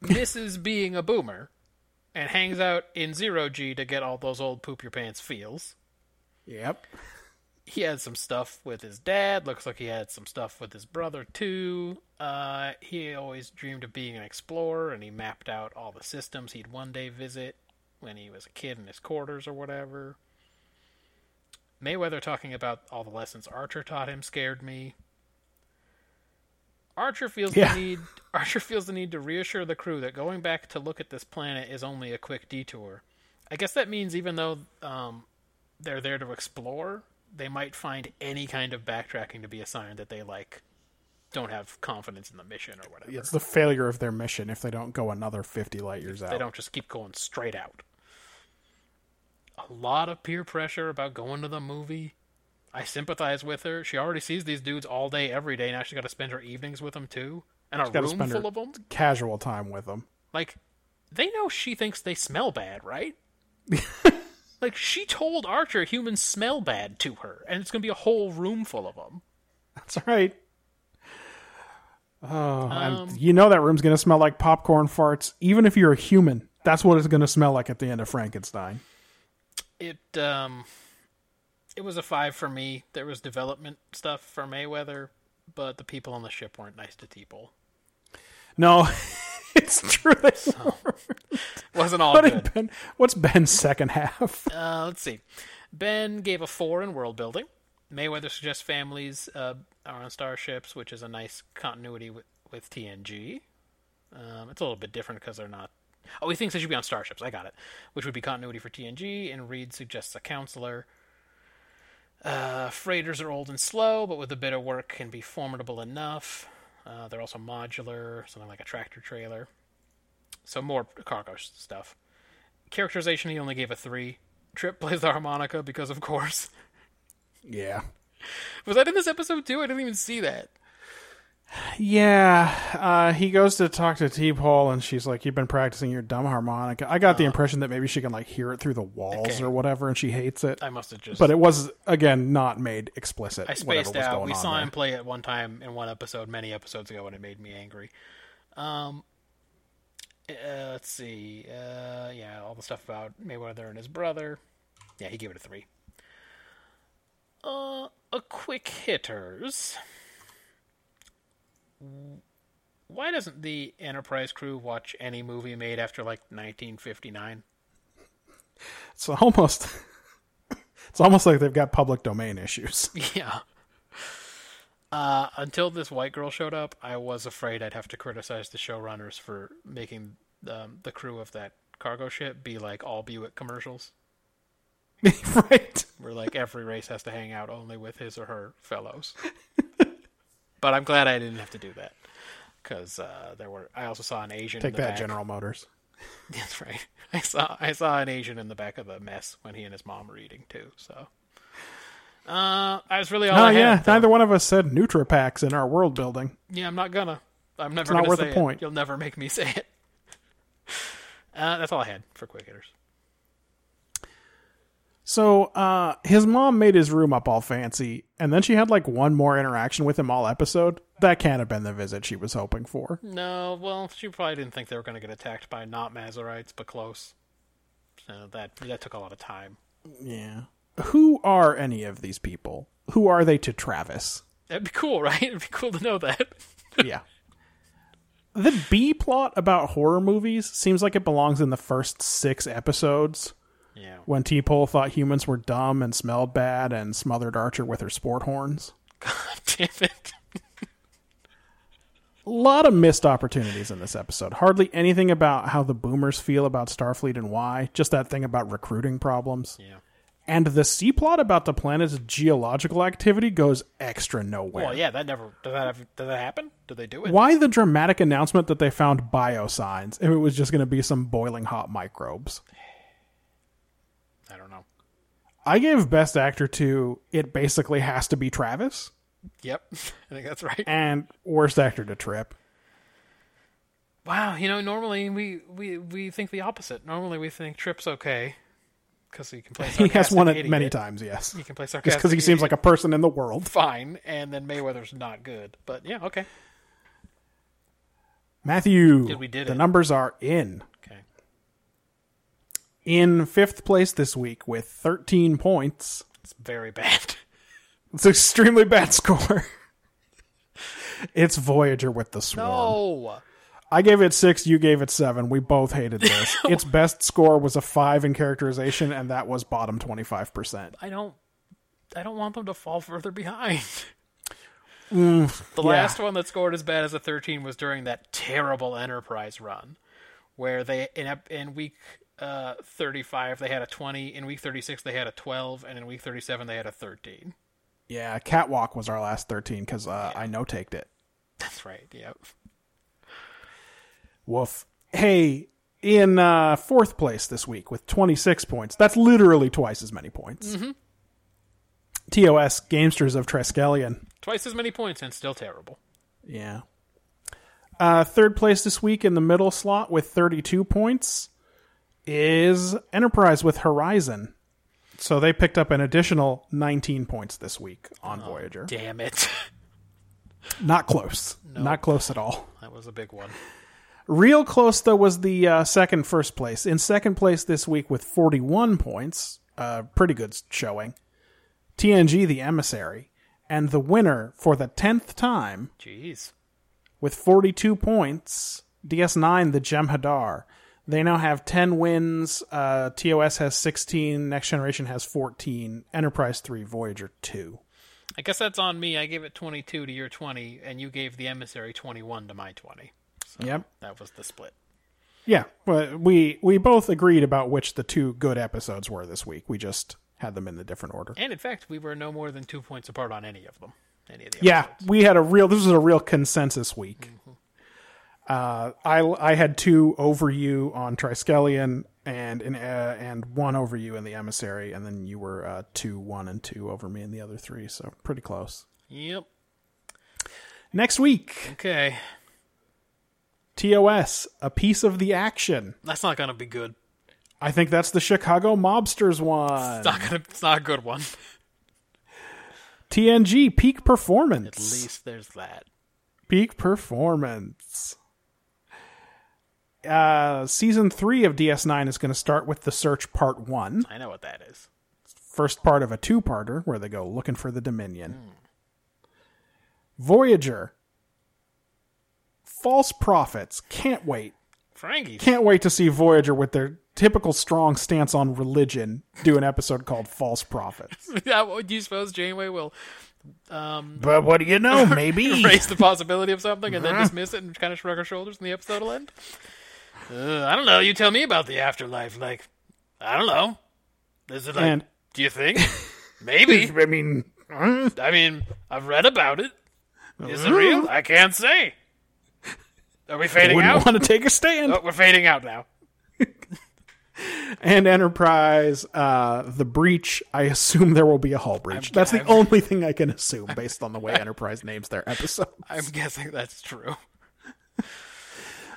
Speaker 1: misses being a boomer and hangs out in zero G to get all those old poop your pants feels.
Speaker 2: Yep.
Speaker 1: He had some stuff with his dad. Looks like he had some stuff with his brother too. Uh, he always dreamed of being an explorer, and he mapped out all the systems he'd one day visit when he was a kid in his quarters or whatever. Mayweather talking about all the lessons Archer taught him scared me. Archer feels
Speaker 2: Yeah.
Speaker 1: the need Archer feels the need to reassure the crew that going back to look at this planet is only a quick detour. I guess that means even though um, they're there to explore, they might find any kind of backtracking to be a sign that they like don't have confidence in the mission or whatever.
Speaker 2: It's the failure of their mission if they don't go another 50 light years out.
Speaker 1: They don't just keep going straight out. A lot of peer pressure about going to the movie. I sympathize with her. She already sees these dudes all day, every day. Now she's got to spend her evenings with them too, and a
Speaker 2: gotta
Speaker 1: room
Speaker 2: spend her-
Speaker 1: full of them.
Speaker 2: Casual time with them.
Speaker 1: Like, they know she thinks they smell bad,
Speaker 2: (laughs)
Speaker 1: right? like, she told Archer humans smell bad to her, and it's going to be a whole room full of them.
Speaker 2: (laughs) That's right. Oh, and
Speaker 1: Um,
Speaker 2: you know that room's going to smell like popcorn farts, even if you're a human. That's what it's going to smell like at the end of Frankenstein.
Speaker 1: It um, it was a five for me. There was development stuff for Mayweather, but the people on the ship weren't nice to people.
Speaker 2: No, (laughs) it's true. (laughs) They
Speaker 1: Wasn't all
Speaker 2: what
Speaker 1: good.
Speaker 2: had Ben, what's Ben's second half?
Speaker 1: Uh, let's see. Ben gave a four in world building. Mayweather suggests families uh, are on starships, which is a nice continuity with, with TNG. Um, it's a little bit different because they're not. Oh, he thinks they should be on starships. I got it. Which would be continuity for TNG, and Reed suggests a counselor. Uh, freighters are old and slow, but with a bit of work can be formidable enough. Uh, they're also modular, something like a tractor trailer. So more cargo s- stuff characterization he only gave a three trip plays the harmonica because of course (laughs)
Speaker 2: yeah.
Speaker 1: was that in this episode too i didn't even see that
Speaker 2: Yeah. Uh, he goes to talk to T Paul, and she's like, You've been practicing your dumb harmonica. I got the impression that maybe she can, like, hear it through the walls
Speaker 1: Uh-huh. Okay.
Speaker 2: or whatever, and she hates it.
Speaker 1: i must have just
Speaker 2: but it was, again, not made explicit.
Speaker 1: i
Speaker 2: whatever
Speaker 1: spaced
Speaker 2: was
Speaker 1: out
Speaker 2: going
Speaker 1: we
Speaker 2: on
Speaker 1: saw
Speaker 2: there.
Speaker 1: him play it one time in one episode many episodes ago and it made me angry um uh, let's see uh yeah all the stuff about mayweather and his brother yeah he gave it a three uh a quick hitters why doesn't the Enterprise crew watch any movie made after like 1959?
Speaker 2: It's almost. (laughs) It's almost like they've got public domain
Speaker 1: (laughs)
Speaker 2: issues.
Speaker 1: Yeah. Uh, until this white girl showed up, I was afraid I'd have to criticize the showrunners for making um, the crew of that cargo ship be like all Buick commercials,
Speaker 2: (laughs) right.
Speaker 1: where like every race has to hang out only with his or her
Speaker 2: (laughs)
Speaker 1: fellows. but I'm glad I didn't have to do that because uh, there were. I also saw an Asian.
Speaker 2: Take
Speaker 1: in the
Speaker 2: that,
Speaker 1: back.
Speaker 2: General Motors.
Speaker 1: (laughs) That's right. I saw I saw an Asian in the back of the mess when he and his mom were eating too. So. Uh, I was really all
Speaker 2: Oh
Speaker 1: I had,
Speaker 2: yeah,
Speaker 1: though.
Speaker 2: neither one of us said Nutra packs in our world building.
Speaker 1: Yeah, I'm not gonna. I'm never
Speaker 2: not
Speaker 1: gonna
Speaker 2: worth
Speaker 1: say
Speaker 2: a
Speaker 1: it.
Speaker 2: point.
Speaker 1: You'll never make me (laughs) say it. Uh, that's all I had for quick hitters.
Speaker 2: So uh, his mom made his room up all fancy, and then she had like one more interaction with him all episode. That can't have been the visit she was hoping for.
Speaker 1: No, well, she probably didn't think they were gonna get attacked by not Mazarites, but close. So that that took a lot of time.
Speaker 2: Yeah. Who are any of these people? Who are they to Travis?
Speaker 1: That'd be cool, (laughs) right? It'd be cool to know that.
Speaker 2: yeah. The B plot about horror movies seems like it belongs in the first six episodes.
Speaker 1: Yeah,
Speaker 2: when T Pole thought humans were dumb and smelled bad and smothered Archer with her sport horns.
Speaker 1: (laughs) God damn it.
Speaker 2: A lot of missed opportunities in this episode. Hardly anything about how the boomers feel about Starfleet and why, just that thing about recruiting problems.
Speaker 1: Yeah.
Speaker 2: And the C plot about the planet's geological activity goes extra nowhere.
Speaker 1: Well, yeah, that never does that ever, does that happen? Do they do it?
Speaker 2: Why the dramatic announcement that they found biosigns if it was just going to be some boiling hot microbes?
Speaker 1: I don't know.
Speaker 2: I gave Best Actor to it basically has to be Travis,
Speaker 1: Yep, (laughs) I think that's right.
Speaker 2: and Worst Actor to Trip.
Speaker 1: Wow, you know, normally we we we think the opposite. Normally we think Trip's okay because he can play.
Speaker 2: (laughs) He has
Speaker 1: sarcastic
Speaker 2: won it
Speaker 1: idiot.
Speaker 2: many times, yes.
Speaker 1: He can play sarcastic
Speaker 2: Just because he seems like a person in the world.
Speaker 1: fine, and then Mayweather's not good. But yeah, okay,
Speaker 2: Matthew,
Speaker 1: Did we did
Speaker 2: the
Speaker 1: it.
Speaker 2: numbers are in.
Speaker 1: okay.
Speaker 2: In fifth place this week with 13 points.
Speaker 1: It's very bad.
Speaker 2: It's an extremely bad (laughs) score. it's Voyager with the Swarm.
Speaker 1: No,
Speaker 2: I gave it six, you gave it seven. We both
Speaker 1: (laughs)
Speaker 2: hated this. its best score was a five in characterization, and that was bottom 25%.
Speaker 1: I don't. I don't want them to fall further behind. the
Speaker 2: yeah.
Speaker 1: last one that scored as bad as a 13 was during that terrible Enterprise run, where they in ep- in week uh, 35 they had a 20, in week 36 they had a 12, and in week 37 they had a 13.
Speaker 2: Yeah, Catwalk was our last 13 because uh, I no taked it.
Speaker 1: That's right. Yep.
Speaker 2: Woof. Hey, in uh, fourth place this week with 26 points. That's literally twice as many points. TOS Gamesters of Triskelion.
Speaker 1: Twice as many points and still terrible.
Speaker 2: Yeah. Uh, third place this week in the middle slot with 32 points is Enterprise with Horizon. So they picked up an additional 19 points this week on Voyager.
Speaker 1: Damn it.
Speaker 2: Not close. Not close at all.
Speaker 1: That was a big one.
Speaker 2: Real close though was the uh, second first place. In second place this week with 41 points, uh, pretty good showing. TNG the emissary, and the winner for the tenth time
Speaker 1: Jeez.
Speaker 2: with 42 points. DS9 the Jem'Hadar. They now have 10 wins. Uh, TOS has 16. Next Generation has 14. Enterprise 3, Voyager 2.
Speaker 1: I guess that's on me. I gave it 22 to your 20, and you gave the emissary 21 to my 20.
Speaker 2: Yep.
Speaker 1: That was the split.
Speaker 2: Yeah, but we we both agreed about which the two good episodes were this week. We just had them in the different order.
Speaker 1: And in fact, we were no more than two points apart on any of them. Any of the
Speaker 2: Yeah, we had a real. This was a real consensus week. Uh, I I had two over you on Triskelion and in, uh, and one over you in the emissary, and then you were uh, two, one, and two over me in the other three. So pretty close.
Speaker 1: Yep.
Speaker 2: Next week,
Speaker 1: Okay.
Speaker 2: TOS, a piece of the action.
Speaker 1: That's not gonna be good.
Speaker 2: I think that's the Chicago mobsters one.
Speaker 1: It's not gonna. It's not a good one.
Speaker 2: TNG peak performance.
Speaker 1: At least there's that.
Speaker 2: peak performance. Uh, season three of DS9 is going to start with the search part one,
Speaker 1: I know what that is.
Speaker 2: first part of a two parter where they go looking for the Dominion. Voyager, false prophets. Can't wait.
Speaker 1: Frankie.
Speaker 2: Can't wait to see Voyager with their typical strong stance on religion do an episode called False Prophets.
Speaker 1: (laughs) What do you suppose Janeway will
Speaker 2: (laughs) but what do you
Speaker 1: (laughs)
Speaker 2: know? Maybe.
Speaker 1: raise the possibility of something and then dismiss it and kind of shrug her shoulders and the episode will end? Uh, I don't know. You tell me about the afterlife. Like, I don't know. Is it like?
Speaker 2: And-
Speaker 1: do you
Speaker 2: (laughs)
Speaker 1: think? Maybe.
Speaker 2: I mean, huh?
Speaker 1: I mean, I've read about it. Is it real? I can't say. Are we fading
Speaker 2: wouldn't
Speaker 1: out?
Speaker 2: want to take a stand.
Speaker 1: Oh, we're fading out now.
Speaker 2: and Enterprise, uh, the breach. I assume there will be a hull breach. That's the only thing I can assume based on the (laughs) way Enterprise names their episode.
Speaker 1: I'm guessing that's true.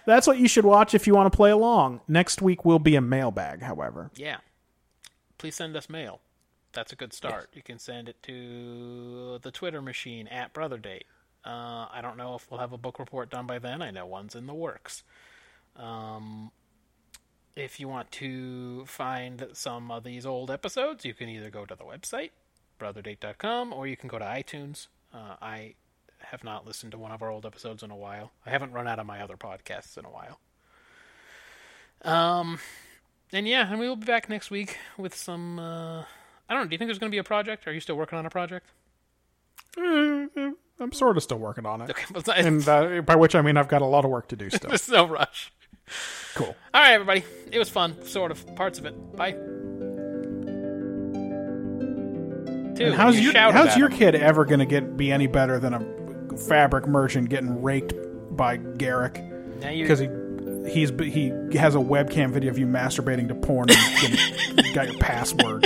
Speaker 2: That's what you should watch if you want to play along. Next week will be a mailbag, however.
Speaker 1: Yeah. Please send us mail. That's a good start. You can send it to the Twitter machine at Brother Date. Uh, I don't know if we'll have a book report done by then. I know one's in the works. Um, if you want to find some of these old episodes, you can either go to the website, brotherdate.com, or you can go to iTunes. Uh, I have not listened to one of our old episodes in a while. I haven't run out of my other podcasts in a while. Um, and yeah, and we will be back next week with some. Uh, I don't know. Do you think there's going to be a project? Are you still working on a project? (laughs)
Speaker 2: Mm-hmm. I'm sort of still working on it,
Speaker 1: Okay, (laughs) well, it's not-
Speaker 2: and uh, by which I mean I've got a lot of work to
Speaker 1: (laughs)
Speaker 2: do still.
Speaker 1: there's no rush.
Speaker 2: cool.
Speaker 1: All right, everybody. It was fun, sort of. Parts of it. Bye. Dude,
Speaker 2: And how's
Speaker 1: you
Speaker 2: your
Speaker 1: shouted
Speaker 2: how's
Speaker 1: at
Speaker 2: your
Speaker 1: him.
Speaker 2: kid ever going to get be any better than a fabric merchant getting raked by Garrick
Speaker 1: Now you're-
Speaker 2: because he he's he has a webcam video of you masturbating to porn and you got your password.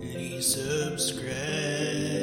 Speaker 7: Please subscribe.